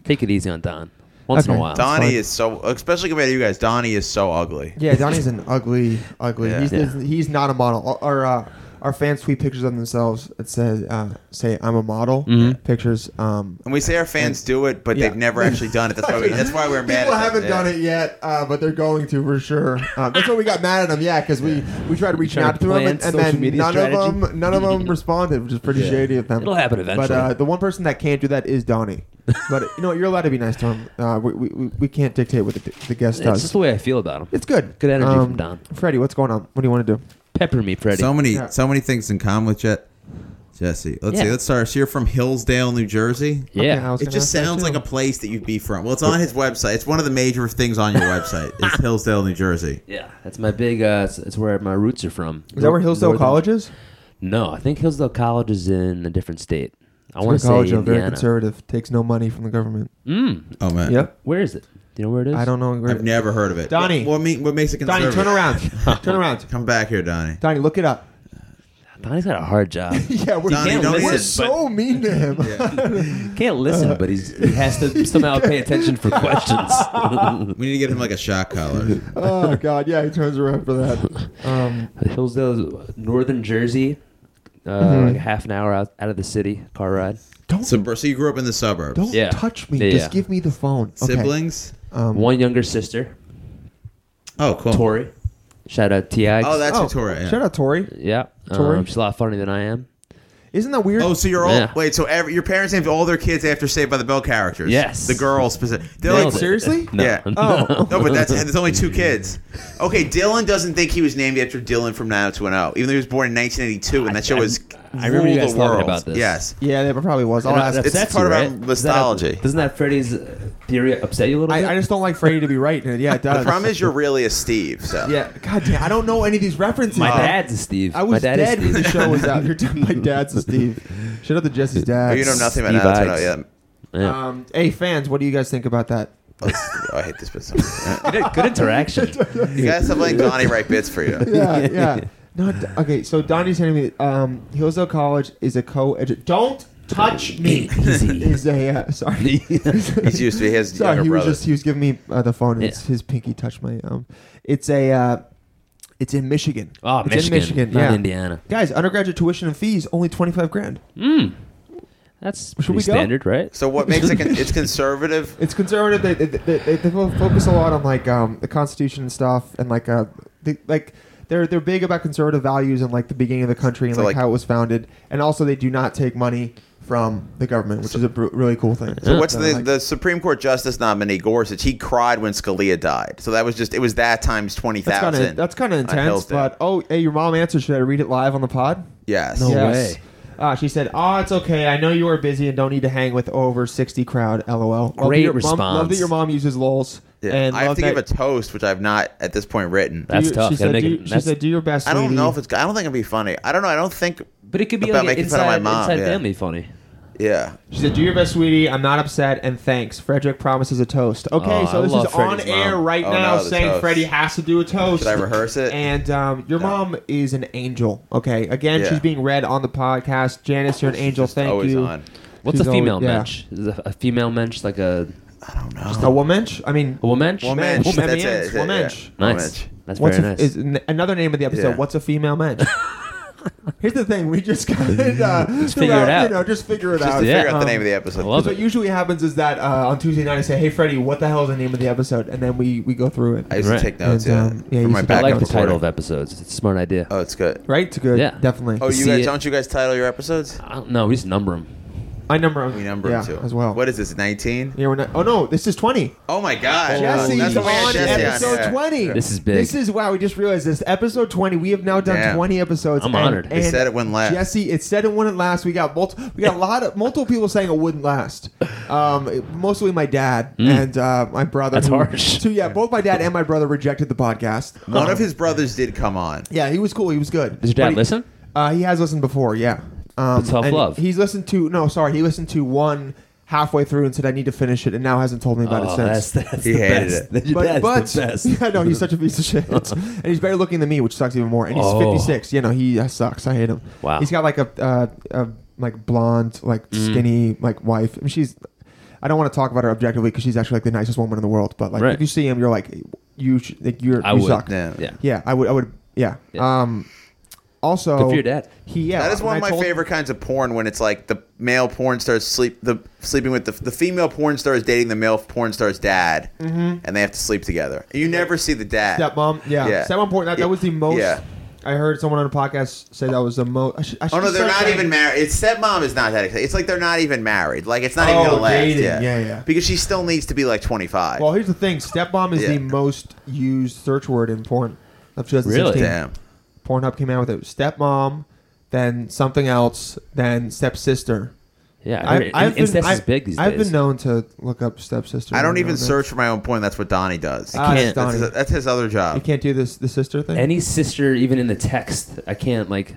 Speaker 4: Take it easy on Don. Once in
Speaker 1: Okay.
Speaker 4: a while.
Speaker 3: Donnie
Speaker 1: fine.
Speaker 3: is so, especially compared to you guys. Donnie is so ugly.
Speaker 1: Yeah, Donnie's an ugly, ugly.
Speaker 3: Yeah.
Speaker 1: He's
Speaker 4: Yeah.
Speaker 1: he's not a model. Our uh, our fans tweet pictures of themselves that says uh, say I'm a model.
Speaker 4: Mm-hmm.
Speaker 1: Pictures. Um,
Speaker 3: And we say our fans do it, but
Speaker 1: Yeah.
Speaker 3: they've never actually done it. That's why, we, that's why we're mad.
Speaker 1: People
Speaker 3: at
Speaker 1: haven't
Speaker 3: them.
Speaker 1: done
Speaker 3: Yeah.
Speaker 1: it yet, uh, but they're going to for sure. Uh, that's why we got mad at them. Yeah, because we we tried reaching
Speaker 4: trying
Speaker 1: out
Speaker 4: to
Speaker 1: to them,
Speaker 4: plan
Speaker 1: and, and
Speaker 4: social
Speaker 1: then
Speaker 4: media
Speaker 1: none of
Speaker 4: strategy?
Speaker 1: them none of them responded, which is pretty
Speaker 4: Yeah.
Speaker 1: shady of them.
Speaker 4: It'll happen eventually.
Speaker 1: But uh, the one person that can't do that is Donnie. But you know what? you're allowed to be nice to him. Uh, we, we, we- we can't dictate what the, the guest
Speaker 4: It's
Speaker 1: does.
Speaker 4: just the way I feel about him.
Speaker 1: It's good. Um,
Speaker 4: Good energy from Don.
Speaker 1: Freddie, what's going on? What do you want to do?
Speaker 4: Pepper me, Freddie.
Speaker 5: So many,
Speaker 1: Yeah.
Speaker 5: so many things in common with Jet, Jesse. Let's
Speaker 4: Yeah.
Speaker 5: see. Let's start. So you're from Hillsdale, New Jersey.
Speaker 1: Okay, I
Speaker 4: yeah.
Speaker 1: was
Speaker 5: It
Speaker 1: gonna
Speaker 5: just
Speaker 1: ask that
Speaker 5: sounds
Speaker 1: too.
Speaker 5: like a place that you'd be from. Well, it's on his website. It's one of the major things on your website. It's Hillsdale, New Jersey.
Speaker 4: yeah. That's my big. Uh, it's, it's where my roots are from.
Speaker 1: Is that where Hillsdale College is?
Speaker 4: No, I think Hillsdale College is in a different state. I want
Speaker 1: It's a
Speaker 4: to say
Speaker 1: college, though, very
Speaker 4: Indiana.
Speaker 1: conservative, takes no money from the government.
Speaker 4: Mm,
Speaker 5: Oh man.
Speaker 1: Yep.
Speaker 4: where is it? Do you know where it is?
Speaker 1: I don't know. Where,
Speaker 5: I've never heard of it.
Speaker 1: Donnie.
Speaker 5: What, what, mean- what makes it
Speaker 1: Donnie,
Speaker 5: conservative?
Speaker 1: turn around. turn around.
Speaker 5: Come back here, Donnie.
Speaker 1: Donnie, look it up.
Speaker 4: Donnie's got a hard job.
Speaker 1: Yeah, we're,
Speaker 5: Donnie, don't
Speaker 1: we're
Speaker 5: listen,
Speaker 1: so mean to him.
Speaker 4: Can't listen,
Speaker 1: Uh,
Speaker 4: but he's, he has to somehow pay attention for questions.
Speaker 5: We need to get him like a shock collar.
Speaker 1: oh, God. Yeah, he turns around for that. Um,
Speaker 4: Hillsdale, is northern Jersey, uh, like
Speaker 1: Mm-hmm.
Speaker 4: half an hour out, out of the city, car ride.
Speaker 1: don't
Speaker 5: So, so you grew up in the suburbs.
Speaker 1: don't
Speaker 4: Yeah.
Speaker 1: touch me.
Speaker 4: Yeah,
Speaker 1: Just
Speaker 4: yeah.
Speaker 1: give me the phone. Okay.
Speaker 5: Siblings.
Speaker 1: Um,
Speaker 4: One younger sister,
Speaker 5: Oh, cool.
Speaker 4: Tori. Shout out Tiags.
Speaker 5: Oh, that's
Speaker 1: oh,
Speaker 5: your Torah. Yeah.
Speaker 1: Shout out, Tori.
Speaker 4: yeah.
Speaker 1: Tori.
Speaker 4: Um, she's a lot funnier than I am.
Speaker 1: Isn't that weird?
Speaker 5: Oh, so you're all
Speaker 4: Yeah.
Speaker 5: wait.
Speaker 3: Wait, so every, your parents named all their kids after Saved by the Bell characters?
Speaker 4: Yes.
Speaker 3: The girls specific. They're
Speaker 4: Nailed
Speaker 3: like,
Speaker 4: it.
Speaker 1: seriously?
Speaker 4: No.
Speaker 3: Yeah.
Speaker 1: Oh.
Speaker 3: No, but that's there's only two kids. Okay, Dylan doesn't think he was named after Dylan from 90210, even though he was born in 1982, and that show was
Speaker 4: I remember you
Speaker 3: ruled
Speaker 4: guys
Speaker 3: the
Speaker 4: talking
Speaker 3: world.
Speaker 4: about this.
Speaker 3: Yes.
Speaker 1: Yeah, that probably was. I'll
Speaker 4: And
Speaker 1: ask.
Speaker 4: that
Speaker 3: It's
Speaker 4: upsets
Speaker 3: part of
Speaker 4: you,
Speaker 3: our
Speaker 4: right?
Speaker 3: mythology.
Speaker 4: Doesn't that, doesn't that Freddie's uh, theory upset you a little
Speaker 1: I,
Speaker 4: bit?
Speaker 1: I just don't like Freddie to be right. Yeah, it does.
Speaker 3: The problem is you're really a Steve. So
Speaker 1: Yeah, God damn, I don't know any of these references.
Speaker 4: My
Speaker 1: though.
Speaker 4: dad's a Steve.
Speaker 1: I was
Speaker 4: My dad is
Speaker 1: dead when the
Speaker 4: Steve.
Speaker 1: show was out. Your dad- my dad's a Steve. Shout out to Jesse's
Speaker 3: Oh,
Speaker 1: dad.
Speaker 3: you know nothing about
Speaker 4: Steve
Speaker 3: 90210.
Speaker 4: Yeah.
Speaker 3: Uh,
Speaker 1: Um, hey fans, what do you guys think about that?
Speaker 3: Yeah. Let's- oh, I hate this bit. So much. Yeah.
Speaker 4: good, good interaction.
Speaker 3: You guys stop letting Donnie write bits for you.
Speaker 1: Yeah, yeah. No, d- okay. So Donnie's telling me um, Hillsdale College is a co-edu. Don't touch me.
Speaker 4: Easy.
Speaker 1: Is a, yeah, sorry.
Speaker 3: He's used to it. He has
Speaker 1: Sorry,
Speaker 3: younger
Speaker 1: he was
Speaker 3: brother.
Speaker 1: just he was giving me uh, the phone. And
Speaker 4: Yeah.
Speaker 1: it's, his pinky touched my. Um, it's a. Uh, it's in Michigan.
Speaker 4: Oh,
Speaker 1: it's
Speaker 4: Michigan,
Speaker 1: in Michigan.
Speaker 4: not
Speaker 1: yeah.
Speaker 4: Indiana.
Speaker 1: Guys, undergraduate tuition and fees only twenty five grand.
Speaker 4: Hmm. That's
Speaker 1: Should
Speaker 4: pretty
Speaker 1: we go?
Speaker 4: standard, right?
Speaker 3: So what makes it? Con- it's conservative.
Speaker 1: It's conservative. They they, they, they, they fo- focus a lot on like um, the Constitution and stuff, and like uh, they, like they're they're big about conservative values and like the beginning of the country and
Speaker 3: So,
Speaker 1: like,
Speaker 3: like-
Speaker 1: how it was founded, and also they do not take money from the government, which is a br- really cool thing.
Speaker 3: So what's the the Supreme Court Justice nominee Gorsuch? He cried when Scalia died. So that was just it was that times twenty
Speaker 1: That's kind
Speaker 3: thousand.
Speaker 1: of that's kind of intense. But oh, hey, your mom answered. Should I read it live on the pod?
Speaker 3: yes,
Speaker 4: No
Speaker 1: Yes.
Speaker 4: way.
Speaker 1: Ah, she said, "Oh, it's okay. I know you are busy and don't need to hang with over sixty crowd. LOL." Love that
Speaker 4: Great
Speaker 1: your mom- love that
Speaker 4: response.
Speaker 1: your mom uses lols.
Speaker 3: Yeah.
Speaker 1: And
Speaker 3: I have
Speaker 1: love
Speaker 3: to
Speaker 1: that
Speaker 3: give a toast, which I've not at this point written.
Speaker 4: That's
Speaker 1: you-
Speaker 4: tough.
Speaker 1: She said,
Speaker 4: Gotta make
Speaker 1: do,
Speaker 4: it-
Speaker 1: she
Speaker 4: that's-
Speaker 1: said, "Do your best."
Speaker 3: I don't
Speaker 1: sweetie."
Speaker 3: know if it's. I don't think it'd be funny. I don't know. I don't think.
Speaker 4: But it could be
Speaker 3: About
Speaker 4: like a
Speaker 3: making fun of my
Speaker 4: inside,
Speaker 3: mom,
Speaker 4: inside
Speaker 3: yeah.
Speaker 4: family funny.
Speaker 3: Yeah.
Speaker 1: She said, "Do your best, sweetie. I'm not upset, and thanks." Frederick promises a toast. Okay,
Speaker 4: Oh, I
Speaker 1: so this is
Speaker 4: love
Speaker 1: on
Speaker 4: Freddie's
Speaker 1: air
Speaker 4: mom.
Speaker 1: right
Speaker 3: Oh,
Speaker 1: now,
Speaker 3: no, the
Speaker 1: saying
Speaker 3: toast.
Speaker 1: Freddie has to do a toast.
Speaker 3: Should I rehearse it?
Speaker 1: And um, your mom is an angel. Okay, again,
Speaker 3: Yeah.
Speaker 1: she's being read on the podcast. Janice, you're an angel.
Speaker 3: Just
Speaker 1: Thank
Speaker 3: always
Speaker 1: you.
Speaker 3: on.
Speaker 4: What's
Speaker 1: She's
Speaker 4: a
Speaker 1: always-
Speaker 4: female
Speaker 1: yeah.
Speaker 4: mensch? Is a, a female mensch like a,
Speaker 3: I don't know.
Speaker 1: A womanch. I mean,
Speaker 4: a woman?
Speaker 3: Woman.
Speaker 1: mensch.
Speaker 3: That's
Speaker 1: Woman
Speaker 3: it,
Speaker 1: mensch.
Speaker 3: that's it,
Speaker 1: Woman
Speaker 3: yeah.
Speaker 1: mensch.
Speaker 4: Nice.
Speaker 3: Woman.
Speaker 4: That's
Speaker 1: What's
Speaker 4: very
Speaker 1: a,
Speaker 4: nice.
Speaker 1: is n- another name of the episode?
Speaker 3: Yeah.
Speaker 1: What's a female mensch? Here's the thing: we just kind of uh,
Speaker 4: figure it
Speaker 1: throughout,
Speaker 4: out.
Speaker 1: You know, just figure it
Speaker 3: Just
Speaker 1: out.
Speaker 3: to figure out
Speaker 1: Um,
Speaker 3: the name of the episode.
Speaker 4: I love
Speaker 1: Because what usually happens is that uh, on Tuesday night I say, "Hey, Freddie, what the hell is the name of the episode?" And then we we go through it.
Speaker 3: I used
Speaker 4: Right.
Speaker 3: to take notes.
Speaker 1: And,
Speaker 3: yeah,
Speaker 1: um, yeah, you
Speaker 3: for my
Speaker 1: should- I
Speaker 4: I
Speaker 3: backup
Speaker 4: like the title
Speaker 3: recording.
Speaker 4: of episodes. It's a smart idea.
Speaker 3: Oh, it's good.
Speaker 1: right? It's good.
Speaker 4: Yeah.
Speaker 1: definitely.
Speaker 3: Oh, you
Speaker 4: See
Speaker 3: guys
Speaker 4: it.
Speaker 3: don't you guys title your episodes?
Speaker 4: I don't know. We just number them.
Speaker 1: I number them.
Speaker 3: We number
Speaker 1: yeah,
Speaker 3: them too
Speaker 1: as well.
Speaker 3: What is this? Nineteen?
Speaker 1: yeah, we're not, oh no, this is twenty.
Speaker 3: Oh my god!
Speaker 1: Jesse
Speaker 3: That's
Speaker 1: is
Speaker 3: the way I
Speaker 1: on
Speaker 3: Jesse
Speaker 1: episode
Speaker 3: yeah.
Speaker 1: twenty.
Speaker 4: This is big.
Speaker 1: This is wow. We just realized this episode twenty. We have now done
Speaker 3: Damn.
Speaker 1: twenty episodes.
Speaker 4: I'm
Speaker 1: and-
Speaker 4: honored. They
Speaker 1: and
Speaker 3: said it wouldn't last.
Speaker 1: Jesse, it said it wouldn't last. We got multiple. We got a lot of multiple people saying it wouldn't last. Um, it- mostly my dad and uh, my brother.
Speaker 4: Mm. That's
Speaker 1: who-
Speaker 4: harsh.
Speaker 1: So yeah, both my dad and my brother rejected the podcast. Um,
Speaker 3: One of his brothers did come on.
Speaker 1: Yeah, he was cool. He was good.
Speaker 4: Does your
Speaker 1: But
Speaker 4: dad
Speaker 1: he-
Speaker 4: listen?
Speaker 1: Uh, he has listened before, yeah. Um,
Speaker 4: The Tough
Speaker 1: and
Speaker 4: Love.
Speaker 1: He's listened to no, sorry, he listened to one halfway through and said I need to finish it, and now hasn't told me about it since.
Speaker 4: Oh, that's
Speaker 3: He hated it.
Speaker 4: Your dad's the best.
Speaker 1: yeah, no, he's such a piece of shit, and he's better looking than me, which sucks even more. And he's
Speaker 4: Oh.
Speaker 1: 56. You know, he uh, sucks. I hate him.
Speaker 4: Wow. Mm.
Speaker 1: He's got like a, uh, a like blonde, like skinny, like wife. I mean, she's. I don't want to talk about her objectively because she's actually like the nicest woman in the world. But like,
Speaker 4: Right.
Speaker 1: if you see him, you're like, you, sh- like you're,
Speaker 4: I
Speaker 1: you
Speaker 4: would.
Speaker 1: suck.
Speaker 3: Yeah.
Speaker 4: Yeah.
Speaker 1: Yeah, I would. I would. Yeah.
Speaker 4: Yeah.
Speaker 1: Um. Also,
Speaker 4: Good for your dad.
Speaker 1: He. Yeah.
Speaker 3: That is one
Speaker 1: when
Speaker 3: of
Speaker 1: I
Speaker 3: my
Speaker 1: told-
Speaker 3: favorite kinds of porn when it's like the male porn star is sleep the sleeping with the the female porn star is dating the male porn star's dad, and they have to sleep together. You never see the dad.
Speaker 1: Mm-hmm. Stepmom. Yeah.
Speaker 3: Yeah.
Speaker 1: Stepmom porn. That, that was the most.
Speaker 3: Yeah.
Speaker 1: I heard someone on a podcast say that was the most. I should, I should
Speaker 3: Oh no,
Speaker 1: just
Speaker 3: they're
Speaker 1: start
Speaker 3: not
Speaker 1: saying-
Speaker 3: even married. It's stepmom is not that exciting. It's like they're not even married. Like it's not even
Speaker 1: Oh,
Speaker 3: gonna last.
Speaker 1: dating.
Speaker 3: Yeah.
Speaker 1: Yeah, yeah.
Speaker 3: Because she still needs to be like twenty five.
Speaker 1: Well, here's the thing. Stepmom is the
Speaker 3: Yeah.
Speaker 1: most used search word in porn of 2016.
Speaker 4: Really?
Speaker 3: Damn.
Speaker 1: Pornhub came out with it. Stepmom, then something else, then stepsister.
Speaker 4: Yeah, I heard it.
Speaker 1: I've
Speaker 4: incest
Speaker 1: been,
Speaker 4: is big these
Speaker 1: I've
Speaker 4: days.
Speaker 1: been known to look up stepsister.
Speaker 3: I don't
Speaker 1: every now
Speaker 3: even
Speaker 1: and then.
Speaker 3: search for my own porn. That's what Donnie does.
Speaker 1: Ah, it's
Speaker 4: can't.
Speaker 1: Donnie.
Speaker 3: That's his, that's his other
Speaker 1: you
Speaker 3: job.
Speaker 1: can't do this the sister thing.
Speaker 4: Any sister, even in the text, I can't like.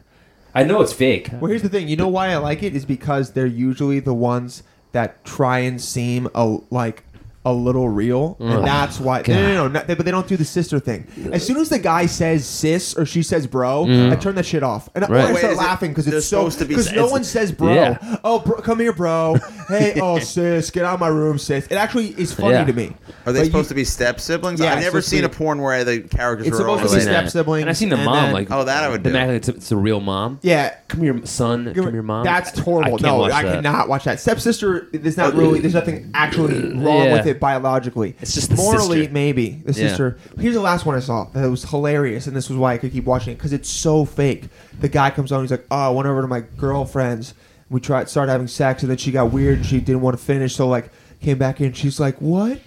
Speaker 4: I know it's fake.
Speaker 1: Well, here's the thing. You know why I like it is because they're usually the ones that try and seem a, like a little real,
Speaker 4: Mm.
Speaker 1: and that's why. No, no, no, no, not- they- but they don't do the sister thing. As soon as the guy says sis or she says bro, I turn that shit off, and
Speaker 4: Mm. Right.
Speaker 1: I always
Speaker 3: Wait,
Speaker 1: start
Speaker 3: is it-
Speaker 1: laughing because
Speaker 3: they're
Speaker 1: it's so
Speaker 3: supposed to be-
Speaker 1: because no
Speaker 3: it's-
Speaker 1: one says bro.
Speaker 4: Yeah.
Speaker 1: Oh, bro, come here, bro. Hey, oh sis, get out of my room, sis. It actually is funny
Speaker 4: Yeah.
Speaker 1: to me.
Speaker 3: Are
Speaker 1: But
Speaker 3: they
Speaker 1: you-
Speaker 3: supposed to be step siblings?
Speaker 1: Yeah,
Speaker 3: I've
Speaker 1: it's
Speaker 3: never
Speaker 1: supposed to
Speaker 3: seen a
Speaker 1: be-
Speaker 3: porn where the characters
Speaker 1: It's
Speaker 3: were
Speaker 1: supposed to be
Speaker 3: overlaid.
Speaker 1: step siblings,
Speaker 4: And I seen the
Speaker 1: and
Speaker 4: mom
Speaker 1: then-
Speaker 4: like.
Speaker 3: Oh, that I would
Speaker 4: the
Speaker 3: do.
Speaker 4: Mac- it's, it's a real mom.
Speaker 1: Yeah,
Speaker 4: Come here, son. Come here, mom.
Speaker 1: That's
Speaker 4: I-
Speaker 1: horrible.
Speaker 4: I can't
Speaker 1: no,
Speaker 4: watch
Speaker 1: I
Speaker 4: that.
Speaker 1: cannot watch that. Stepsister, there's not really, there's nothing actually wrong
Speaker 4: Uh, Yeah.
Speaker 1: with it biologically.
Speaker 4: It's just the
Speaker 1: morally,
Speaker 4: sister.
Speaker 1: maybe the
Speaker 4: Yeah.
Speaker 1: sister. Here's the last one I saw that was hilarious, and this was why I could keep watching it because it's so fake. The guy comes on, he's like, "Oh, I went over to my girlfriend's. We tried started having sex, and then she got weird and she didn't want to finish, so like came back in. She's like, what?"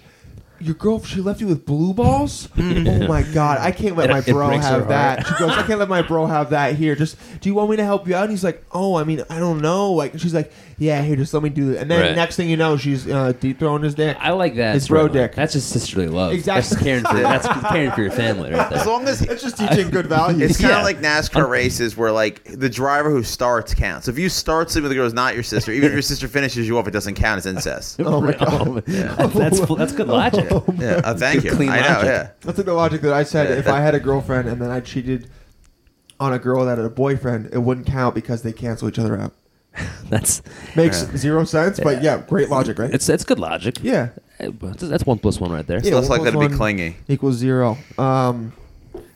Speaker 1: Your girl, she left you with blue balls. oh my god, I can't let
Speaker 4: It-
Speaker 1: my
Speaker 4: it
Speaker 1: bro
Speaker 4: breaks her
Speaker 1: have
Speaker 4: heart.
Speaker 1: that. She goes, I can't let my bro have that here. Just, do you want me to help you out? And he's like, Oh, I mean, I don't know. Like, she's like, Yeah, here, just let me do it. And then
Speaker 4: Right.
Speaker 1: next thing you know, she's uh, deep throwing his dick.
Speaker 4: I like that.
Speaker 1: It's bro
Speaker 4: storyline.
Speaker 1: dick.
Speaker 4: That's just sisterly love.
Speaker 1: Exactly.
Speaker 4: That's caring for that's caring for your family right
Speaker 3: As
Speaker 4: there.
Speaker 3: long as
Speaker 1: That's just teaching good values.
Speaker 3: It's kind of
Speaker 4: Yeah.
Speaker 3: like NASCAR races where like the driver who starts counts. If you start sleeping with a girl who's not your sister, even if your sister finishes you off, it doesn't count as incest.
Speaker 4: Oh my god. That's that's
Speaker 1: Oh
Speaker 4: good logic.
Speaker 3: Yeah, uh, thank you.
Speaker 4: Clean
Speaker 3: I know.
Speaker 4: logic.
Speaker 3: Yeah.
Speaker 1: That's like the logic that I said.
Speaker 3: Yeah,
Speaker 1: if
Speaker 3: that-
Speaker 1: I had a girlfriend and then I cheated on a girl that had a boyfriend, it wouldn't count because they cancel each other out.
Speaker 4: That's
Speaker 1: Makes zero sense, but yeah, great logic, right?
Speaker 4: it's that's good logic.
Speaker 1: yeah.
Speaker 4: Uh, but That's that's one plus one right there.
Speaker 1: Yeah,
Speaker 3: less
Speaker 1: one
Speaker 3: likely
Speaker 1: plus
Speaker 3: to be
Speaker 1: one
Speaker 3: clingy.
Speaker 1: Equals zero. Um,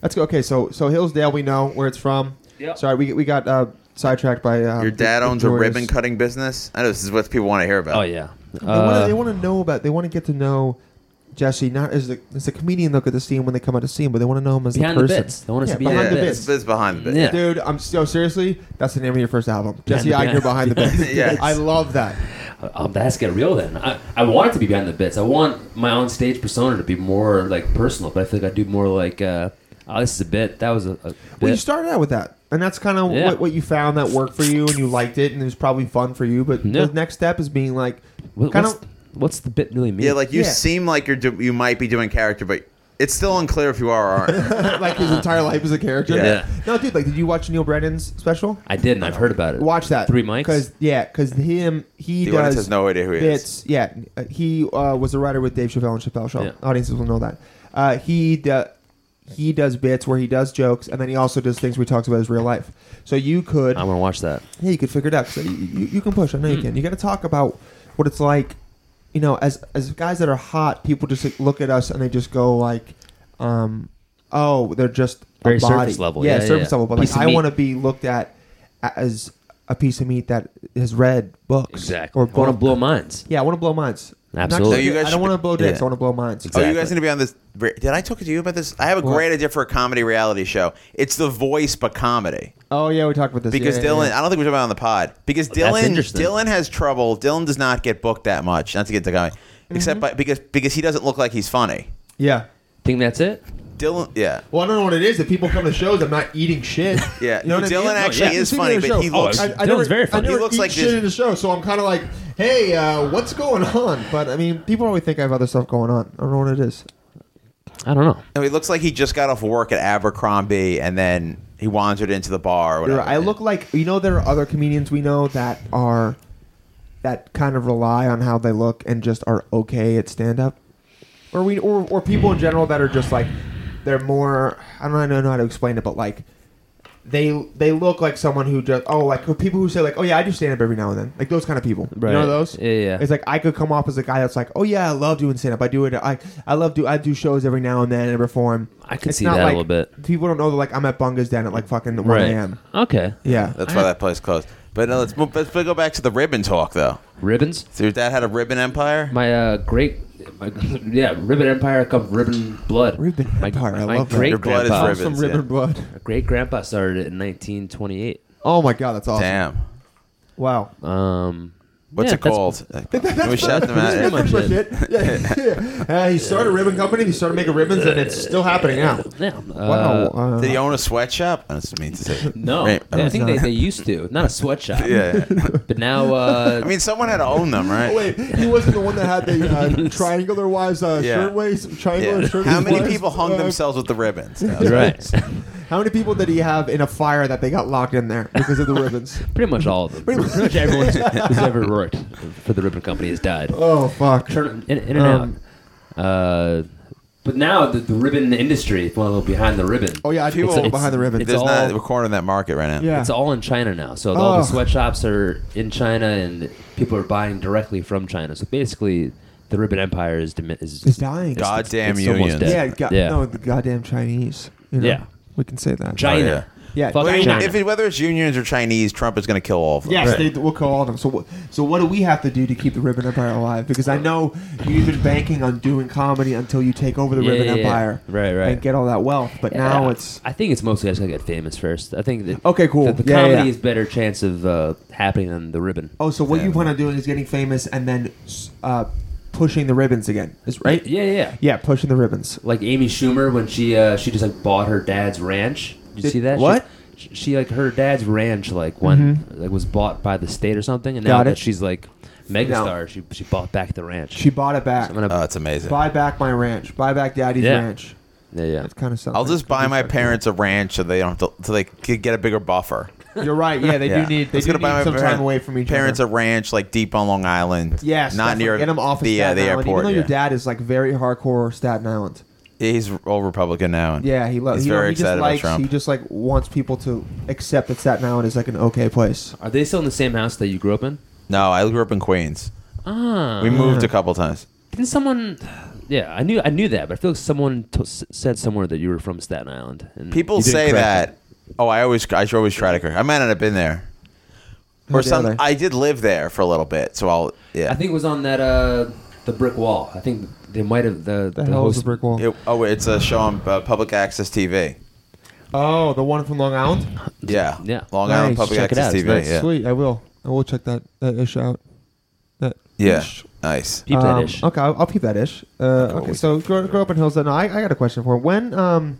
Speaker 1: let's go. Okay, so so Hillsdale, we know where it's from.
Speaker 4: Yep.
Speaker 1: Sorry, we, we got uh, sidetracked by uh,
Speaker 3: Your dad
Speaker 1: the- the
Speaker 3: owns a
Speaker 1: joys.
Speaker 3: ribbon cutting business. I know this is what people want to hear about.
Speaker 4: Oh yeah.
Speaker 1: They wanna-
Speaker 4: Uh,
Speaker 1: they want to know about. They want to get to know Jesse not is the is the comedian look at the scene when they come out of scene, but they want to know him as
Speaker 4: Behind
Speaker 1: the
Speaker 4: the
Speaker 1: person.
Speaker 4: bits. They want us to be
Speaker 1: behind
Speaker 3: yeah,
Speaker 1: the
Speaker 4: bits.
Speaker 1: bits.
Speaker 3: It's, it's behind the bit.
Speaker 4: Yeah.
Speaker 1: Dude, I'm so seriously. That's the name of your first album, Jesse
Speaker 4: the
Speaker 1: Eichner
Speaker 4: Bits.
Speaker 1: behind the bits.
Speaker 3: Yes.
Speaker 1: I love that.
Speaker 4: Um, that has to get real then. I, I want it to be behind the bits. I want my on stage persona to be more like personal, but I feel like I do more like, uh, oh, this is a bit. That was a, a
Speaker 1: Well, you
Speaker 4: bit.
Speaker 1: started out with that, and that's kind of
Speaker 4: Yeah.
Speaker 1: what, what you found that worked for you, and you liked it, and it was probably fun for you. But
Speaker 4: Yeah.
Speaker 1: the next step is being like,
Speaker 4: What-
Speaker 1: kind
Speaker 4: what's,
Speaker 1: of
Speaker 4: what's the bit really mean?
Speaker 3: Yeah, like you
Speaker 1: Yeah.
Speaker 3: seem like you're do- you might be doing character, but it's still unclear if you are or aren't.
Speaker 1: like his entire life as a character.
Speaker 3: Yeah.
Speaker 4: Yeah.
Speaker 1: No, dude. Like, did you watch Neil Brennan's special?
Speaker 4: I didn't. I've heard about it.
Speaker 1: Watch that.
Speaker 4: Three mics?
Speaker 1: Cause yeah, because him he
Speaker 3: The audience
Speaker 1: does.
Speaker 3: has no idea who he is.
Speaker 1: bits. Yeah, uh, he uh, was a writer with Dave Chappelle and Chappelle Show.
Speaker 4: Yeah.
Speaker 1: Audiences will know that. Uh, he do, he does bits where he does jokes, and then he also does things where he talks about his real life. So you could,
Speaker 4: I want to watch that.
Speaker 1: yeah, you could figure it out. 'cause you, you, you can push. I
Speaker 4: Hmm.
Speaker 1: know you can. You got to talk about what it's like. You know, as as guys that are hot, people just like, look at us and they just go like, um, "Oh, they're just
Speaker 4: Very
Speaker 1: a body.
Speaker 4: surface level.
Speaker 1: Yeah,
Speaker 4: Yeah, yeah,
Speaker 1: surface
Speaker 4: yeah.
Speaker 1: level. But
Speaker 4: Piece
Speaker 1: like,
Speaker 4: of
Speaker 1: I
Speaker 4: meat.
Speaker 1: want to be looked at as a piece of meat that has read books
Speaker 4: Exactly.
Speaker 1: or
Speaker 4: I want to
Speaker 1: both.
Speaker 4: blow minds.
Speaker 1: Yeah, I want to blow minds. I'm not
Speaker 4: Absolutely.
Speaker 1: gonna-
Speaker 3: No, you guys
Speaker 1: I don't
Speaker 3: should
Speaker 1: want to
Speaker 3: be-
Speaker 1: blow dicks.
Speaker 4: yeah.
Speaker 1: I want to blow minds.
Speaker 4: Exactly.
Speaker 3: Are Oh, you guys going to be on this? Did I talk to you about this? I have a
Speaker 1: What?
Speaker 3: great idea for a comedy reality show. It's The Voice, but comedy.
Speaker 1: Oh yeah, we talked about this
Speaker 3: Because
Speaker 1: Yeah, yeah,
Speaker 3: Dylan,
Speaker 1: yeah. Oh,
Speaker 3: I don't think we're talking about it on the pod. Because
Speaker 4: Well, that's
Speaker 3: Dylan,
Speaker 4: interesting.
Speaker 3: Dylan has trouble. Dylan does not get booked that much. Not to get the guy,
Speaker 1: Mm-hmm.
Speaker 3: except by, because because he doesn't look like he's funny.
Speaker 1: yeah.
Speaker 4: Think that's it?
Speaker 3: Dylan, yeah.
Speaker 1: Well, I don't know what it is that people come to shows. I'm not eating shit.
Speaker 3: Yeah.
Speaker 1: you know what I
Speaker 3: Dylan
Speaker 1: mean?
Speaker 3: actually
Speaker 4: yeah.
Speaker 3: is
Speaker 1: He's
Speaker 3: funny,
Speaker 1: sitting in a
Speaker 3: but he
Speaker 1: show.
Speaker 3: looks.
Speaker 4: Oh,
Speaker 1: I, I
Speaker 4: Dylan's
Speaker 1: never,
Speaker 4: very
Speaker 1: I
Speaker 4: funny.
Speaker 1: never
Speaker 3: He looks
Speaker 1: eat
Speaker 3: like
Speaker 1: shit
Speaker 3: this-
Speaker 1: in the show, so I'm kind of like, hey, uh, what's going on? But I mean, people always think I have other stuff going on. I don't know what it is.
Speaker 4: I don't know.
Speaker 3: no, he looks like he just got off work at Abercrombie and then he wandered into the bar. Or
Speaker 1: You're
Speaker 3: whatever.
Speaker 1: right. I look like you know there are other comedians we know that are that kind of rely on how they look and just are okay at stand up, or we or or people in general that are just like they're more. I don't know know how to explain it, but like. They they look like someone who just oh like people who say like oh yeah I do stand up every now and then like those kind of people you know
Speaker 4: Right.
Speaker 1: those
Speaker 4: Yeah, yeah.
Speaker 1: it's like I could come off as a guy that's like oh yeah I love doing stand up I do it I I love do I do shows every now and then and perform
Speaker 4: I can
Speaker 1: It's
Speaker 4: see
Speaker 1: not
Speaker 4: that a
Speaker 1: like-
Speaker 4: little bit.
Speaker 1: people don't know that like I'm at Bunga's Den at like fucking one a.m.
Speaker 4: Okay.
Speaker 1: Oh, Yeah.
Speaker 3: That's why that place closed. But no, let's move, let's go back to the ribbon talk though.
Speaker 4: Ribbons?
Speaker 3: So your dad had a ribbon empire.
Speaker 4: My uh, great, my, yeah, Ribbon Empire comes ribbon blood.
Speaker 1: Ribbon
Speaker 4: my,
Speaker 1: Empire, I
Speaker 4: my
Speaker 1: love that.
Speaker 4: great
Speaker 3: Your blood is
Speaker 4: grandpa,
Speaker 3: ribbon.
Speaker 1: Some
Speaker 3: ribbons, yeah.
Speaker 1: ribbon blood.
Speaker 4: Great grandpa started it in 1928.
Speaker 1: Oh my god, that's awesome. Oh,
Speaker 3: Damn.
Speaker 1: Wow.
Speaker 4: Um,
Speaker 3: What's
Speaker 4: yeah,
Speaker 3: it
Speaker 4: that's-
Speaker 3: called? Can we shout them
Speaker 4: that's
Speaker 3: out?
Speaker 4: pretty much it.
Speaker 1: Yeah, yeah. Uh, he started a ribbon company. He started making ribbons, and it's still happening now.
Speaker 4: Yeah.
Speaker 1: Wow.
Speaker 4: Uh,
Speaker 1: uh,
Speaker 3: Did he own a sweatshop? I just mean to say.
Speaker 4: no,
Speaker 3: Right.
Speaker 4: I think they, they used to. Not a sweatshop.
Speaker 3: Yeah.
Speaker 4: But now, uh,
Speaker 3: I mean, someone had to own them, right?
Speaker 1: oh, wait, he wasn't the one that had the uh, triangular wise uh,
Speaker 3: Yeah.
Speaker 1: shirtwaist. Triangular
Speaker 3: Yeah.
Speaker 1: shirt.
Speaker 3: How many
Speaker 1: waist,
Speaker 3: people hung
Speaker 1: uh,
Speaker 3: themselves with the ribbons?
Speaker 4: right.
Speaker 1: How many people did he have in a fire that they got locked in there because of the ribbons?
Speaker 4: Pretty much all of them. Pretty much everyone who's ever worked for the ribbon company has died.
Speaker 1: Oh fuck.
Speaker 4: turn in, in and
Speaker 1: Um,
Speaker 4: out. Uh, but now the, the ribbon industry, well, behind the ribbon,
Speaker 1: Oh yeah, I do
Speaker 3: People-
Speaker 1: people
Speaker 3: it's-
Speaker 1: behind the ribbon.
Speaker 4: it's
Speaker 3: There's
Speaker 4: all-
Speaker 3: not we're cornering that market right now.
Speaker 1: yeah.
Speaker 4: it's all in China now. So all the
Speaker 1: Oh.
Speaker 4: sweatshops are in China, and people are buying directly from China. So basically, the ribbon empire is dimi- is,
Speaker 1: It's dying.
Speaker 3: Goddamn
Speaker 4: It's almost
Speaker 3: unions.
Speaker 4: dead.
Speaker 1: yeah, go-
Speaker 4: Yeah.
Speaker 1: no, the goddamn Chinese. you know?
Speaker 4: Yeah.
Speaker 1: we can say that.
Speaker 4: China.
Speaker 3: Oh,
Speaker 1: Yeah.
Speaker 4: Fuck
Speaker 3: I mean,
Speaker 4: China.
Speaker 3: if it, whether it's unions or Chinese, Trump is going to kill all of them.
Speaker 1: Yes, they, we'll call them. So, what, so what do we have to do to keep the Ribbon Empire alive? Because I know you've been banking on doing comedy until you take over the
Speaker 4: Yeah,
Speaker 1: Ribbon
Speaker 4: yeah, yeah.
Speaker 1: Empire,
Speaker 4: Right, right.
Speaker 1: and get all that wealth. But now
Speaker 4: Yeah.
Speaker 1: it's
Speaker 4: I think it's mostly I just gotta get famous first. I think that
Speaker 1: Okay, cool.
Speaker 4: that The,
Speaker 1: Yeah, yeah,
Speaker 4: comedy
Speaker 1: yeah.
Speaker 4: is better chance of uh, happening than the ribbon.
Speaker 1: oh, so what you plan on doing is getting famous and then uh, pushing the ribbons again, is right?
Speaker 4: Yeah, yeah, yeah.
Speaker 1: Yeah, pushing the ribbons.
Speaker 4: Like Amy Schumer when she uh, she just like bought her dad's ranch. Did you
Speaker 1: Did-
Speaker 4: see that?
Speaker 1: what? Mm-hmm.
Speaker 4: She, she like her dad's ranch like when like was bought by the state or something, and now
Speaker 1: Got it.
Speaker 4: that she's like megastar, she she bought back the ranch.
Speaker 1: She Uh, bought it back.
Speaker 4: I'm gonna
Speaker 3: Oh, it's amazing.
Speaker 1: Buy back my ranch. Buy back Daddy's
Speaker 4: Yeah.
Speaker 1: ranch.
Speaker 4: yeah yeah.
Speaker 1: That's kind of something.
Speaker 3: I'll just buy my parents a ranch so they don't have to, so they could get a bigger buffer.
Speaker 1: You're right. Yeah, they
Speaker 3: Yeah.
Speaker 1: do need. They
Speaker 3: Let's
Speaker 1: do
Speaker 3: go
Speaker 1: need
Speaker 3: to buy my
Speaker 1: some
Speaker 3: parent-
Speaker 1: time away from each
Speaker 3: Parents
Speaker 1: other.
Speaker 3: a ranch like deep on Long Island.
Speaker 1: Yes,
Speaker 3: not
Speaker 1: definitely.
Speaker 3: near
Speaker 1: get them off of
Speaker 3: the uh,
Speaker 1: Staten
Speaker 3: the
Speaker 1: Island,
Speaker 3: airport.
Speaker 1: Even though
Speaker 3: yeah.
Speaker 1: your dad is like very hardcore Staten Island.
Speaker 3: He's all Republican now. and
Speaker 1: Yeah, he loves.
Speaker 3: He's
Speaker 1: He,
Speaker 3: very
Speaker 1: he
Speaker 3: excited
Speaker 1: just likes.
Speaker 3: about Trump.
Speaker 1: He just like wants people to accept that Staten Island is like an okay place.
Speaker 4: Are they still in the same house that you grew up in?
Speaker 3: no, I grew up in Queens.
Speaker 4: Ah,
Speaker 3: We moved a couple times.
Speaker 4: didn't someone? Yeah, I knew I knew that, but I feel like someone to, s- said somewhere that you were from Staten Island. And
Speaker 3: People
Speaker 4: you didn't
Speaker 3: say
Speaker 4: correct
Speaker 3: that.
Speaker 4: them.
Speaker 3: Oh, I always, I should always try to correct. I might not have been there,
Speaker 1: How
Speaker 3: or some.
Speaker 1: dare they.
Speaker 3: I did live there for a little bit, so I'll. Yeah,
Speaker 4: I think it was on that uh, the brick wall. I think they might have the
Speaker 1: The, hell is
Speaker 4: host,
Speaker 1: the brick wall?
Speaker 3: It, oh, wait, it's a show on uh, public access TV.
Speaker 1: Oh, the one from Long Island.
Speaker 3: Yeah.
Speaker 4: Yeah.
Speaker 3: Long
Speaker 1: Nice.
Speaker 3: Island Public
Speaker 4: Check it
Speaker 3: Access
Speaker 4: out. It's
Speaker 3: TV.
Speaker 4: nice.
Speaker 3: Yeah.
Speaker 1: Sweet, I will. I will check that that ish out. That
Speaker 3: Yeah.
Speaker 1: ish.
Speaker 3: Nice.
Speaker 4: Peep that
Speaker 1: Um,
Speaker 4: ish.
Speaker 1: Okay, I'll, I'll peep that ish. Uh, okay, so grow, grow up in Hillsdale. No, I, I got a question for you. when um,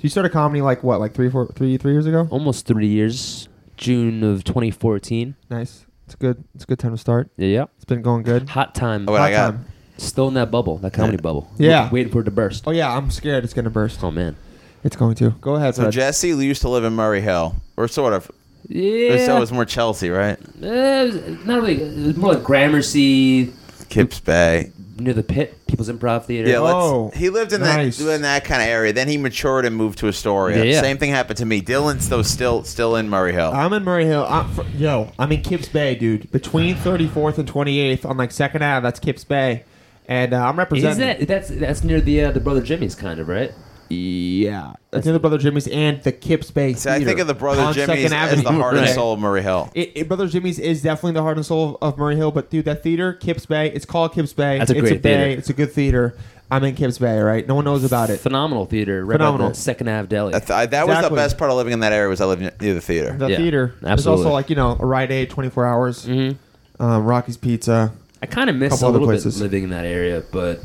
Speaker 1: you started comedy like what, like three, four, three, three years ago?
Speaker 4: Almost three years, June of 2014.
Speaker 1: Nice. It's a good. It's a good time to start.
Speaker 4: Yeah, yeah.
Speaker 1: It's been going good.
Speaker 4: Hot time.
Speaker 3: Oh, what I
Speaker 1: Hot
Speaker 3: got?
Speaker 1: time.
Speaker 4: Still in that bubble, that comedy bubble.
Speaker 1: Yeah.
Speaker 4: Wait- waiting for it to burst.
Speaker 1: Oh yeah, I'm scared it's gonna burst.
Speaker 4: Oh man.
Speaker 1: It's going to. Go ahead,
Speaker 3: So
Speaker 1: Fred.
Speaker 3: Jesse used to live in Murray Hill, or sort of.
Speaker 4: Yeah.
Speaker 3: Yeah. So it was more Chelsea, right?
Speaker 4: Eh, it was not really. It was more like Gramercy
Speaker 3: Kips Bay.
Speaker 4: near the pit, People's Improv Theater.
Speaker 3: Yeah,
Speaker 1: Oh,
Speaker 3: let's, he lived in
Speaker 1: nice.
Speaker 3: that in that kind of area. Then he matured and moved to Astoria.
Speaker 4: Yeah, yeah.
Speaker 3: Same thing happened to me. Dylan's though still still in Murray Hill.
Speaker 1: I'm in Murray Hill. I'm fr- yo, I'm in Kips Bay, dude. Between 34th and 28th on like Second Ave. That's Kips Bay, and uh, I'm representing.
Speaker 4: Is that that's that's near the uh, the brother Jimmy's kind of right?
Speaker 1: Yeah, that's the other Brother Jimmy's and the Kips Bay.
Speaker 3: See, I think
Speaker 1: Theater
Speaker 3: of the brother
Speaker 1: on
Speaker 3: Jimmy's
Speaker 1: Second
Speaker 3: as the
Speaker 1: Avenue.
Speaker 3: heart and
Speaker 1: Right.
Speaker 3: soul of Murray Hill.
Speaker 1: It, it- Brother Jimmy's is definitely the heart and soul of Murray Hill, but dude, that theater, Kips Bay, it's called Kips Bay.
Speaker 4: That's a
Speaker 1: it's
Speaker 4: great
Speaker 1: a bay,
Speaker 4: theater.
Speaker 1: It's a good theater. I'm in Kips Bay, right? No one knows about it.
Speaker 4: Phenomenal theater. Right by
Speaker 1: Phenomenal.
Speaker 4: the Second Ave Deli.
Speaker 3: That, th- that was the
Speaker 1: Exactly.
Speaker 3: best part of living in that area was I lived near- near the theater.
Speaker 1: The
Speaker 4: Yeah,
Speaker 1: theater. There's
Speaker 4: absolutely. Mm-hmm.
Speaker 1: also like you know a Rite Aid, 24 hours. Um, Rocky's Pizza.
Speaker 4: I kind of miss a
Speaker 1: Couple other
Speaker 4: little bit
Speaker 1: places.
Speaker 4: living in that area, but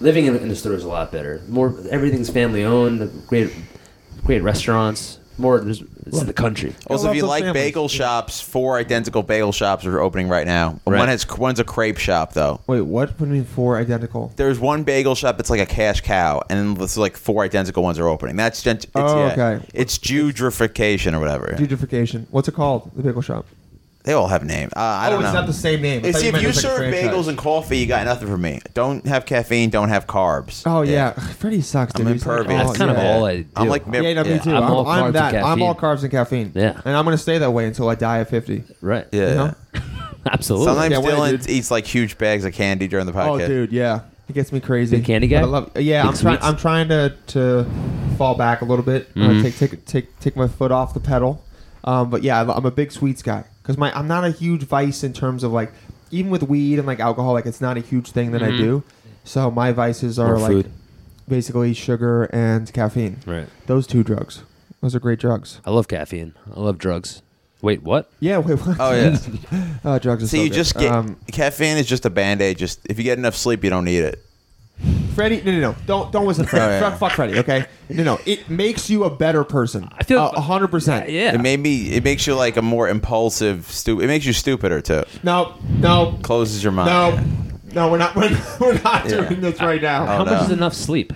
Speaker 4: living in, in the store is a lot better. More everything's family owned. Great, great restaurants. More there's, it's in the country.
Speaker 3: Also,
Speaker 1: love
Speaker 3: if you
Speaker 1: those
Speaker 3: like
Speaker 1: families.
Speaker 3: bagel shops, four identical bagel shops are opening right now.
Speaker 4: Right.
Speaker 3: One has one's a crepe shop though.
Speaker 1: Wait, what would mean four identical?
Speaker 3: There's one bagel shop that's like a cash cow, and then it's like four identical ones are opening. That's gent- it's,
Speaker 1: Oh,
Speaker 3: yeah.
Speaker 1: okay.
Speaker 3: It's Jewdrification or whatever.
Speaker 1: Gentrification. What's it called? The bagel shop.
Speaker 3: They all have names. Uh, I
Speaker 1: oh,
Speaker 3: don't
Speaker 1: it's
Speaker 3: know.
Speaker 1: not the same name. I
Speaker 3: Hey,
Speaker 1: thought
Speaker 3: see,
Speaker 1: you
Speaker 3: if
Speaker 1: meant
Speaker 3: you
Speaker 1: it was, like, a
Speaker 3: serve
Speaker 1: franchise.
Speaker 3: bagels and coffee, you got nothing for me. Don't have caffeine. Don't have carbs.
Speaker 1: Oh yeah, Freddie sucks. Dude.
Speaker 3: I'm
Speaker 1: He's like,
Speaker 3: impervious.
Speaker 1: oh,
Speaker 4: That's kind of
Speaker 1: yeah.
Speaker 4: all I do.
Speaker 3: I'm like,
Speaker 1: Yeah, no, me too.
Speaker 4: I'm
Speaker 1: I'm,
Speaker 4: all
Speaker 1: I'm
Speaker 4: carbs and
Speaker 1: that. I'm
Speaker 4: caffeine.
Speaker 1: all carbs and caffeine.
Speaker 4: Yeah.
Speaker 1: and I'm gonna stay that way until I die at 50.
Speaker 4: right.
Speaker 3: yeah.
Speaker 1: You know?
Speaker 4: Absolutely.
Speaker 3: Sometimes
Speaker 1: Yeah, why,
Speaker 3: Dylan
Speaker 1: dude?
Speaker 3: eats like huge bags of candy during the
Speaker 1: Oh,
Speaker 3: podcast.
Speaker 1: dude, yeah, it gets me crazy.
Speaker 4: Big candy
Speaker 1: But
Speaker 4: guy?
Speaker 1: I love. Yeah,
Speaker 4: Big
Speaker 1: I'm trying.
Speaker 4: sweets? Mm-hmm.
Speaker 1: I'm trying to to fall back a little bit. Uh, take take take take my foot off the pedal. Um, but yeah, I lo- I'm a big sweets guy because my I'm not a huge vice in terms of like even with weed and like alcohol, like it's not a huge thing that I do. So my vices are
Speaker 4: Or
Speaker 1: like
Speaker 4: Mm-hmm. food.
Speaker 1: basically sugar and caffeine.
Speaker 4: Right.
Speaker 1: Those two drugs. Those are great drugs.
Speaker 4: I love caffeine. I love drugs. Wait, what?
Speaker 1: Yeah. Wait. What?
Speaker 3: Oh yeah.
Speaker 1: Uh, drugs. Are
Speaker 3: so
Speaker 1: so
Speaker 3: you
Speaker 1: good.
Speaker 3: just get
Speaker 1: Um,
Speaker 3: caffeine is just a band aid. Just if you get enough sleep, you don't need it.
Speaker 1: Freddie, no, no, no. Don't don't listen to Freddie.
Speaker 3: Oh, yeah.
Speaker 1: Fuck, fuck Freddie, okay? No, no. It makes you a better person. I
Speaker 4: feel-
Speaker 1: feel a hundred percent.
Speaker 4: Yeah.
Speaker 3: It made me. It makes you like a more impulsive. Stu- it makes you stupider too.
Speaker 1: No, no,
Speaker 3: Closes your mind.
Speaker 1: no, no. We're not. We're, we're not doing this right
Speaker 4: How
Speaker 1: now.
Speaker 3: Oh, no.
Speaker 4: much is enough sleep?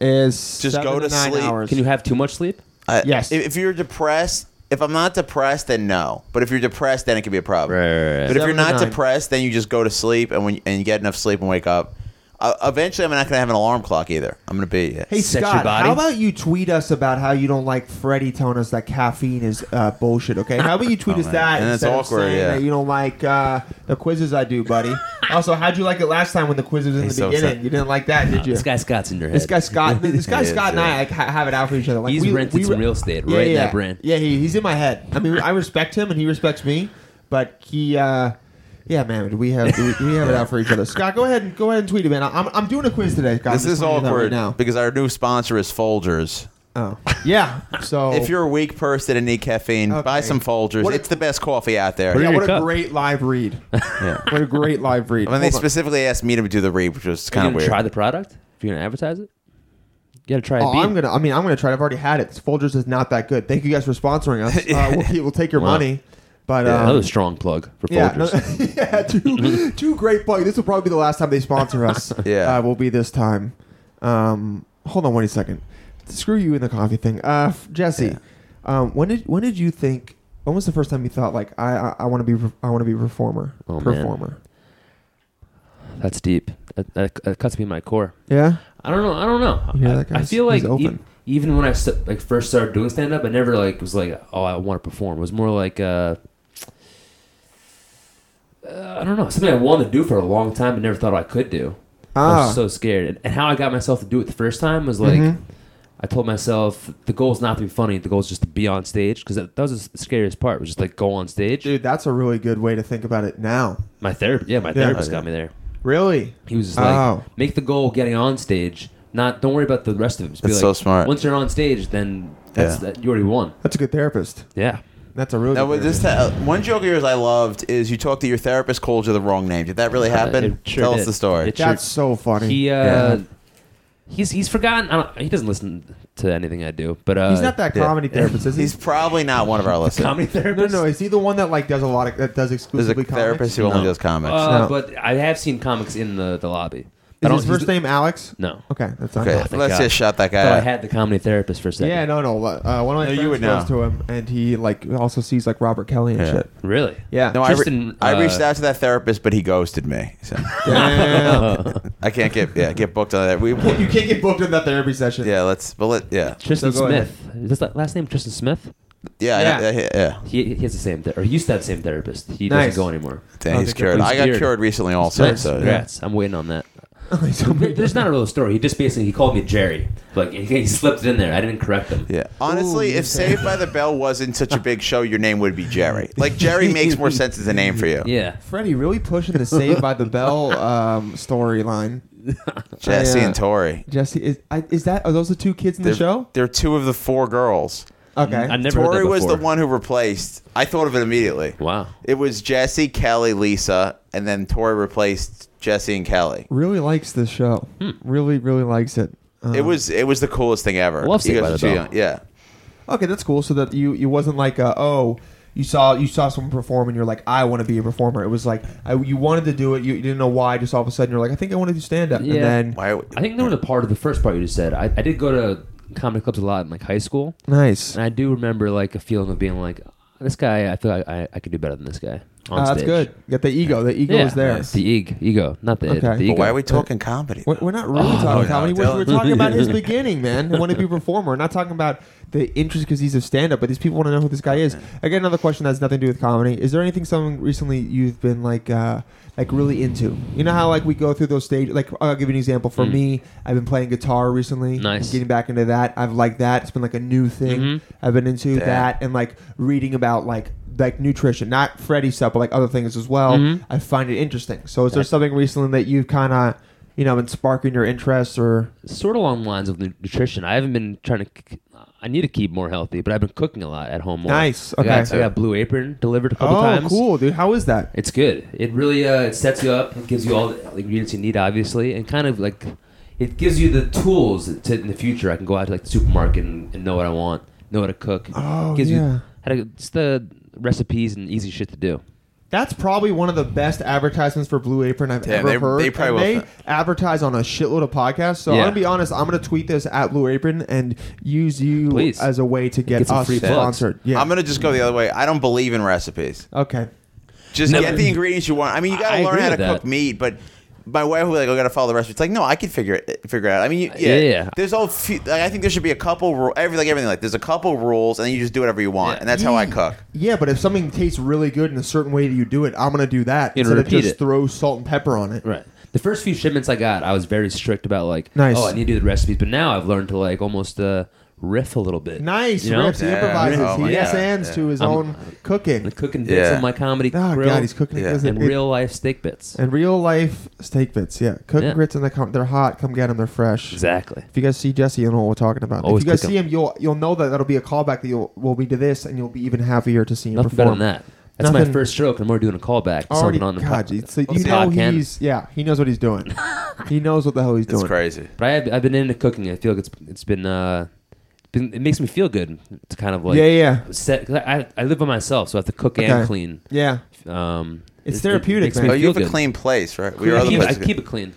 Speaker 1: Is
Speaker 3: Just go to
Speaker 1: nine
Speaker 3: sleep.
Speaker 1: Hours.
Speaker 4: Can you have too much sleep?
Speaker 3: I-
Speaker 1: Yes.
Speaker 3: If, if you're depressed, if I'm not depressed, then no. But if you're depressed, then it could be a problem.
Speaker 4: right, right.
Speaker 3: But
Speaker 1: Seven
Speaker 3: if you're
Speaker 1: to
Speaker 3: not
Speaker 1: nine.
Speaker 3: depressed, then you just go to sleep and when and you get enough sleep and wake up. Uh, eventually, I'm not going to have an alarm clock either. I'm going to be.
Speaker 1: Hey
Speaker 4: set your
Speaker 1: Scott,
Speaker 4: body?
Speaker 1: how about you tweet us about how you don't like Freddie telling us that caffeine is uh, bullshit? Okay, how about you tweet
Speaker 3: Oh,
Speaker 1: us
Speaker 3: man.
Speaker 1: that
Speaker 3: And that's
Speaker 1: instead
Speaker 3: awkward,
Speaker 1: of saying
Speaker 3: yeah.
Speaker 1: that you don't like uh, the quizzes I do, buddy? also, how'd you like it last time when the quiz was in
Speaker 3: He's
Speaker 1: the
Speaker 3: so
Speaker 1: beginning?
Speaker 3: upset.
Speaker 1: you didn't like that, did you?
Speaker 4: This guy Scott's in your head.
Speaker 1: This guy Scott, this guy
Speaker 3: He is,
Speaker 1: Scott and
Speaker 3: yeah.
Speaker 1: I like, ha- have it out for each other. Like
Speaker 4: He's
Speaker 1: we,
Speaker 4: rented
Speaker 1: we,
Speaker 4: some real estate right in
Speaker 1: yeah.
Speaker 4: that brand.
Speaker 1: Yeah, he, he's in my head. I mean, I respect him and he respects me, but he, uh, yeah, man, we have we, we have it out for each other. Scott, go ahead and go ahead and tweet him, man. I'm, I'm doing a quiz today, Scott.
Speaker 3: This
Speaker 1: I'm
Speaker 3: is
Speaker 1: just letting you know
Speaker 3: awkward
Speaker 1: right
Speaker 3: because our new sponsor is Folgers.
Speaker 1: now. Oh, yeah. So
Speaker 3: If you're a weak person and need caffeine, buy
Speaker 1: Okay.
Speaker 3: some Folgers.
Speaker 1: What-
Speaker 3: it's the best coffee out there.
Speaker 1: yeah,
Speaker 4: your
Speaker 1: what a
Speaker 4: cup.
Speaker 1: great live read. What a great live read.
Speaker 3: I mean, they
Speaker 1: Hold on.
Speaker 3: specifically asked me to do the read, which was
Speaker 4: you
Speaker 3: kind of
Speaker 4: gonna
Speaker 3: weird.
Speaker 4: try the product? If you're gonna advertise it, you gotta try.
Speaker 1: Oh,
Speaker 4: it
Speaker 1: I'm gonna. I mean, I'm gonna try. it. I've already had it. Folgers is not that good. Thank you guys for sponsoring us. Uh, we'll, keep- we'll take your
Speaker 4: Wow.
Speaker 1: money, but um,
Speaker 4: Another strong plug for
Speaker 1: Yeah,
Speaker 4: Folgers.
Speaker 1: no- yeah, two, two great plug. This will probably be the last time they sponsor us.
Speaker 3: Yeah.
Speaker 1: uh, will be this time. Um, hold on one second. Screw you in the coffee thing, uh, f- Jesse. Um, when did when did you think? When was the first time you thought like I I, I want to be re- I want to be a performer
Speaker 4: Oh, man.
Speaker 1: performer?
Speaker 4: That's deep. That, that, that cuts me in my core.
Speaker 1: Yeah.
Speaker 4: I don't know. I don't know.
Speaker 1: You hear
Speaker 4: I,
Speaker 1: that,
Speaker 4: I
Speaker 1: guys?
Speaker 4: feel like
Speaker 1: He's
Speaker 4: e-
Speaker 1: open.
Speaker 4: even when I st- like first started doing stand up, I never like was like, oh, I want to perform. It was more like, uh, uh, I don't know, something I wanted to do for a long time, but never thought I could do. I
Speaker 1: Ah, Mm-hmm.
Speaker 4: was so scared, and, and how I got myself to do it the first time was like, I told myself the goal is not to be funny. The goal is just to be on stage because that, that was the scariest part. Was just like go on stage.
Speaker 1: dude, that's a really good way to think about it now.
Speaker 4: My therapy, yeah, my therapist got me there.
Speaker 1: Really?
Speaker 4: He was just like,
Speaker 1: Oh.
Speaker 4: make the goal getting on stage. Not don't worry about the rest of it. Just be
Speaker 3: That's
Speaker 4: like,
Speaker 3: so smart.
Speaker 4: Once you're on stage, then that's
Speaker 3: Yeah.
Speaker 4: that, you already won.
Speaker 1: That's a good therapist.
Speaker 4: Yeah.
Speaker 1: That's a really
Speaker 3: Now,
Speaker 1: good
Speaker 3: with this
Speaker 1: therapist.
Speaker 3: uh, one joke of yours I loved is you talked to your therapist, called you the wrong name. Did that really happen?
Speaker 4: Uh, it sure
Speaker 3: Tell us
Speaker 4: did.
Speaker 3: the story.
Speaker 4: It sure-
Speaker 1: That's so funny.
Speaker 4: He uh,
Speaker 3: Yeah.
Speaker 4: he's he's forgotten. I don't, he doesn't listen to anything I do. But uh,
Speaker 1: He's not that
Speaker 3: Yeah.
Speaker 1: comedy therapist, is he?
Speaker 3: He's probably not one of our listeners.
Speaker 4: comedy
Speaker 1: no,
Speaker 4: therapist.
Speaker 1: no. Is he the one that like does a lot of that does
Speaker 3: There's a
Speaker 1: exclusively comics?
Speaker 3: therapist who only
Speaker 5: No.
Speaker 3: does comics.
Speaker 4: Uh,
Speaker 1: No.
Speaker 4: But I have seen comics in the, the lobby. I
Speaker 1: Is
Speaker 4: don't-
Speaker 1: his
Speaker 4: he's
Speaker 1: first
Speaker 4: the-
Speaker 1: name Alex?
Speaker 4: No.
Speaker 1: Okay, that's not
Speaker 3: okay,
Speaker 4: thank
Speaker 3: let's
Speaker 4: God.
Speaker 3: just shut that
Speaker 4: So I
Speaker 3: guy out.
Speaker 4: had the comedy therapist for a second.
Speaker 1: Yeah, no, no. Uh, one of my
Speaker 3: No,
Speaker 1: friends
Speaker 3: you would
Speaker 1: goes
Speaker 3: know.
Speaker 1: to him, and he like also sees like Robert Kelly and
Speaker 3: Yeah.
Speaker 1: shit.
Speaker 4: Really?
Speaker 1: Yeah.
Speaker 3: No, I, re-
Speaker 4: Tristan,
Speaker 3: I reached
Speaker 4: uh,
Speaker 3: out to that therapist, but he ghosted me. So I can't get yeah get booked on that. We
Speaker 1: you can't get booked in that therapy session.
Speaker 3: yeah let's but let yeah
Speaker 4: Tristan
Speaker 1: So go
Speaker 4: Smith. Is this that last name Tristan Smith?
Speaker 3: yeah
Speaker 1: Yeah.
Speaker 3: yeah yeah. yeah.
Speaker 4: He, he has the same, ther- or he used to have the same therapist. He
Speaker 1: Nice.
Speaker 4: doesn't go anymore.
Speaker 3: Damn,
Speaker 1: Oh, they
Speaker 3: he's
Speaker 1: got
Speaker 3: cured.
Speaker 1: these
Speaker 3: I got
Speaker 4: beard.
Speaker 3: cured recently also.
Speaker 4: Nice.
Speaker 3: So yeah.
Speaker 4: Congrats. I'm waiting on that.
Speaker 1: So
Speaker 4: There-
Speaker 1: many-
Speaker 4: There's not a real story. He just basically he called me Jerry. Like he, he slipped it in there. I didn't correct him.
Speaker 3: Yeah. Honestly, if Saved by the Bell wasn't such a big show, your name would be Jerry. Like Jerry makes more sense as a name for you.
Speaker 4: Yeah.
Speaker 1: Freddie really pushing the Saved by the Bell um, storyline.
Speaker 3: Jesse
Speaker 1: I, uh,
Speaker 3: and Tori.
Speaker 1: Jesse is I, is that are those the two kids in the
Speaker 3: They're,
Speaker 1: show?
Speaker 3: They're two of the four girls.
Speaker 1: Okay,
Speaker 4: I never heard
Speaker 3: Tori
Speaker 4: that
Speaker 3: was the
Speaker 4: before.
Speaker 3: one who replaced. I thought of it immediately.
Speaker 4: Wow.
Speaker 3: It was Jesse, Kelly, Lisa, and then Tori replaced Jesse and Kelly.
Speaker 1: really likes this show.
Speaker 4: Hmm.
Speaker 1: Really, really likes it. Um,
Speaker 4: Uh-huh.
Speaker 3: It was it was the coolest thing ever.
Speaker 4: Love
Speaker 3: You
Speaker 4: Saved
Speaker 3: guys
Speaker 4: by
Speaker 3: were
Speaker 4: the
Speaker 3: too
Speaker 4: Bell.
Speaker 3: young. Yeah.
Speaker 1: okay. That's cool. So that you you wasn't like uh oh. You saw you saw someone perform and you're like I want to be a performer. It was like I, you wanted to do it. You, you didn't know why. Just all of a sudden you're like I think I want to do stand up.
Speaker 4: Yeah.
Speaker 1: And then
Speaker 3: Why?
Speaker 4: I think there was a part of the first part you just said. I, I did go to comedy clubs a lot in like high school,
Speaker 1: nice.
Speaker 4: and I do remember like a feeling of being like, this guy. I feel like I, I could do better than this guy. On
Speaker 1: Uh, that's
Speaker 4: stage.
Speaker 1: good. You got the ego. The ego
Speaker 4: yeah.
Speaker 1: is there.
Speaker 4: The ego, ego, not the,
Speaker 1: Okay.
Speaker 4: the
Speaker 1: But
Speaker 4: ego.
Speaker 3: But why are we talking comedy?
Speaker 1: We're, we're not really talking about
Speaker 3: no,
Speaker 1: comedy. We're,
Speaker 3: Dylan.
Speaker 1: we're talking about his beginning, man. He wanted to be a performer. We're not talking about the intricacies of stand up, but these people want to know who this guy is. I got another question that has nothing to do with comedy. Is there anything something recently you've been like uh, like really into? You know how like we go through those stages. Like I'll give you an example. For me, I've been playing guitar recently.
Speaker 4: Nice.
Speaker 1: Getting back into that. I've liked that. It's been like a new thing. I've been into
Speaker 3: Yeah.
Speaker 1: that and like reading about like like nutrition, not Freddy stuff, but like other things as well. I find it interesting. So is there something recently that you've kind of you know been sparking your interest or
Speaker 4: sort of along the lines of nu- nutrition. I haven't been trying to. c- I need to keep more healthy, but I've been cooking a lot at home. More.
Speaker 1: Nice.
Speaker 4: I got- I
Speaker 1: Okay.
Speaker 4: got, Blue Apron delivered a couple
Speaker 1: oh
Speaker 4: times.
Speaker 1: cool dude how is that
Speaker 4: It's good. It really uh, it sets you up. It gives you all the ingredients you need, obviously, and kind of like it gives you the tools to in the future. I can go out to like the supermarket and, and know what I want, know how to cook.
Speaker 1: Oh,
Speaker 4: gives
Speaker 1: yeah.
Speaker 4: you how to it's the recipes and easy shit to do.
Speaker 1: that's probably one of the best advertisements for Blue Apron I've
Speaker 3: Yeah,
Speaker 1: ever
Speaker 3: they-
Speaker 1: heard
Speaker 3: they probably
Speaker 1: and
Speaker 3: will
Speaker 1: they
Speaker 3: fit.
Speaker 1: advertise on a shitload of podcasts so
Speaker 4: Yeah.
Speaker 1: I'm gonna be honest I'm gonna tweet this at Blue Apron and use you
Speaker 4: Please.
Speaker 1: as a way to get,
Speaker 4: Get some
Speaker 1: us
Speaker 4: free plugs.
Speaker 1: sponsored yeah
Speaker 3: I'm gonna just go the other way. I don't believe in recipes.
Speaker 1: okay
Speaker 3: Just
Speaker 4: No,
Speaker 3: get
Speaker 4: but-
Speaker 3: the ingredients you want. I mean, you gotta
Speaker 4: I
Speaker 3: learn
Speaker 4: agree
Speaker 3: how to
Speaker 4: with
Speaker 3: cook
Speaker 4: that.
Speaker 3: meat, but my wife was like, "Oh, "I gotta follow the recipe." It's like, no, I can figure it figure it out. I mean, you, yeah,
Speaker 4: Yeah, yeah.
Speaker 3: There's all. Few, like, I think there should be a couple rule. Every like everything like there's a couple rules, and then you just do whatever you want,
Speaker 4: Yeah.
Speaker 3: and that's how I cook.
Speaker 1: yeah but if something tastes really good in a certain way that you do it I'm gonna do that
Speaker 4: You know,
Speaker 1: instead of
Speaker 4: repeat
Speaker 1: just
Speaker 4: it.
Speaker 1: throw salt and pepper on it
Speaker 4: Right. The first few shipments I got, I was very strict about like,
Speaker 1: Nice.
Speaker 4: oh, I need to do the recipes. But now I've learned to like almost uh, riff a little bit.
Speaker 1: Nice
Speaker 4: You know?
Speaker 1: riffs. He
Speaker 3: Yeah.
Speaker 1: improvises.
Speaker 3: Oh my
Speaker 1: he
Speaker 3: God.
Speaker 1: sands to his
Speaker 4: I'm-
Speaker 1: own cooking.
Speaker 4: Um, The cooking bits
Speaker 3: Yeah.
Speaker 4: of my comedy
Speaker 1: Oh
Speaker 4: grill.
Speaker 1: God, he's cooking
Speaker 3: Yeah.
Speaker 1: it,
Speaker 4: and
Speaker 1: and it,
Speaker 4: real life steak bits.
Speaker 1: and real life steak bits. Yeah, cooking
Speaker 4: Yeah.
Speaker 1: grits and they come, they're hot. Come get them. They're fresh.
Speaker 4: Exactly.
Speaker 1: If you guys see Jesse, you'll know what we're talking about.
Speaker 4: Always
Speaker 1: if you guys
Speaker 4: cook
Speaker 1: see him, you'll you'll know that that'll be a callback that you'll will be to this, and you'll be even happier to see him
Speaker 4: Nothing better
Speaker 1: perform.
Speaker 4: than that. That's
Speaker 1: Nothing-
Speaker 4: my first stroke, and we're doing a callback. to
Speaker 1: Already,
Speaker 4: something on the
Speaker 1: God,
Speaker 4: pod-
Speaker 1: geez. so
Speaker 4: on
Speaker 1: you
Speaker 4: the
Speaker 1: know
Speaker 4: podcast.
Speaker 1: he's yeah, he knows what he's doing. he knows what the hell he's
Speaker 3: It's
Speaker 1: doing.
Speaker 3: crazy. Oh,
Speaker 4: But I have, I've been into cooking. I feel like it's it's been uh, been, it makes me feel good to kind of like
Speaker 1: Yeah, yeah,
Speaker 4: set. 'cause I, I live by myself, so I have to cook
Speaker 1: Okay.
Speaker 4: and clean.
Speaker 1: yeah.
Speaker 4: Um,
Speaker 1: It's
Speaker 4: it- it
Speaker 1: therapeutic,
Speaker 4: makes me
Speaker 1: man.
Speaker 3: Oh, you
Speaker 4: feel
Speaker 3: have a
Speaker 4: good.
Speaker 3: clean place, right?
Speaker 4: I
Speaker 3: other
Speaker 4: keep, I
Speaker 3: places-
Speaker 4: keep it clean.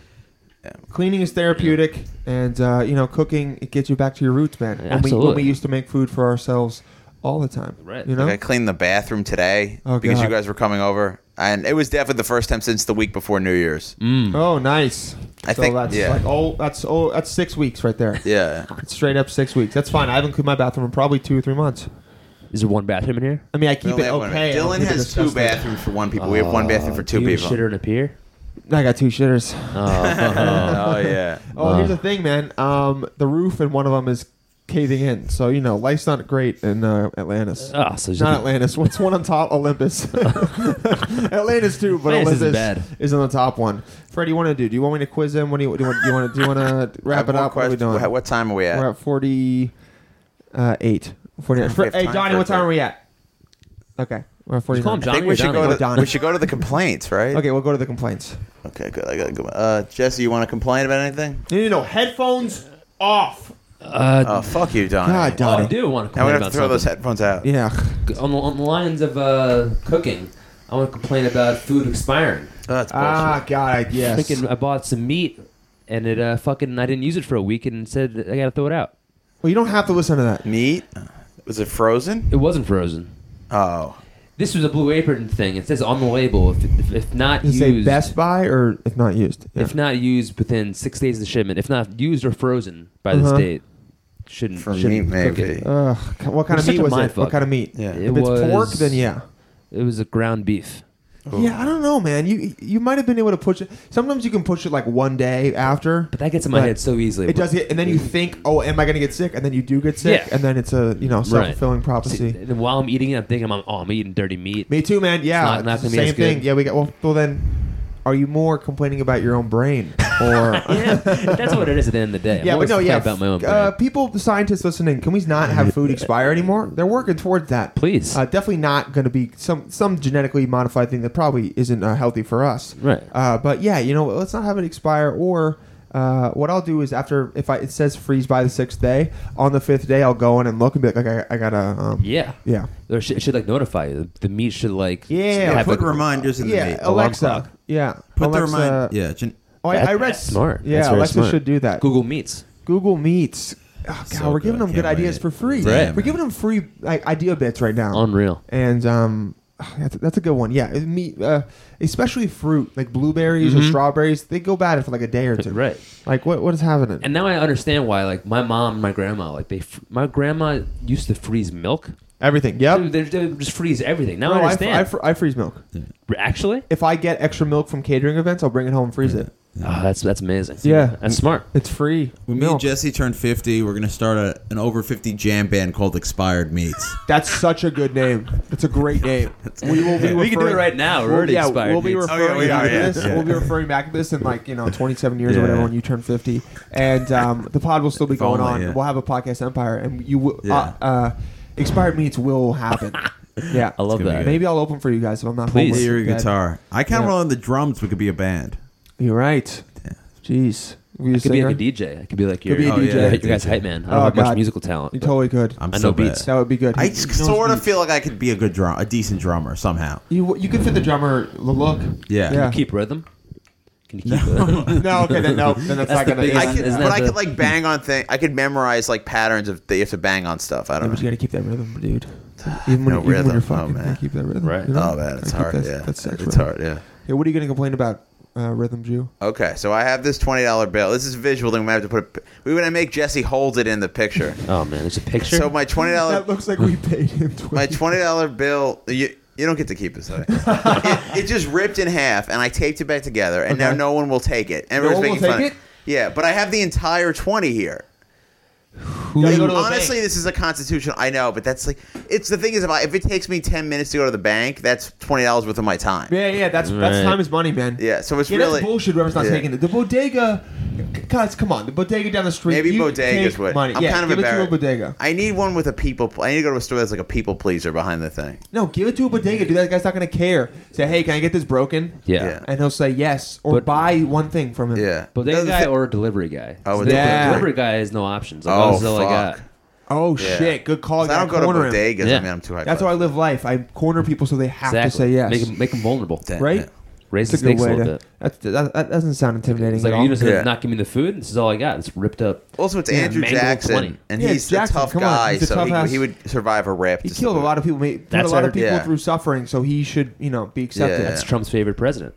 Speaker 1: Cleaning is therapeutic, and uh, you know, cooking it gets you back to your roots, man. When we, when
Speaker 4: Absolutely.
Speaker 1: we used to make food for ourselves all the time,
Speaker 4: Right.
Speaker 1: You know,
Speaker 3: Like I cleaned the bathroom today
Speaker 1: Oh,
Speaker 3: because you
Speaker 1: God.
Speaker 3: guys were coming over, and it was definitely the first time since the week before New Year's.
Speaker 4: Mm.
Speaker 1: Oh, nice.
Speaker 3: I
Speaker 1: so
Speaker 3: think-
Speaker 1: that's
Speaker 3: yeah.
Speaker 1: like oh, that's oh, that's six weeks right there.
Speaker 3: Yeah,
Speaker 1: It's straight up six weeks. That's fine. I haven't cleaned my bathroom in probably two or three months.
Speaker 4: Is there one bathroom in here?
Speaker 1: I mean, I
Speaker 3: We
Speaker 1: keep
Speaker 3: only
Speaker 1: it
Speaker 3: have one.
Speaker 1: okay. I don't
Speaker 3: Dylan
Speaker 1: keep it
Speaker 3: has two
Speaker 1: disgusting.
Speaker 3: bathrooms for one people. we have one bathroom for two
Speaker 4: Do you
Speaker 3: people.
Speaker 4: Shitter and a pier.
Speaker 1: I got two shitters.
Speaker 4: Oh,
Speaker 3: oh yeah.
Speaker 1: oh, here's the thing, man. Um, the roof in one of them is caving in. So you know, life's not great in uh, Atlantis.
Speaker 4: Ah, so she's-
Speaker 1: not Atlantis. What's one on top? Olympus. Atlantis too, but Olympus
Speaker 4: Atlantis isn't bad.
Speaker 1: is on the top one. Fred, do you want to do? Do you want me to quiz him? What do you do? You want, do you want to do? You want to
Speaker 3: I
Speaker 1: wrap
Speaker 3: have
Speaker 1: it
Speaker 3: one
Speaker 1: up? What are we
Speaker 3: question.
Speaker 1: doing?
Speaker 3: Wha- What time are we at?
Speaker 1: We're at forty uh, eight. Forty eight.
Speaker 3: We have
Speaker 1: Hey
Speaker 3: time
Speaker 1: Johnny,
Speaker 3: for
Speaker 1: what
Speaker 3: a
Speaker 1: time
Speaker 3: break.
Speaker 1: are we at? Okay, we're at forty
Speaker 4: call
Speaker 1: nine.
Speaker 4: him
Speaker 3: I think
Speaker 4: Johnny
Speaker 3: we
Speaker 4: or
Speaker 3: should
Speaker 4: Johnny?
Speaker 3: go to
Speaker 1: Donnie.
Speaker 3: we should go to the complaints, right?
Speaker 1: Okay, we'll go to the complaints.
Speaker 3: Okay, good. I gotta go. Uh, Jesse, you want to complain about anything?
Speaker 1: No, no, no. Headphones off.
Speaker 4: Uh,
Speaker 3: Oh, fuck you, Don.
Speaker 1: God,
Speaker 4: oh, I
Speaker 1: Donnie.
Speaker 4: do want to
Speaker 3: Now we have
Speaker 4: complain
Speaker 3: to
Speaker 4: about
Speaker 3: throw those
Speaker 4: something.
Speaker 3: headphones out.
Speaker 1: Yeah.
Speaker 4: on the, on the lines of uh, cooking. I want to complain about food expiring.
Speaker 3: Oh, that's bullshit.
Speaker 1: Ah, God, yes.
Speaker 4: Freaking, I bought some meat and it uh, fucking I didn't use it for a week and said I gotta throw it out.
Speaker 1: Well, you don't have to listen to that.
Speaker 3: Meat? Was it frozen?
Speaker 4: It wasn't frozen.
Speaker 3: Oh,
Speaker 4: This was a blue apron thing. It says on the label if, if, if not
Speaker 1: Does it say
Speaker 4: used,
Speaker 1: Best Buy or if not used? Yeah.
Speaker 4: if not used within six days of the shipment, if not used or frozen by this
Speaker 1: Uh-huh.
Speaker 4: date, shouldn't
Speaker 3: for
Speaker 4: shouldn't
Speaker 3: meat
Speaker 4: cook
Speaker 3: maybe.
Speaker 4: It.
Speaker 1: Ugh, what kind
Speaker 4: It's
Speaker 1: of
Speaker 4: such
Speaker 1: meat
Speaker 4: a
Speaker 1: was it?
Speaker 4: mindfuck.
Speaker 1: What kind of meat?
Speaker 3: Yeah.
Speaker 4: It
Speaker 1: If it's pork,
Speaker 4: was- Oh.
Speaker 1: then yeah.
Speaker 4: It was a ground beef.
Speaker 1: Yeah, I don't know, man. You you might have been able to push it. Sometimes you can push it like one day after.
Speaker 4: But that gets in my
Speaker 1: But
Speaker 4: head so easily.
Speaker 1: it does get, and then you think, oh, am I going to get sick? And then you do get sick,
Speaker 4: Yeah.
Speaker 1: and then it's a you know self fulfilling
Speaker 4: Right.
Speaker 1: prophecy.
Speaker 4: See, and while I'm eating it, I'm thinking, I'm, oh, I'm eating dirty meat.
Speaker 1: Me too, man. Yeah,
Speaker 4: not- not gonna be
Speaker 1: same
Speaker 4: as good.
Speaker 1: thing. Yeah, we got well. Well, then, are you more complaining about your own brain or?
Speaker 4: yeah, that's what it is at the end of the day. I'm
Speaker 1: Yeah, but
Speaker 4: always
Speaker 1: no, yeah.
Speaker 4: complaining about my own.
Speaker 1: uh,
Speaker 4: brand.
Speaker 1: people, scientists listening, can we not have food expire anymore? They're working towards that.
Speaker 4: Please.
Speaker 1: Uh, definitely not going to be some some genetically modified thing that probably isn't uh, healthy for us.
Speaker 4: Right.
Speaker 1: Uh, but yeah, you know, let's not have it expire. Or uh, what I'll do is after if I it says freeze by the sixth day, on the fifth day I'll go in and look and be like, I, I gotta. Um,
Speaker 4: yeah.
Speaker 1: Yeah.
Speaker 4: Or it should, it should like notify you. The meat should like
Speaker 1: Yeah,
Speaker 4: have
Speaker 5: Put
Speaker 4: a-
Speaker 5: reminders in the
Speaker 1: Yeah,
Speaker 5: meat.
Speaker 1: Alexa.
Speaker 4: clock.
Speaker 1: Yeah,
Speaker 5: Put
Speaker 1: Alexa.
Speaker 5: the remind. Yeah, gen-
Speaker 1: Oh, I,
Speaker 4: That-
Speaker 1: I read
Speaker 4: that's smart.
Speaker 1: Yeah,
Speaker 4: That's very
Speaker 1: Alexa
Speaker 4: smart.
Speaker 1: should do that.
Speaker 4: Google Meats.
Speaker 1: Google Meets. Oh, God,
Speaker 5: So
Speaker 1: we're giving
Speaker 5: good.
Speaker 1: them
Speaker 5: Can't
Speaker 1: good ideas
Speaker 5: wait.
Speaker 1: for free.
Speaker 5: Right.
Speaker 1: We're giving them free like idea bits right now.
Speaker 4: Unreal.
Speaker 1: And um, that's, that's a good one. Yeah, it- meat, uh, especially fruit like blueberries or strawberries. They go bad for like a day or two.
Speaker 4: Mm-hmm. Right.
Speaker 1: Like what what is happening?
Speaker 4: And now I understand why like my mom and my grandma like they fr- my grandma used to freeze milk.
Speaker 1: Everything. Yep.
Speaker 4: Dude, They, they just freeze everything. Now
Speaker 1: Bro, I,
Speaker 4: I
Speaker 1: fr-
Speaker 4: understand.
Speaker 1: I, fr- I freeze milk.
Speaker 4: Actually,
Speaker 1: If I get extra milk from catering events, I'll bring it home and freeze it.
Speaker 4: oh, that's that's amazing.
Speaker 1: Yeah.
Speaker 4: that's smart.
Speaker 1: It's free.
Speaker 5: When me and
Speaker 1: milk.
Speaker 5: Jesse turn 50, we're going to start a, an over 50 jam band called Expired Meats.
Speaker 1: That's such a good name. That's a great name. we will be
Speaker 4: We can do it
Speaker 1: referring-
Speaker 4: right now. We're
Speaker 1: We'll-
Speaker 4: already
Speaker 1: yeah,
Speaker 4: expired
Speaker 1: we'll be
Speaker 4: meats.
Speaker 1: referring
Speaker 3: Oh, yeah, we
Speaker 1: back
Speaker 3: are,
Speaker 1: to
Speaker 3: yeah.
Speaker 1: this. We'll be referring back to this in like you know 27 years
Speaker 5: Yeah.
Speaker 1: or whatever when you turn 50, and um, the pod will still be going
Speaker 5: only,
Speaker 1: on.
Speaker 5: yeah.
Speaker 1: We'll have a podcast empire, and you will.
Speaker 5: Yeah.
Speaker 1: Uh, uh, expired meets will happen. yeah,
Speaker 4: I
Speaker 5: gonna
Speaker 4: love
Speaker 5: be
Speaker 4: that.
Speaker 5: good.
Speaker 1: Maybe I'll open for you guys if I'm not.
Speaker 4: Please.
Speaker 1: homeless.
Speaker 5: Play your
Speaker 1: Dad.
Speaker 5: guitar. I kind
Speaker 1: Yeah.
Speaker 5: of roll on the drums. We could be a band.
Speaker 1: You're right. Jeez, we
Speaker 4: I could be like a DJ. I could be like your,
Speaker 1: Could be a
Speaker 4: oh,
Speaker 1: DJ.
Speaker 4: yeah, your guys' hype man. I don't
Speaker 1: Oh,
Speaker 4: have
Speaker 1: God.
Speaker 4: much musical talent.
Speaker 1: You
Speaker 4: but
Speaker 1: totally could.
Speaker 5: I'm
Speaker 4: I know
Speaker 5: so bad.
Speaker 4: beats.
Speaker 1: that would be good.
Speaker 5: I
Speaker 1: He knows
Speaker 5: sort of
Speaker 1: beats.
Speaker 5: feel like I could be a good drum, a decent drummer somehow.
Speaker 1: you. You could fit the drummer the look.
Speaker 5: Yeah.
Speaker 1: Yeah.
Speaker 4: keep rhythm. Can you keep rhythm?
Speaker 1: No, okay, then no, then that's,
Speaker 4: That's
Speaker 1: not
Speaker 4: the
Speaker 1: gonna.
Speaker 4: big-
Speaker 1: yeah.
Speaker 3: I could,
Speaker 4: Isn't
Speaker 3: but
Speaker 4: that
Speaker 3: I
Speaker 4: the-
Speaker 3: could like bang on things. I could memorize like patterns of that you have to bang on stuff. I
Speaker 1: Yeah,
Speaker 3: don't
Speaker 1: but you
Speaker 3: know.
Speaker 1: gotta keep that rhythm, dude. Even when,
Speaker 3: No
Speaker 1: even when
Speaker 3: rhythm.
Speaker 1: you're
Speaker 3: Oh,
Speaker 1: fucking,
Speaker 3: man.
Speaker 1: gotta keep that rhythm.
Speaker 4: Right.
Speaker 1: you know?
Speaker 3: Oh man, it's
Speaker 1: I think
Speaker 3: hard.
Speaker 1: That's,
Speaker 3: yeah,
Speaker 1: that's sex
Speaker 3: it's
Speaker 1: rhythm.
Speaker 3: hard. Yeah.
Speaker 1: Yeah, what are you gonna complain about, uh, Rhythm Jew?
Speaker 3: Okay, so I have this twenty dollar bill. This is visual. Then we might have to put. A, we would make Jesse hold it in the picture.
Speaker 4: Oh man, there's a picture.
Speaker 3: So my twenty dollar
Speaker 1: That looks like we paid him.
Speaker 3: Oh, my twenty dollar bill. You you don't get to keep it. Sorry. it, it just ripped in half, and I taped it back together, and now
Speaker 1: Okay.
Speaker 3: no one will take it. Everyone's
Speaker 1: one will
Speaker 3: making fun.
Speaker 1: take
Speaker 3: of
Speaker 1: it?
Speaker 3: Yeah, but I have the entire twenty here.
Speaker 4: Who-
Speaker 3: Like, honestly, this is a constitutional. I know, but that's like it's the thing is if, I, if it takes me ten minutes to go to the bank, that's twenty dollars worth of my time.
Speaker 1: Yeah,
Speaker 3: Yeah,
Speaker 1: yeah, that's that's
Speaker 4: Right.
Speaker 1: time is money, man.
Speaker 3: so it's
Speaker 1: Yeah,
Speaker 3: really
Speaker 1: that's bullshit. Whoever's not
Speaker 3: yeah.
Speaker 1: taking it, the bodega, guys, come on, the bodega down the street.
Speaker 3: Maybe
Speaker 1: you
Speaker 3: bodegas
Speaker 1: take
Speaker 3: would.
Speaker 1: Money.
Speaker 3: I'm
Speaker 1: yeah,
Speaker 3: kind of
Speaker 1: give it to a
Speaker 3: embarrassed.
Speaker 1: bodega.
Speaker 3: I need one with a people. Pl- I need to go to a store that's like a people pleaser behind the thing.
Speaker 1: No, give it to a bodega. Dude, that guy's not gonna care. Say, hey, can I get this broken?
Speaker 4: yeah.
Speaker 3: yeah.
Speaker 1: and he'll say yes or
Speaker 4: But-
Speaker 1: buy one thing from him.
Speaker 3: Yeah,
Speaker 4: But they
Speaker 3: No, the
Speaker 4: guy
Speaker 3: thi-
Speaker 4: or a delivery guy.
Speaker 3: Oh,
Speaker 4: So
Speaker 3: a
Speaker 4: the
Speaker 1: delivery guy.
Speaker 4: delivery guy has no options. Like,
Speaker 3: Oh,
Speaker 4: that's all I
Speaker 3: fuck.
Speaker 4: got.
Speaker 1: Oh
Speaker 3: Yeah.
Speaker 1: shit, good call.
Speaker 3: I don't
Speaker 1: gotta
Speaker 3: go to
Speaker 1: corner him.
Speaker 3: bodegas.
Speaker 4: Yeah.
Speaker 3: I mean, I'm too high.
Speaker 1: That's how I
Speaker 3: class.
Speaker 1: live life. I corner people so they have to say yes.
Speaker 4: Make them, vulnerable.
Speaker 3: Damn.
Speaker 1: right?
Speaker 3: Yeah.
Speaker 4: Raise the
Speaker 1: That's a good
Speaker 4: stakes a
Speaker 1: way
Speaker 4: little
Speaker 1: to.
Speaker 4: bit.
Speaker 1: That's, that, that doesn't sound intimidating
Speaker 4: It's like,
Speaker 1: at
Speaker 4: are
Speaker 1: all.
Speaker 4: you just
Speaker 3: Yeah.
Speaker 4: not giving me the food? This is all I got. It's ripped up.
Speaker 3: Also, it's Andrew
Speaker 4: mangled
Speaker 3: Jackson,
Speaker 4: 20.
Speaker 3: and
Speaker 1: Yeah,
Speaker 3: he's
Speaker 1: Jackson,
Speaker 3: a tough
Speaker 1: come on,
Speaker 3: guy,
Speaker 1: he's a
Speaker 3: so
Speaker 1: tough
Speaker 3: he,
Speaker 1: ass-
Speaker 3: he would survive a rip.
Speaker 1: he
Speaker 3: to
Speaker 1: killed a
Speaker 3: survive.
Speaker 1: lot of people. Made, put a
Speaker 4: That's
Speaker 1: lot
Speaker 4: our-
Speaker 1: of people
Speaker 3: yeah.
Speaker 1: through suffering, so he should, you know, be accepted.
Speaker 3: Yeah.
Speaker 4: That's Trump's favorite president.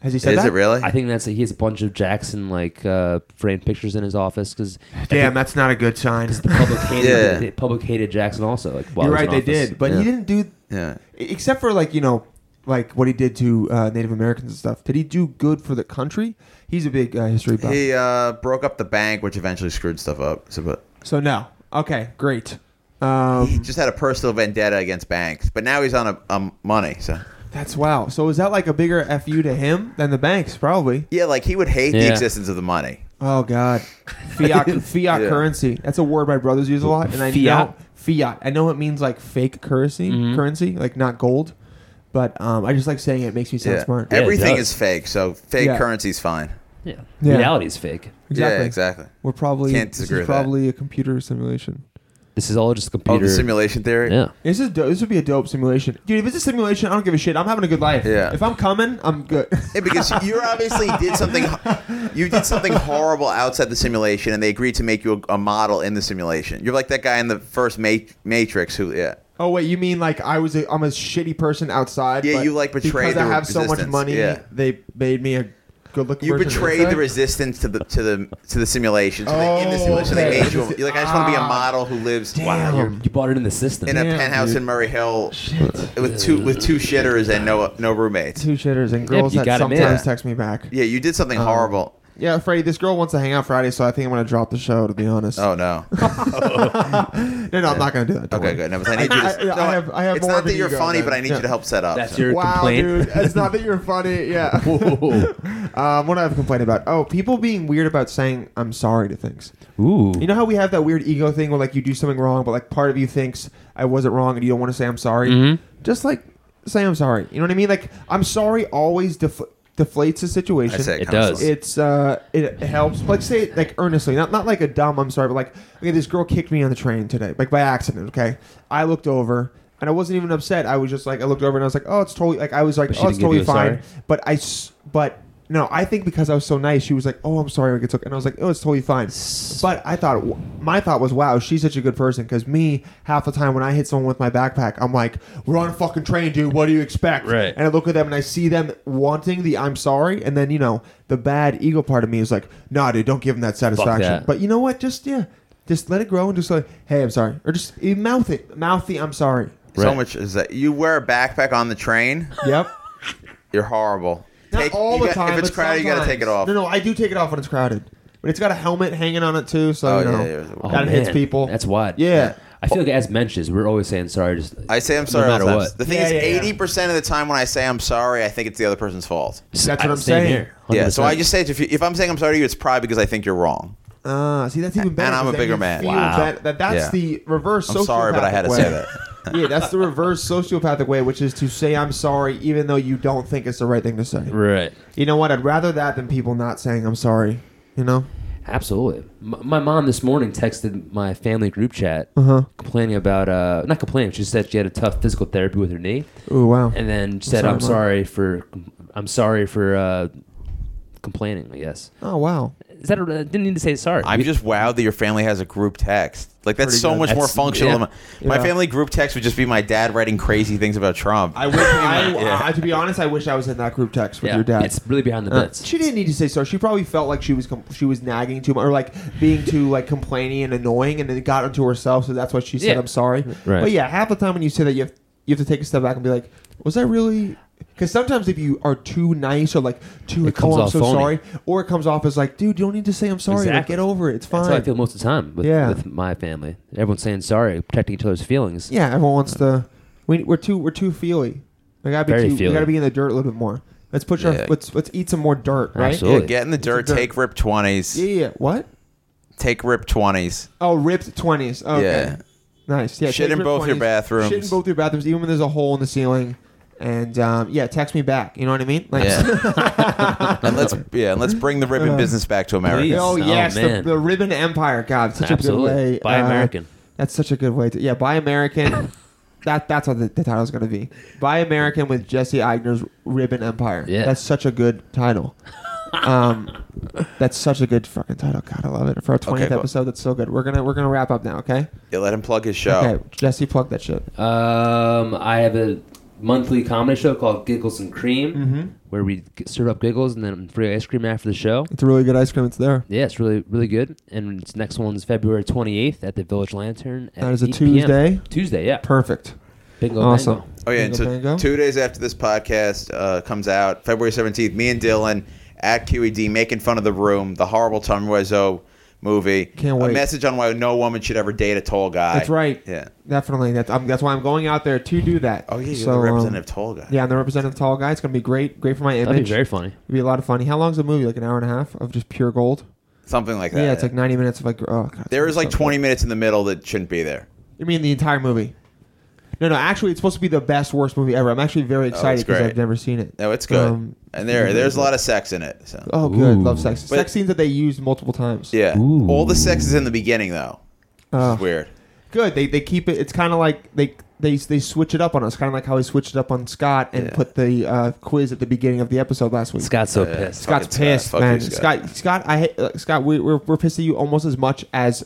Speaker 1: Has he said
Speaker 3: Is
Speaker 1: that?
Speaker 3: it really?
Speaker 4: I think that's he has a bunch of Jackson like uh, framed pictures in his office because
Speaker 1: Damn, that's not a good sign.
Speaker 4: the public hated
Speaker 3: Yeah.
Speaker 4: the public hated Jackson also. Like while
Speaker 1: You're
Speaker 4: he
Speaker 1: right,
Speaker 4: was
Speaker 1: they
Speaker 4: in office.
Speaker 1: did, but
Speaker 4: Yeah.
Speaker 1: he didn't do,
Speaker 3: Yeah.
Speaker 1: except for like you know, like what he did to uh, Native Americans and stuff. Did he do good for the country? He's a big uh, history buff.
Speaker 3: He uh, broke up the bank, which eventually screwed stuff up. So, but
Speaker 1: so no, Okay, great. Um,
Speaker 3: He just had a personal vendetta against banks, but now he's on a um, money. So
Speaker 1: that's wow. So is that like a bigger fu to him than the banks? Probably.
Speaker 3: yeah, like he would hate the
Speaker 4: Yeah.
Speaker 3: existence of the money.
Speaker 1: Oh God, fiat fiat currency. That's a word my brothers use a lot, and I know fiat. I know it means like fake currency,
Speaker 3: Mm-hmm.
Speaker 1: currency, like not gold. But um, I just like saying it makes me sound
Speaker 3: Yeah.
Speaker 1: smart.
Speaker 4: Yeah, it
Speaker 3: Everything
Speaker 4: does.
Speaker 3: is fake, so fake
Speaker 1: Yeah.
Speaker 3: currency's fine.
Speaker 4: Yeah.
Speaker 1: Yeah.
Speaker 4: Reality is fake.
Speaker 1: exactly.
Speaker 3: Yeah, exactly.
Speaker 1: We're probably
Speaker 3: Can't
Speaker 1: this
Speaker 3: disagree
Speaker 1: is
Speaker 3: with that.
Speaker 1: probably a computer simulation.
Speaker 4: This is all just
Speaker 3: Oh,
Speaker 4: computer.
Speaker 3: the simulation theory.
Speaker 4: yeah.
Speaker 1: This is do- this would be a dope simulation, dude. If it's a simulation, I don't give a shit. I'm having a good life.
Speaker 3: Yeah.
Speaker 1: If I'm coming, I'm good.
Speaker 3: Yeah, because you obviously did something. You did something horrible outside the simulation, and they agreed to make you a, a model in the simulation. You're like that guy in the first Ma- Matrix who, yeah,
Speaker 1: oh wait, you mean like I was a, I'm a shitty person outside?
Speaker 3: Yeah,
Speaker 1: but
Speaker 3: you, like, betrayed
Speaker 1: because I
Speaker 3: the
Speaker 1: have so much
Speaker 3: resistance.
Speaker 1: money.
Speaker 3: Yeah.
Speaker 1: They made me a good looking.
Speaker 3: you betrayed the resistance to the to the to the simulation. So they, in the
Speaker 1: Oh,
Speaker 3: simulation,
Speaker 1: okay.
Speaker 3: they made you. a- You're like, I just want to be a
Speaker 1: Ah.
Speaker 3: model who lives
Speaker 1: Damn.
Speaker 4: You're- You bought it in the system.
Speaker 3: in a
Speaker 1: Damn,
Speaker 3: penthouse
Speaker 1: dude.
Speaker 3: in Murray Hill with two with two shitters and no no roommates.
Speaker 1: two shitters and girls
Speaker 4: you
Speaker 1: that
Speaker 4: got 'em in.
Speaker 1: sometimes text me back.
Speaker 3: Yeah, you did
Speaker 1: Um,
Speaker 3: something horrible.
Speaker 1: Yeah, Freddie, this girl wants to hang out Friday, so I think I'm gonna drop the show. To be honest,
Speaker 3: Oh no.
Speaker 1: no, no, I'm not gonna do that. don't
Speaker 3: Okay,
Speaker 1: worry.
Speaker 3: good. No, but I need you
Speaker 1: I- I-
Speaker 3: to. no,
Speaker 1: I have- I have
Speaker 3: it's
Speaker 1: more
Speaker 3: not
Speaker 1: of an
Speaker 3: that you're
Speaker 1: ego
Speaker 3: funny,
Speaker 1: than-
Speaker 3: but I need
Speaker 1: yeah.
Speaker 3: you to help set up.
Speaker 4: That's
Speaker 3: so.
Speaker 4: your
Speaker 1: Wow,
Speaker 4: complaint.
Speaker 1: dude, it's not that you're funny. Yeah. um, what do I have a complaint about? Oh, people being weird about saying I'm sorry to things.
Speaker 4: Ooh.
Speaker 1: You know how we have that weird ego thing where like you do something wrong, but like part of you thinks I wasn't wrong, and you don't want to say I'm sorry.
Speaker 3: Mm-hmm.
Speaker 1: Just like say I'm sorry. You know what I mean? Like I'm sorry always def- deflates the situation.
Speaker 3: I say
Speaker 4: It
Speaker 3: constantly.
Speaker 4: does.
Speaker 1: It's uh, it helps. Like say it like earnestly, not not like a dumb. I'm sorry, but like okay, this girl kicked me on the train today, like by accident. Okay, I looked over and I wasn't even upset. I was just like I looked over and I was like, oh, it's totally like I was like,
Speaker 4: she
Speaker 1: oh, it's
Speaker 4: didn't give
Speaker 1: totally
Speaker 4: you a
Speaker 1: fine.
Speaker 4: sorry?
Speaker 1: But I s- but no, I think because I was so nice, she was like, oh, I'm sorry, like it's okay, and I was like, oh, it's totally fine. But I thought my thought was, wow, she's such a good person because me half the time when I hit someone with my backpack, I'm like, we're on a fucking train, dude. What do you expect?
Speaker 4: Right.
Speaker 1: And I look at them and I see them wanting the I'm sorry, and then you know the bad ego part of me is like, nah, dude, don't give them that satisfaction.
Speaker 4: that.
Speaker 1: But you know what? Just yeah, just let it grow and just like, hey, I'm sorry, or just eh, mouth it, mouth the I'm sorry.
Speaker 3: So
Speaker 4: Right.
Speaker 3: much is that you wear a backpack on the train.
Speaker 1: Yep.
Speaker 3: You're horrible.
Speaker 1: Not
Speaker 3: Take-
Speaker 1: all
Speaker 3: you
Speaker 1: the
Speaker 3: got-
Speaker 1: time.
Speaker 3: If it's
Speaker 1: but
Speaker 3: crowded, you got to
Speaker 1: sometimes.
Speaker 3: take it off.
Speaker 1: No, no, I do take it off when it's crowded, but it's got a helmet hanging on it too, so
Speaker 3: Oh,
Speaker 1: you
Speaker 3: yeah,
Speaker 1: know
Speaker 3: yeah, yeah.
Speaker 4: Oh,
Speaker 1: that hits
Speaker 4: man.
Speaker 1: people.
Speaker 4: That's why.
Speaker 1: Yeah.
Speaker 4: I feel like as mentions, we're always saying sorry. Just
Speaker 3: I say I'm sorry.
Speaker 4: No
Speaker 3: all
Speaker 4: matter
Speaker 3: the time.
Speaker 4: what.
Speaker 3: The thing
Speaker 1: Yeah,
Speaker 3: is,
Speaker 1: yeah, yeah.
Speaker 3: eighty percent of the time when I say I'm sorry, I think it's the other person's fault.
Speaker 1: That's what I'm
Speaker 4: Same
Speaker 1: saying.
Speaker 4: here,
Speaker 3: Yeah. So
Speaker 4: 100%.
Speaker 3: I just say if, you, if I'm saying I'm sorry to you, it's probably because I think you're wrong.
Speaker 1: Ah, see, that's even better.
Speaker 3: I'm
Speaker 1: 'cause
Speaker 3: a
Speaker 1: then
Speaker 3: bigger
Speaker 1: you
Speaker 3: man.
Speaker 1: feel
Speaker 4: Wow.
Speaker 1: That, that- that's
Speaker 3: Yeah.
Speaker 1: the reverse.
Speaker 3: I'm sorry, but I had to
Speaker 1: sociopathic
Speaker 3: say
Speaker 1: way.
Speaker 3: that.
Speaker 1: yeah, that's the reverse sociopathic way, which is to say I'm sorry even though you don't think it's the right thing to say.
Speaker 4: Right.
Speaker 1: You know what? I'd rather that than people not saying I'm sorry. You know?
Speaker 4: Absolutely. M- my mom this morning texted my family group chat
Speaker 1: Uh-huh.
Speaker 4: complaining about, uh, not complaining, she said she had a tough physical therapy with her knee.
Speaker 1: Ooh, wow.
Speaker 4: And then said,
Speaker 1: sorry,
Speaker 4: I'm
Speaker 1: Mom."
Speaker 4: sorry for, I'm sorry for uh, complaining, I guess.
Speaker 1: oh wow.
Speaker 4: Is that, a, I didn't need to say sorry.
Speaker 3: I'm
Speaker 4: We-
Speaker 3: just wowed that your family has a group text. Like that's
Speaker 1: Pretty
Speaker 3: so
Speaker 1: good.
Speaker 3: much more
Speaker 4: That's-
Speaker 3: functional.
Speaker 4: yeah.
Speaker 3: Than my, my
Speaker 1: Yeah.
Speaker 3: family group text would just be my dad writing crazy things about Trump.
Speaker 1: I wish I, I- to be honest, I wish I was in that group text with
Speaker 4: yeah,
Speaker 1: your dad.
Speaker 4: It's really behind the
Speaker 1: Uh,
Speaker 4: bits.
Speaker 1: she didn't need to say sorry. She probably felt like she was com- she was nagging too much, or like being too like complaining and annoying, and it got into herself. So that's why she said,
Speaker 4: Yeah.
Speaker 1: "I'm sorry."
Speaker 4: Right.
Speaker 1: But yeah, half the time when you say that, you have you have to take a step back and be like, "Was I really?" Because sometimes if you are too nice or like too like,
Speaker 4: comes
Speaker 1: "Oh, I'm
Speaker 4: off
Speaker 1: so
Speaker 4: phony.
Speaker 1: sorry," or it comes off as like, "Dude, you don't need to say I'm sorry. Like,
Speaker 4: Exactly.
Speaker 1: get over it. It's fine."
Speaker 4: That's how I feel most of the time with,
Speaker 1: Yeah.
Speaker 4: with my family. Everyone's saying sorry, protecting each other's feelings.
Speaker 1: Yeah, everyone wants to. We, we're too we're too feely. We gotta be
Speaker 4: Very
Speaker 1: too,
Speaker 4: feely.
Speaker 1: We gotta be in the dirt a little bit more. Let's push our
Speaker 3: Yeah.
Speaker 1: let's let's eat some more dirt. Right.
Speaker 4: Absolutely.
Speaker 3: get in the dirt,
Speaker 1: dirt.
Speaker 3: take rip twenties,
Speaker 1: Yeah, yeah. yeah. What?
Speaker 3: take rip twenties.
Speaker 1: Oh, ripped twenties. Okay.
Speaker 3: Yeah.
Speaker 1: Nice. Yeah.
Speaker 3: Shit
Speaker 1: take
Speaker 3: in
Speaker 1: ripped
Speaker 3: both your bathrooms.
Speaker 1: Shit in both your bathrooms, even when there's a hole in the ceiling. And um, yeah, text me back. You know what I mean? Like,
Speaker 3: Yeah. and let's yeah, and let's bring the ribbon business back to America.
Speaker 4: Please.
Speaker 1: Oh,
Speaker 4: Oh,
Speaker 1: yes, the,
Speaker 4: man.
Speaker 1: the ribbon empire. God, such
Speaker 4: Absolutely.
Speaker 1: a good way.
Speaker 4: Buy
Speaker 1: uh,
Speaker 4: American.
Speaker 1: That's such a good way to yeah. Buy American. that that's what the, the title's gonna be. Buy American with Jesse Eigner's ribbon empire.
Speaker 4: Yeah.
Speaker 1: that's such a good title. um, that's such a good fucking title. God, I love it. For our twentieth
Speaker 3: cool.
Speaker 1: episode, that's so good. We're gonna we're gonna wrap up now. Okay.
Speaker 3: Yeah, let him plug his show.
Speaker 1: Okay. Jesse, plug that shit.
Speaker 4: Um, I have a monthly comedy show called Giggles and Cream,
Speaker 1: Mm-hmm.
Speaker 4: where we g- serve up giggles and then free ice cream after the show.
Speaker 1: It's a really good ice cream. It's there.
Speaker 4: Yeah, it's really really good. And its next one's February 28th at the Village Lantern. At
Speaker 1: That is a
Speaker 4: 8 p.m.
Speaker 1: Tuesday?
Speaker 4: Tuesday, yeah.
Speaker 1: Perfect.
Speaker 4: Bingo,
Speaker 1: awesome.
Speaker 4: bango.
Speaker 3: Oh yeah, and
Speaker 1: Bingo, bango.
Speaker 3: so two days after this podcast uh, comes out, E February seventeenth, me and Dylan at QED making fun of the room, the horrible Tom Wiseau movie.
Speaker 1: Can't wait.
Speaker 3: A message on why no woman should ever date a tall guy.
Speaker 1: That's right.
Speaker 3: Yeah.
Speaker 1: Definitely. That's i that's why I'm going out there to do that.
Speaker 3: Oh yeah, you're
Speaker 1: So,
Speaker 3: the
Speaker 1: um,
Speaker 3: representative tall guy.
Speaker 1: yeah, I'm the representative tall guy. It's gonna be great. Great for my image.
Speaker 4: That'd be very funny.
Speaker 1: It'd be a lot of fun. How long's the movie? Like an hour and a half of just pure gold.
Speaker 3: something like that.
Speaker 1: Yeah, it's like 90 minutes of like. Oh, God,
Speaker 3: there is like
Speaker 1: so good.
Speaker 3: 20 minutes in the middle that shouldn't be there.
Speaker 1: You mean the entire movie? No, no. Actually, it's supposed to be the best worst movie ever. I'm actually very excited because
Speaker 3: Oh, great.
Speaker 1: I've never seen it.
Speaker 3: No, it's good.
Speaker 1: Um,
Speaker 3: and there, there's a lot of sex in it. So.
Speaker 1: Oh, good.
Speaker 4: Ooh.
Speaker 1: Love sex.
Speaker 3: But-
Speaker 1: sex scenes that they used multiple times.
Speaker 3: Yeah.
Speaker 4: Ooh.
Speaker 3: All the sex is in the beginning though. Which
Speaker 1: Oh.
Speaker 3: is weird.
Speaker 1: Good. They they keep it. It's kind of like they. They, they switch it up on us, kind of like how they switched it up on Scott and
Speaker 3: Yeah.
Speaker 1: put the uh, quiz at the beginning of the episode last week.
Speaker 4: Scott's so
Speaker 3: Yeah.
Speaker 4: pissed.
Speaker 1: Scott's
Speaker 3: Fucking Scott.
Speaker 1: pissed,
Speaker 3: Fuck you,
Speaker 1: man.
Speaker 3: Scott.
Speaker 1: Scott. Scott, I hate, uh, Scott. We, we're we're pissed at you almost as much as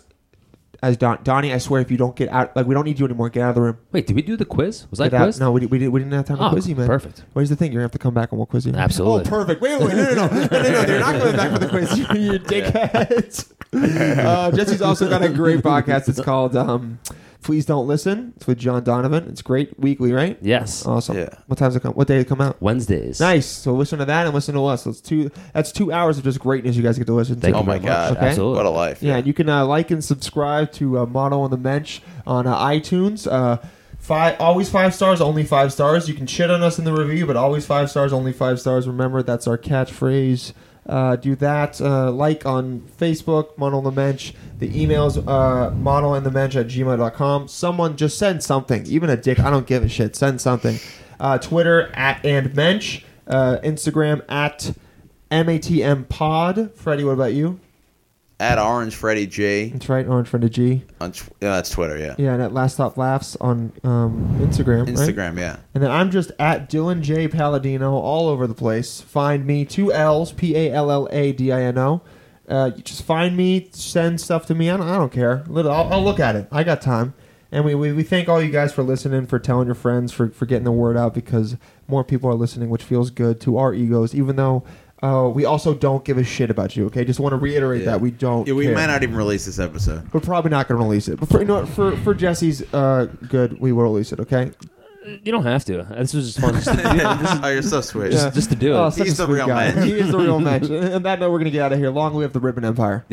Speaker 1: as Don, Donnie. I swear, if you don't get out, like we don't need you anymore. Get out of the room.
Speaker 4: Wait, did we do the quiz? Was that
Speaker 1: Get out.
Speaker 4: quiz?
Speaker 1: No, we, di- we, did, we didn't have time to
Speaker 4: Oh,
Speaker 1: quiz you, man.
Speaker 4: perfect.
Speaker 1: Where's the thing? You're gonna have to come back and we'll quiz you.
Speaker 4: Absolutely.
Speaker 1: Oh, perfect. Wait, wait, wait, no, no, no, no, no, no. You're not coming back for the quiz. You, you dickheads. Uh, Jesse's also got a great podcast. It's called um, "Please Don't Listen." It's with John Donovan. It's great weekly, right?
Speaker 4: Yes.
Speaker 1: Awesome.
Speaker 3: Yeah.
Speaker 1: What time's it come? What day did it come out?
Speaker 4: Wednesdays.
Speaker 1: Oh. Nice. So listen to that and listen to us. That's two. That's two hours of just greatness you guys get to listen to.
Speaker 4: Thank
Speaker 3: Oh
Speaker 4: you
Speaker 3: my
Speaker 4: very much.
Speaker 3: God.
Speaker 1: Okay.
Speaker 4: Absolutely.
Speaker 3: What a life.
Speaker 1: Yeah, and you can uh, like and subscribe to uh, Mono on the Bench on uh, iTunes. Uh, five, always five stars, only five stars. You can shit on us in the review, but always five stars, only five stars. Remember, that's our catchphrase. Uh, do that. Uh, like on Facebook, Mono on the Bench. The emails, uh, mono and the bench at gmail.com. Someone just send something. Even a dick, I don't give a shit. Send something. Uh, Twitter at and bench. Uh, Instagram at MATM pod. Freddie, what about you?
Speaker 3: At Orange Freddy G
Speaker 1: That's right, Orange Friend of G.
Speaker 3: on tw- yeah, that's Twitter, yeah.
Speaker 1: Yeah, and at Last Stop Laughs on um, Instagram. right?
Speaker 3: Instagram, yeah.
Speaker 1: And then I'm just at Dylan J. Palladino all over the place. Find me, two L's, P A L L A D I N O. Uh, you just find me, send stuff to me. I don't, I don't care. Lit- I'll, I'll look at it. I got time. And we, we, we thank all you guys for listening, for telling your friends, for, for getting the word out because more people are listening, which feels good to our egos, even though uh, we also don't give a shit about you, okay? Just want to reiterate
Speaker 5: Yeah.
Speaker 1: that we don't.
Speaker 5: Yeah, we
Speaker 1: care.
Speaker 5: might not even release this episode.
Speaker 1: We're probably not going to release it, but for you know what, for for Jesse's uh, good, we will release it. Okay.
Speaker 4: You don't have to. This was just fun. Just to,
Speaker 5: Oh, you're so sweet.
Speaker 4: just, just to do it.
Speaker 1: Oh, such
Speaker 5: He's
Speaker 1: a
Speaker 5: the
Speaker 1: sweet
Speaker 5: real
Speaker 1: guy.
Speaker 5: man.
Speaker 1: He is the real man. And on that note, we're going to get out of here. Long live the Ribbon Empire.